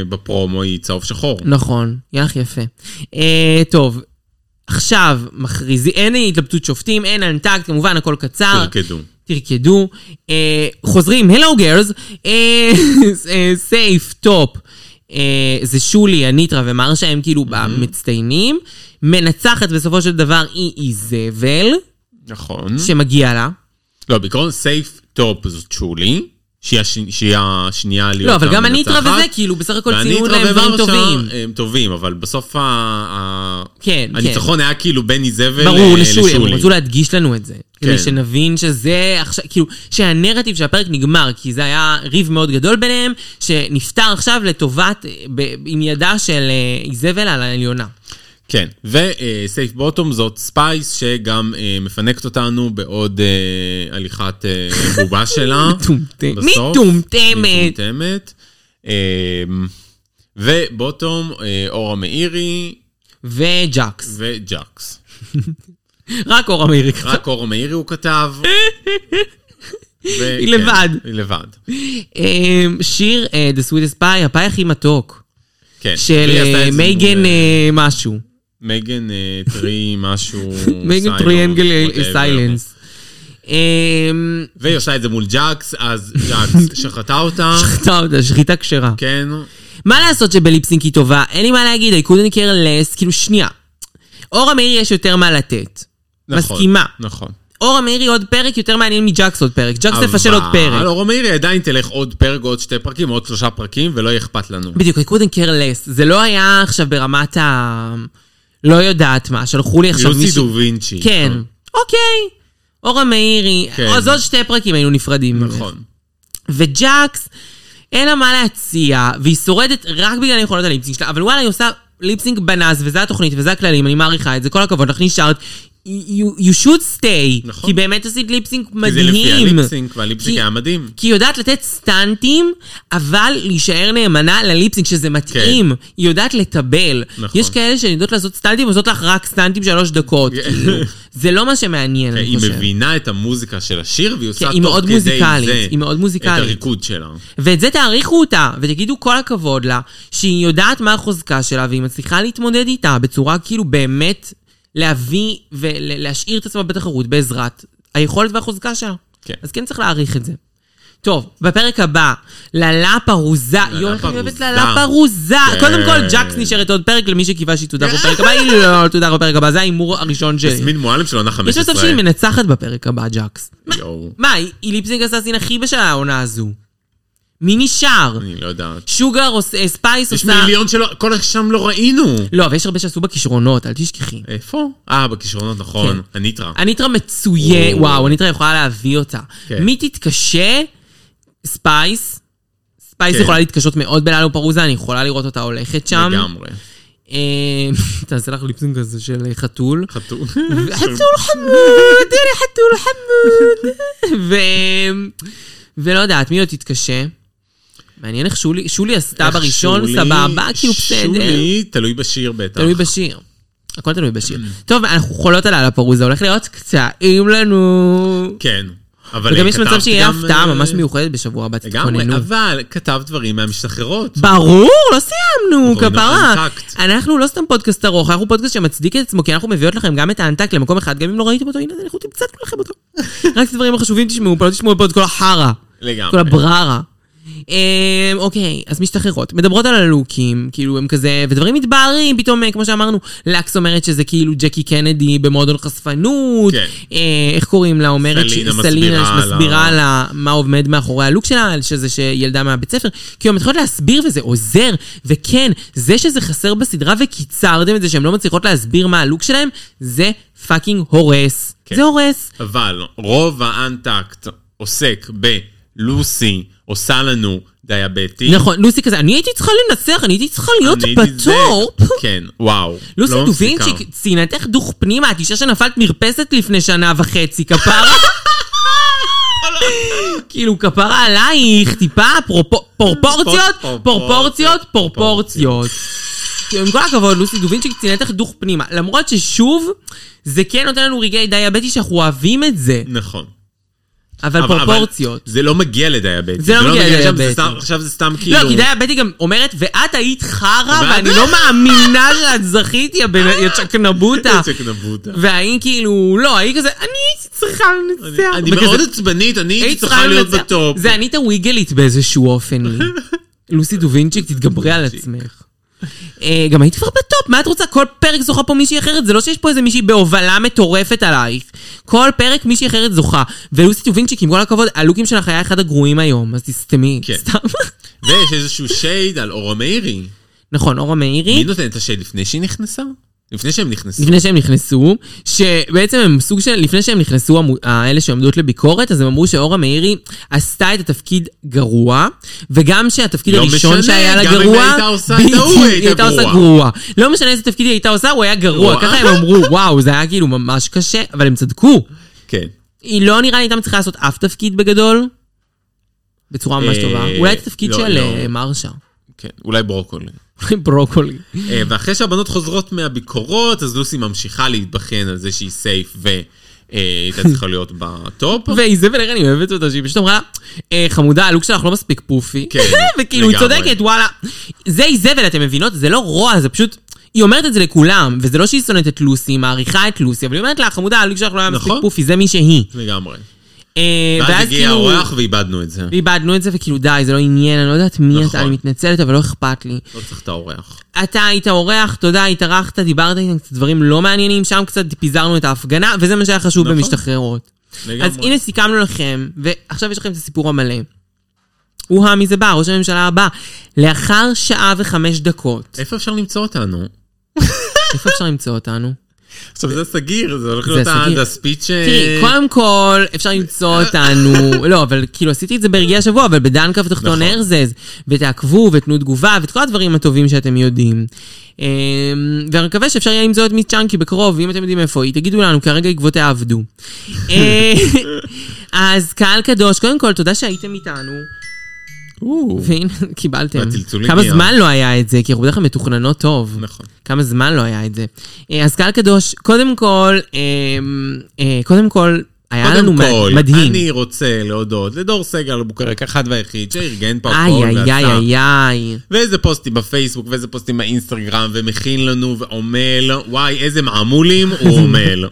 [SPEAKER 3] בפרומו היא צהוב שחור.
[SPEAKER 2] נכון, יהיה לך יפה. אה, טוב, עכשיו מכריזים, אין התלבטות שופטים, אין אנטקט, כמובן, הכל קצר.
[SPEAKER 3] תרקדו.
[SPEAKER 2] תרקדו. אה, חוזרים, אה, הלו גרס, סייף, טופ. אה, זה שולי, אניטרה ומרשה, הם כאילו
[SPEAKER 3] Mm-hmm.
[SPEAKER 2] המצטיינים. מנצחת בסופו של דבר היא איזבל,
[SPEAKER 3] נכון.
[SPEAKER 2] שמגיע לה.
[SPEAKER 3] לא, בעיקרון סייף טופ זאת שולי, שהיא השני- שהיא השנייה להיות
[SPEAKER 2] לא, אבל גם
[SPEAKER 3] המנצחת.
[SPEAKER 2] אניטרה וזה, כאילו, בסך הכל ציינו
[SPEAKER 3] ואניטרה
[SPEAKER 2] להם דברים
[SPEAKER 3] ומרשה
[SPEAKER 2] טובים.
[SPEAKER 3] הם טובים, אבל בסוף ה- ה-
[SPEAKER 2] כן, כן.
[SPEAKER 3] הניצחון היה כאילו בין איזבל
[SPEAKER 2] ברור,
[SPEAKER 3] אה,
[SPEAKER 2] לשולי, הם רצו להדגיש לנו את זה. כדי
[SPEAKER 3] כן.
[SPEAKER 2] שנבין שזה עכשיו, כאילו, שהנרטיב של הפרק נגמר, כי זה היה ריב מאוד גדול ביניהם, שנפתר עכשיו לטובת, אה, ב- עם ידה של אה, איזבל על העליונה.
[SPEAKER 3] כן, וסייף בוטום זאת ספייס שגם אה, מפנקת אותנו בעוד אה, הליכת אה, בובה שלה.
[SPEAKER 2] מטומטמת.
[SPEAKER 3] בסוף.
[SPEAKER 2] מטומטמת.
[SPEAKER 3] מטומטמת. אה, ובוטום, אה, אורה מאירי
[SPEAKER 2] וג'קס.
[SPEAKER 3] וג'קס.
[SPEAKER 2] רק אור אמריקה.
[SPEAKER 3] רק אור מאירי הוא כתב. ו-
[SPEAKER 2] היא
[SPEAKER 3] כן,
[SPEAKER 2] לבד.
[SPEAKER 3] היא לבד.
[SPEAKER 2] אה, שיר אה, The Sweetest Pie, הפאי הכי מתוק.
[SPEAKER 3] כן.
[SPEAKER 2] של
[SPEAKER 3] והיא
[SPEAKER 2] אה,
[SPEAKER 3] עשתה את זה
[SPEAKER 2] מייגן
[SPEAKER 3] מול, אה,
[SPEAKER 2] אה, משהו.
[SPEAKER 3] מייגן אה, טרי משהו.
[SPEAKER 2] מייגן
[SPEAKER 3] סיילון,
[SPEAKER 2] טריאנגל אה,
[SPEAKER 3] whatever.
[SPEAKER 2] סיילנס. אמ,
[SPEAKER 3] והיא עושה את זה מול ג'קס, אז ג'קס שחטה אותה.
[SPEAKER 2] שחיטה אותה, שחיטה כשרה.
[SPEAKER 3] כן.
[SPEAKER 2] מה לעשות שבליפסינק היא טובה? אין לי מה להגיד, I couldn't care less, כאילו שנייה. אורה מאירי יש יותר מה לתת.
[SPEAKER 3] נכון,
[SPEAKER 2] מסכימה.
[SPEAKER 3] נכון.
[SPEAKER 2] אורה מאירי עוד פרק יותר מעניין מג'קס עוד פרק. ג'קס תפשל עוד
[SPEAKER 3] אבל לא.
[SPEAKER 2] פרק.
[SPEAKER 3] אור מאירי עדיין תלך עוד פרק, עוד שתי פרקים, עוד שלושה פרקים, ולא יהיה אכפת לנו.
[SPEAKER 2] בדיוק, I couldn't care less. זה לא היה עכשיו ברמת ה... לא יודעת מה, שלחו לי עכשיו
[SPEAKER 3] לוסי
[SPEAKER 2] מישהו...
[SPEAKER 3] דו וינצ'י.
[SPEAKER 2] כן. אוקיי. אורה מאירי.
[SPEAKER 3] אה. כן.
[SPEAKER 2] אז עוד שתי פרקים היינו נפרדים. ממך.
[SPEAKER 3] נכון.
[SPEAKER 2] וג'קס, אין לה מה להציע, והיא שורדת רק בגלל יכולת הליפסינג שלה, אבל וואלה, היא עושה ליפסינג בנז, וזה התוכנית, וזה הכללים, אני מעריכה את זה, כל הכבוד לך, נשארת. You, you should stay,
[SPEAKER 3] נכון.
[SPEAKER 2] כי באמת עשית ליפסינג
[SPEAKER 3] כי זה לפי
[SPEAKER 2] מדהים.
[SPEAKER 3] הליפסינק, והליפסינק
[SPEAKER 2] כי-
[SPEAKER 3] היה מדהים.
[SPEAKER 2] כי היא יודעת לתת סטנטים, אבל להישאר נאמנה לליפסינג, שזה מתאים. היא יודעת לטבל.
[SPEAKER 3] כן. נכון.
[SPEAKER 2] יש כאלה שיודעות לעשות סטנטים, עושות לך רק סטנטים שלוש דקות. כאילו. זה לא מה שמעניין, אני
[SPEAKER 3] כן. אה, היא
[SPEAKER 2] חושב.
[SPEAKER 3] מבינה את המוזיקה של השיר, והיא עושה
[SPEAKER 2] כן,
[SPEAKER 3] תוך
[SPEAKER 2] היא מאוד
[SPEAKER 3] כדי
[SPEAKER 2] מוזיקלית,
[SPEAKER 3] זה
[SPEAKER 2] היא מאוד
[SPEAKER 3] את
[SPEAKER 2] מוזיקלית.
[SPEAKER 3] הריקוד שלה.
[SPEAKER 2] ואת זה תעריכו אותה, ותגידו כל הכבוד לה, שהיא יודעת מה החוזקה שלה, והיא מצליחה להתמודד איתה בצורה כאילו באמת להביא ולהשאיר את עצמה בתחרות בעזרת היכולת והחוזקה שלה.
[SPEAKER 3] כן.
[SPEAKER 2] אז כן צריך להעריך את זה. טוב, בפרק הבא, ללה פרוזה, יואו, איך אני אוהבת
[SPEAKER 3] פרוזה.
[SPEAKER 2] ללה פרוזה.
[SPEAKER 3] כן.
[SPEAKER 2] קודם כל, ג'קס נשארת עוד פרק למי שקיווה שהיא תודה בפרק הבא, היא לא תודה בפרק הבא, זה ההימור הראשון שלי.
[SPEAKER 3] יסמין מועלם של עונה 15.
[SPEAKER 2] יש מצב שהיא מנצחת בפרק הבא, ג'קס.
[SPEAKER 3] יואו,
[SPEAKER 2] מה, היא- היא ליפסינג הסאסין הכי בשלה העונה הזו. מי נשאר?
[SPEAKER 3] אני לא יודעת.
[SPEAKER 2] שוגר או ס- אה, ספייס
[SPEAKER 3] יש
[SPEAKER 2] עושה...
[SPEAKER 3] מיליון שלא, כל השם לא ראינו.
[SPEAKER 2] לא, אבל יש הרבה שעשו בכישרונות, אל תשכחי.
[SPEAKER 3] איפה? אה, בכישרונות,
[SPEAKER 2] כן.
[SPEAKER 3] נכון. הניטרה.
[SPEAKER 2] אניטרה מצויה,
[SPEAKER 3] או.
[SPEAKER 2] וואו, אניטרה יכולה להביא אותה.
[SPEAKER 3] כן.
[SPEAKER 2] מי תתקשה? ספייס. ספייס
[SPEAKER 3] כן.
[SPEAKER 2] יכולה להתקשות מאוד בללו פרוזה, אני יכולה לראות אותה הולכת שם.
[SPEAKER 3] לגמרי.
[SPEAKER 2] אה, תעשה לך ליפסינג כזה של אה, חתול.
[SPEAKER 3] חתול.
[SPEAKER 2] חתול חמוד, הנה חתול חמוד. ו... ולא יודעת, מי עוד תתקשה? מעניין איך שולי, שולי עשתה
[SPEAKER 3] איך
[SPEAKER 2] בראשון,
[SPEAKER 3] שולי-
[SPEAKER 2] סבבה, כאילו בסדר.
[SPEAKER 3] שולי, תלוי בשיר בטח.
[SPEAKER 2] תלוי בשיר. הכל תלוי בשיר.
[SPEAKER 3] Mm.
[SPEAKER 2] טוב, אנחנו חולות על הלפרוזה, הולך להיות קצעים לנו.
[SPEAKER 3] כן. אבל
[SPEAKER 2] וגם יש
[SPEAKER 3] כתבת
[SPEAKER 2] מצב שיהיה
[SPEAKER 3] גם,
[SPEAKER 2] הפתעה
[SPEAKER 3] אה,
[SPEAKER 2] ממש מיוחדת בשבוע הבא,
[SPEAKER 3] לגמרי,
[SPEAKER 2] תתכוננו.
[SPEAKER 3] אבל כתב דברים מהמשתחררות.
[SPEAKER 2] ברור, לא סיימנו,
[SPEAKER 3] אבל
[SPEAKER 2] כפרה.
[SPEAKER 3] הנה, אנטקט.
[SPEAKER 2] אנחנו לא סתם פודקאסט ארוך, אנחנו פודקאסט שמצדיק את עצמו, כי אנחנו מביאות לכם גם את האנטקט למקום אחד, גם אם לא ראיתם אותו, הנה, אנחנו תמצאנו לכם אותו. רק את הדברים החשובים תשמעו פה, לא תשמעו פה את כל החרא. כל
[SPEAKER 3] לגמרי.
[SPEAKER 2] הבררה. אמ, אוקיי, אז משתחררות. מדברות על הלוקים, כאילו הם כזה, ודברים מתבהרים, פתאום, אה, כמו שאמרנו, לקס אומרת שזה כאילו ג'קי קנדי במועדון חשפנות.
[SPEAKER 3] כן.
[SPEAKER 2] אה, איך קוראים לה? אומרת ש-
[SPEAKER 3] סלינה
[SPEAKER 2] סלינה
[SPEAKER 3] מסבירה
[SPEAKER 2] שמסבירה לה מה עומד מאחורי הלוק שלה, שזה שילדה מהבית ספר. כאילו, הן מתחילות להסביר וזה עוזר, וכן, זה שזה חסר בסדרה וקיצרתם את זה שהן לא מצליחות להסביר מה הלוק שלהם, זה פאקינג הורס.
[SPEAKER 3] כן.
[SPEAKER 2] זה הורס.
[SPEAKER 3] אבל רוב האנטקט עוסק בלוסי עושה לנו דיאבטי.
[SPEAKER 2] נכון, לוסי כזה, אני הייתי צריכה לנצח, אני הייתי צריכה להיות
[SPEAKER 3] אני הייתי זה-
[SPEAKER 2] בטופ.
[SPEAKER 3] כן, וואו.
[SPEAKER 2] לוסי
[SPEAKER 3] לא מפסיקה.
[SPEAKER 2] דובינצ'יק, צנעתך דוך פנימה, את אישה שנפלת מרפסת לפני שנה וחצי, כפרה.
[SPEAKER 3] אבל
[SPEAKER 2] כאילו, כפרה עלייך, טיפה פרופו- פרופורציות,
[SPEAKER 3] פרופורציות,
[SPEAKER 2] פרופורציות, פרופורציות.
[SPEAKER 3] פרופורציות.
[SPEAKER 2] כאילו, עם כל הכבוד, לוסי דובינצ'יק ציינת לך דוך פנימה. למרות ששוב, זה כן נותן לנו רגעי דיאבטי שאנחנו אוהבים את זה,
[SPEAKER 3] נכון.
[SPEAKER 2] אבל
[SPEAKER 3] אבל-
[SPEAKER 2] פרופורציות.
[SPEAKER 3] אבל זה לא מגיע לדיאבטי.
[SPEAKER 2] זה לא מגיע
[SPEAKER 3] עכשיו זה
[SPEAKER 2] לדיאבטי.
[SPEAKER 3] סתם- עכשיו זה סתם כאילו...
[SPEAKER 2] לא, כי דיאבטי גם אומרת, ואת היית חרא,
[SPEAKER 3] ואני-
[SPEAKER 2] ואני לא מאמינה שאת זכית, יא בן- יא צ'קנבוטה.
[SPEAKER 3] איזה גנבותה.
[SPEAKER 2] והאי כאילו, לא, האי כזה, אני הייתי צריכה לנצח.
[SPEAKER 3] אני
[SPEAKER 2] וכזה,
[SPEAKER 3] מאוד עצבנית, אני
[SPEAKER 2] "היית
[SPEAKER 3] הייתי צריכה להיות
[SPEAKER 2] לנצח."
[SPEAKER 3] בטופ.
[SPEAKER 2] זה ענית וויגלית באיזשהו אופן. לי. לוסי דובינצ'יק, תתגברי על עצמך. אה, גם היית כבר בטופ, מה את רוצה? כל פרק זוכה פה מישהי אחרת, זה לא שיש פה איזה מישהי בהובלה מטורפת עלייך. כל פרק מישהי אחרת זוכה. ולוסי טובינצ'יק, עם כל הכבוד, הלוקים שלך היה אחד הגרועים היום, אז תסתמי.
[SPEAKER 3] כן.
[SPEAKER 2] סתם.
[SPEAKER 3] ויש איזשהו שייד על אורה מאירי.
[SPEAKER 2] נכון, אורה מאירי.
[SPEAKER 3] מי נותן את השייד לפני שהיא נכנסה? לפני שהם נכנסו.
[SPEAKER 2] לפני שהם נכנסו, שבעצם הם סוג של, לפני שהם נכנסו, המו- האלה שעומדות לביקורת, אז הם אמרו שאורה מאירי עשתה את התפקיד גרוע, וגם שהתפקיד
[SPEAKER 3] לא
[SPEAKER 2] הראשון
[SPEAKER 3] משנה,
[SPEAKER 2] שהיה לה
[SPEAKER 3] גם אם
[SPEAKER 2] גרוע,
[SPEAKER 3] היא הייתה עושה את ההוא, היא
[SPEAKER 2] בדיוק,
[SPEAKER 3] הייתה
[SPEAKER 2] עושה
[SPEAKER 3] גרועה.
[SPEAKER 2] גרוע. לא משנה איזה תפקיד היא הייתה עושה, הוא היה גרוע.
[SPEAKER 3] גרועה.
[SPEAKER 2] ככה הם אמרו, וואו, זה היה כאילו ממש קשה, אבל הם צדקו.
[SPEAKER 3] כן.
[SPEAKER 2] היא לא נראה לי הייתה מצליחה לעשות אף תפקיד בגדול, בצורה ממש
[SPEAKER 3] אה,
[SPEAKER 2] טובה. אולי את התפקיד
[SPEAKER 3] לא,
[SPEAKER 2] של
[SPEAKER 3] לא.
[SPEAKER 2] אה, מרשה.
[SPEAKER 3] כן, אולי ברוקולי.
[SPEAKER 2] ברוקולי.
[SPEAKER 3] אה, ואחרי שהבנות חוזרות מהביקורות, אז לוסי ממשיכה להתבחן על זה שהיא סייף והייתה צריכה להיות בטופ.
[SPEAKER 2] ואיזבל איך אני אוהבת אותה, שהיא פשוט אמרה, "אה, חמודה, הלוק שלך לא מספיק פופי.
[SPEAKER 3] כן,
[SPEAKER 2] וכאילו, היא
[SPEAKER 3] לגמרי.
[SPEAKER 2] צודקת, וואלה. זה איזבל, אתם מבינות? זה לא רוע, זה פשוט... היא אומרת את זה לכולם, וזה לא שהיא שונאת את לוסי, היא מעריכה את לוסי, אבל היא אומרת לה, חמודה, הלוק שלך לא היה מספיק
[SPEAKER 3] נכון.
[SPEAKER 2] פופי, זה מי שהיא.
[SPEAKER 3] לגמרי.
[SPEAKER 2] אה,
[SPEAKER 3] ואז הגיע האורח ואיבדנו את זה.
[SPEAKER 2] ואיבדנו את זה, וכאילו, די, זה לא עניין, אני לא יודעת מי
[SPEAKER 3] נכון.
[SPEAKER 2] אתה, אני מתנצלת, אבל לא אכפת לי.
[SPEAKER 3] לא צריך את האורח.
[SPEAKER 2] אתה היית אורח, תודה, התארחת, דיברת איתם קצת דברים לא מעניינים, שם קצת פיזרנו את ההפגנה, וזה מה שהיה חשוב
[SPEAKER 3] נכון.
[SPEAKER 2] במשתחררות.
[SPEAKER 3] לגמרי.
[SPEAKER 2] אז הנה סיכמנו לכם, ועכשיו יש לכם את הסיפור המלא. הוא מי זה בא, ראש הממשלה הבא. לאחר שעה וחמש דקות,
[SPEAKER 3] איפה אפשר למצוא אותנו?
[SPEAKER 2] איפה אפשר למצוא אותנו?
[SPEAKER 3] עכשיו זה סגיר, זה הולך
[SPEAKER 2] זה
[SPEAKER 3] להיות ה-
[SPEAKER 2] סגיר.
[SPEAKER 3] the speech...
[SPEAKER 2] תראי,
[SPEAKER 3] אה,
[SPEAKER 2] קודם כל, אפשר למצוא אותנו, לא, אבל כאילו עשיתי את זה ברגעי השבוע, אבל בדן קו תחתון
[SPEAKER 3] נכון.
[SPEAKER 2] ארזז, ותעקבו ותנו תגובה, ואת כל הדברים הטובים שאתם יודעים. אמ, ואני מקווה שאפשר יהיה למצוא את מיס צ'אנקי בקרוב, אם אתם יודעים איפה היא, תגידו לנו, כרגע עקבותיה עבדו. אה, אז קהל קדוש, קודם כל, תודה שהייתם איתנו.
[SPEAKER 3] או,
[SPEAKER 2] והנה, קיבלתם.
[SPEAKER 3] והצלצול
[SPEAKER 2] כמה
[SPEAKER 3] הגיע.
[SPEAKER 2] זמן לא היה את זה, כי אנחנו בדרך כלל מתוכננות טוב.
[SPEAKER 3] נכון.
[SPEAKER 2] כמה זמן לא היה את זה. אה, אז קהל קדוש, קודם כל, אמ, אה, קודם כל, היה לנו
[SPEAKER 3] קודם
[SPEAKER 2] מ-
[SPEAKER 3] כל,
[SPEAKER 2] מדהים.
[SPEAKER 3] אני רוצה להודות לדור סגל הבוקרק, אחד והיחיד, שארגן פה
[SPEAKER 2] איי,
[SPEAKER 3] הכל
[SPEAKER 2] איי, איי,
[SPEAKER 3] ועשה
[SPEAKER 2] איי, איי.
[SPEAKER 3] ואיזה פוסטים בפייסבוק, ואיזה פוסטים באינסטגרם, ומכין לנו, ועמל, וואי, איזה מעמולים הוא עמל.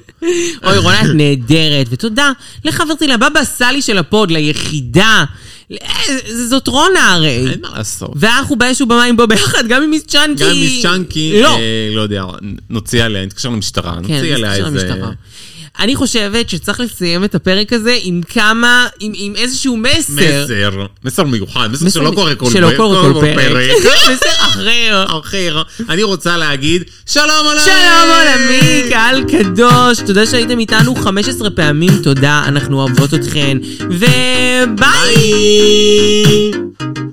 [SPEAKER 2] אוי, רונה, את נהדרת, ותודה לחברתי, לבבא סאלי של הפוד, ליחידה. ל- אה, זאת רונה הרי.
[SPEAKER 3] אין מה לעשות.
[SPEAKER 2] ואנחנו באש ובמים בו ביחד, גם עם מיס צ'אנקי.
[SPEAKER 3] נכון. גם מיס צ'אנקי,
[SPEAKER 2] לא.
[SPEAKER 3] אה, לא יודע, נוציא עליה, נתקשר למשטרה,
[SPEAKER 2] כן,
[SPEAKER 3] נוציא עליה
[SPEAKER 2] נתקשר
[SPEAKER 3] איזה...
[SPEAKER 2] למשטרה. אני חושבת שצריך לסיים את הפרק הזה עם כמה, עם, עם איזשהו מסר.
[SPEAKER 3] מסר, מסר מיוחד, מסר שלא קורה כל
[SPEAKER 2] שלא
[SPEAKER 3] פרק,
[SPEAKER 2] קורה כל פרק. לא,
[SPEAKER 3] פרק.
[SPEAKER 2] מסר אחר.
[SPEAKER 3] אחר, אני רוצה להגיד, שלום עולמי!
[SPEAKER 2] שלום עולמי, קהל קדוש, תודה שהייתם איתנו 15 פעמים, תודה, אנחנו אוהבות אתכן, וביי!
[SPEAKER 3] ביי!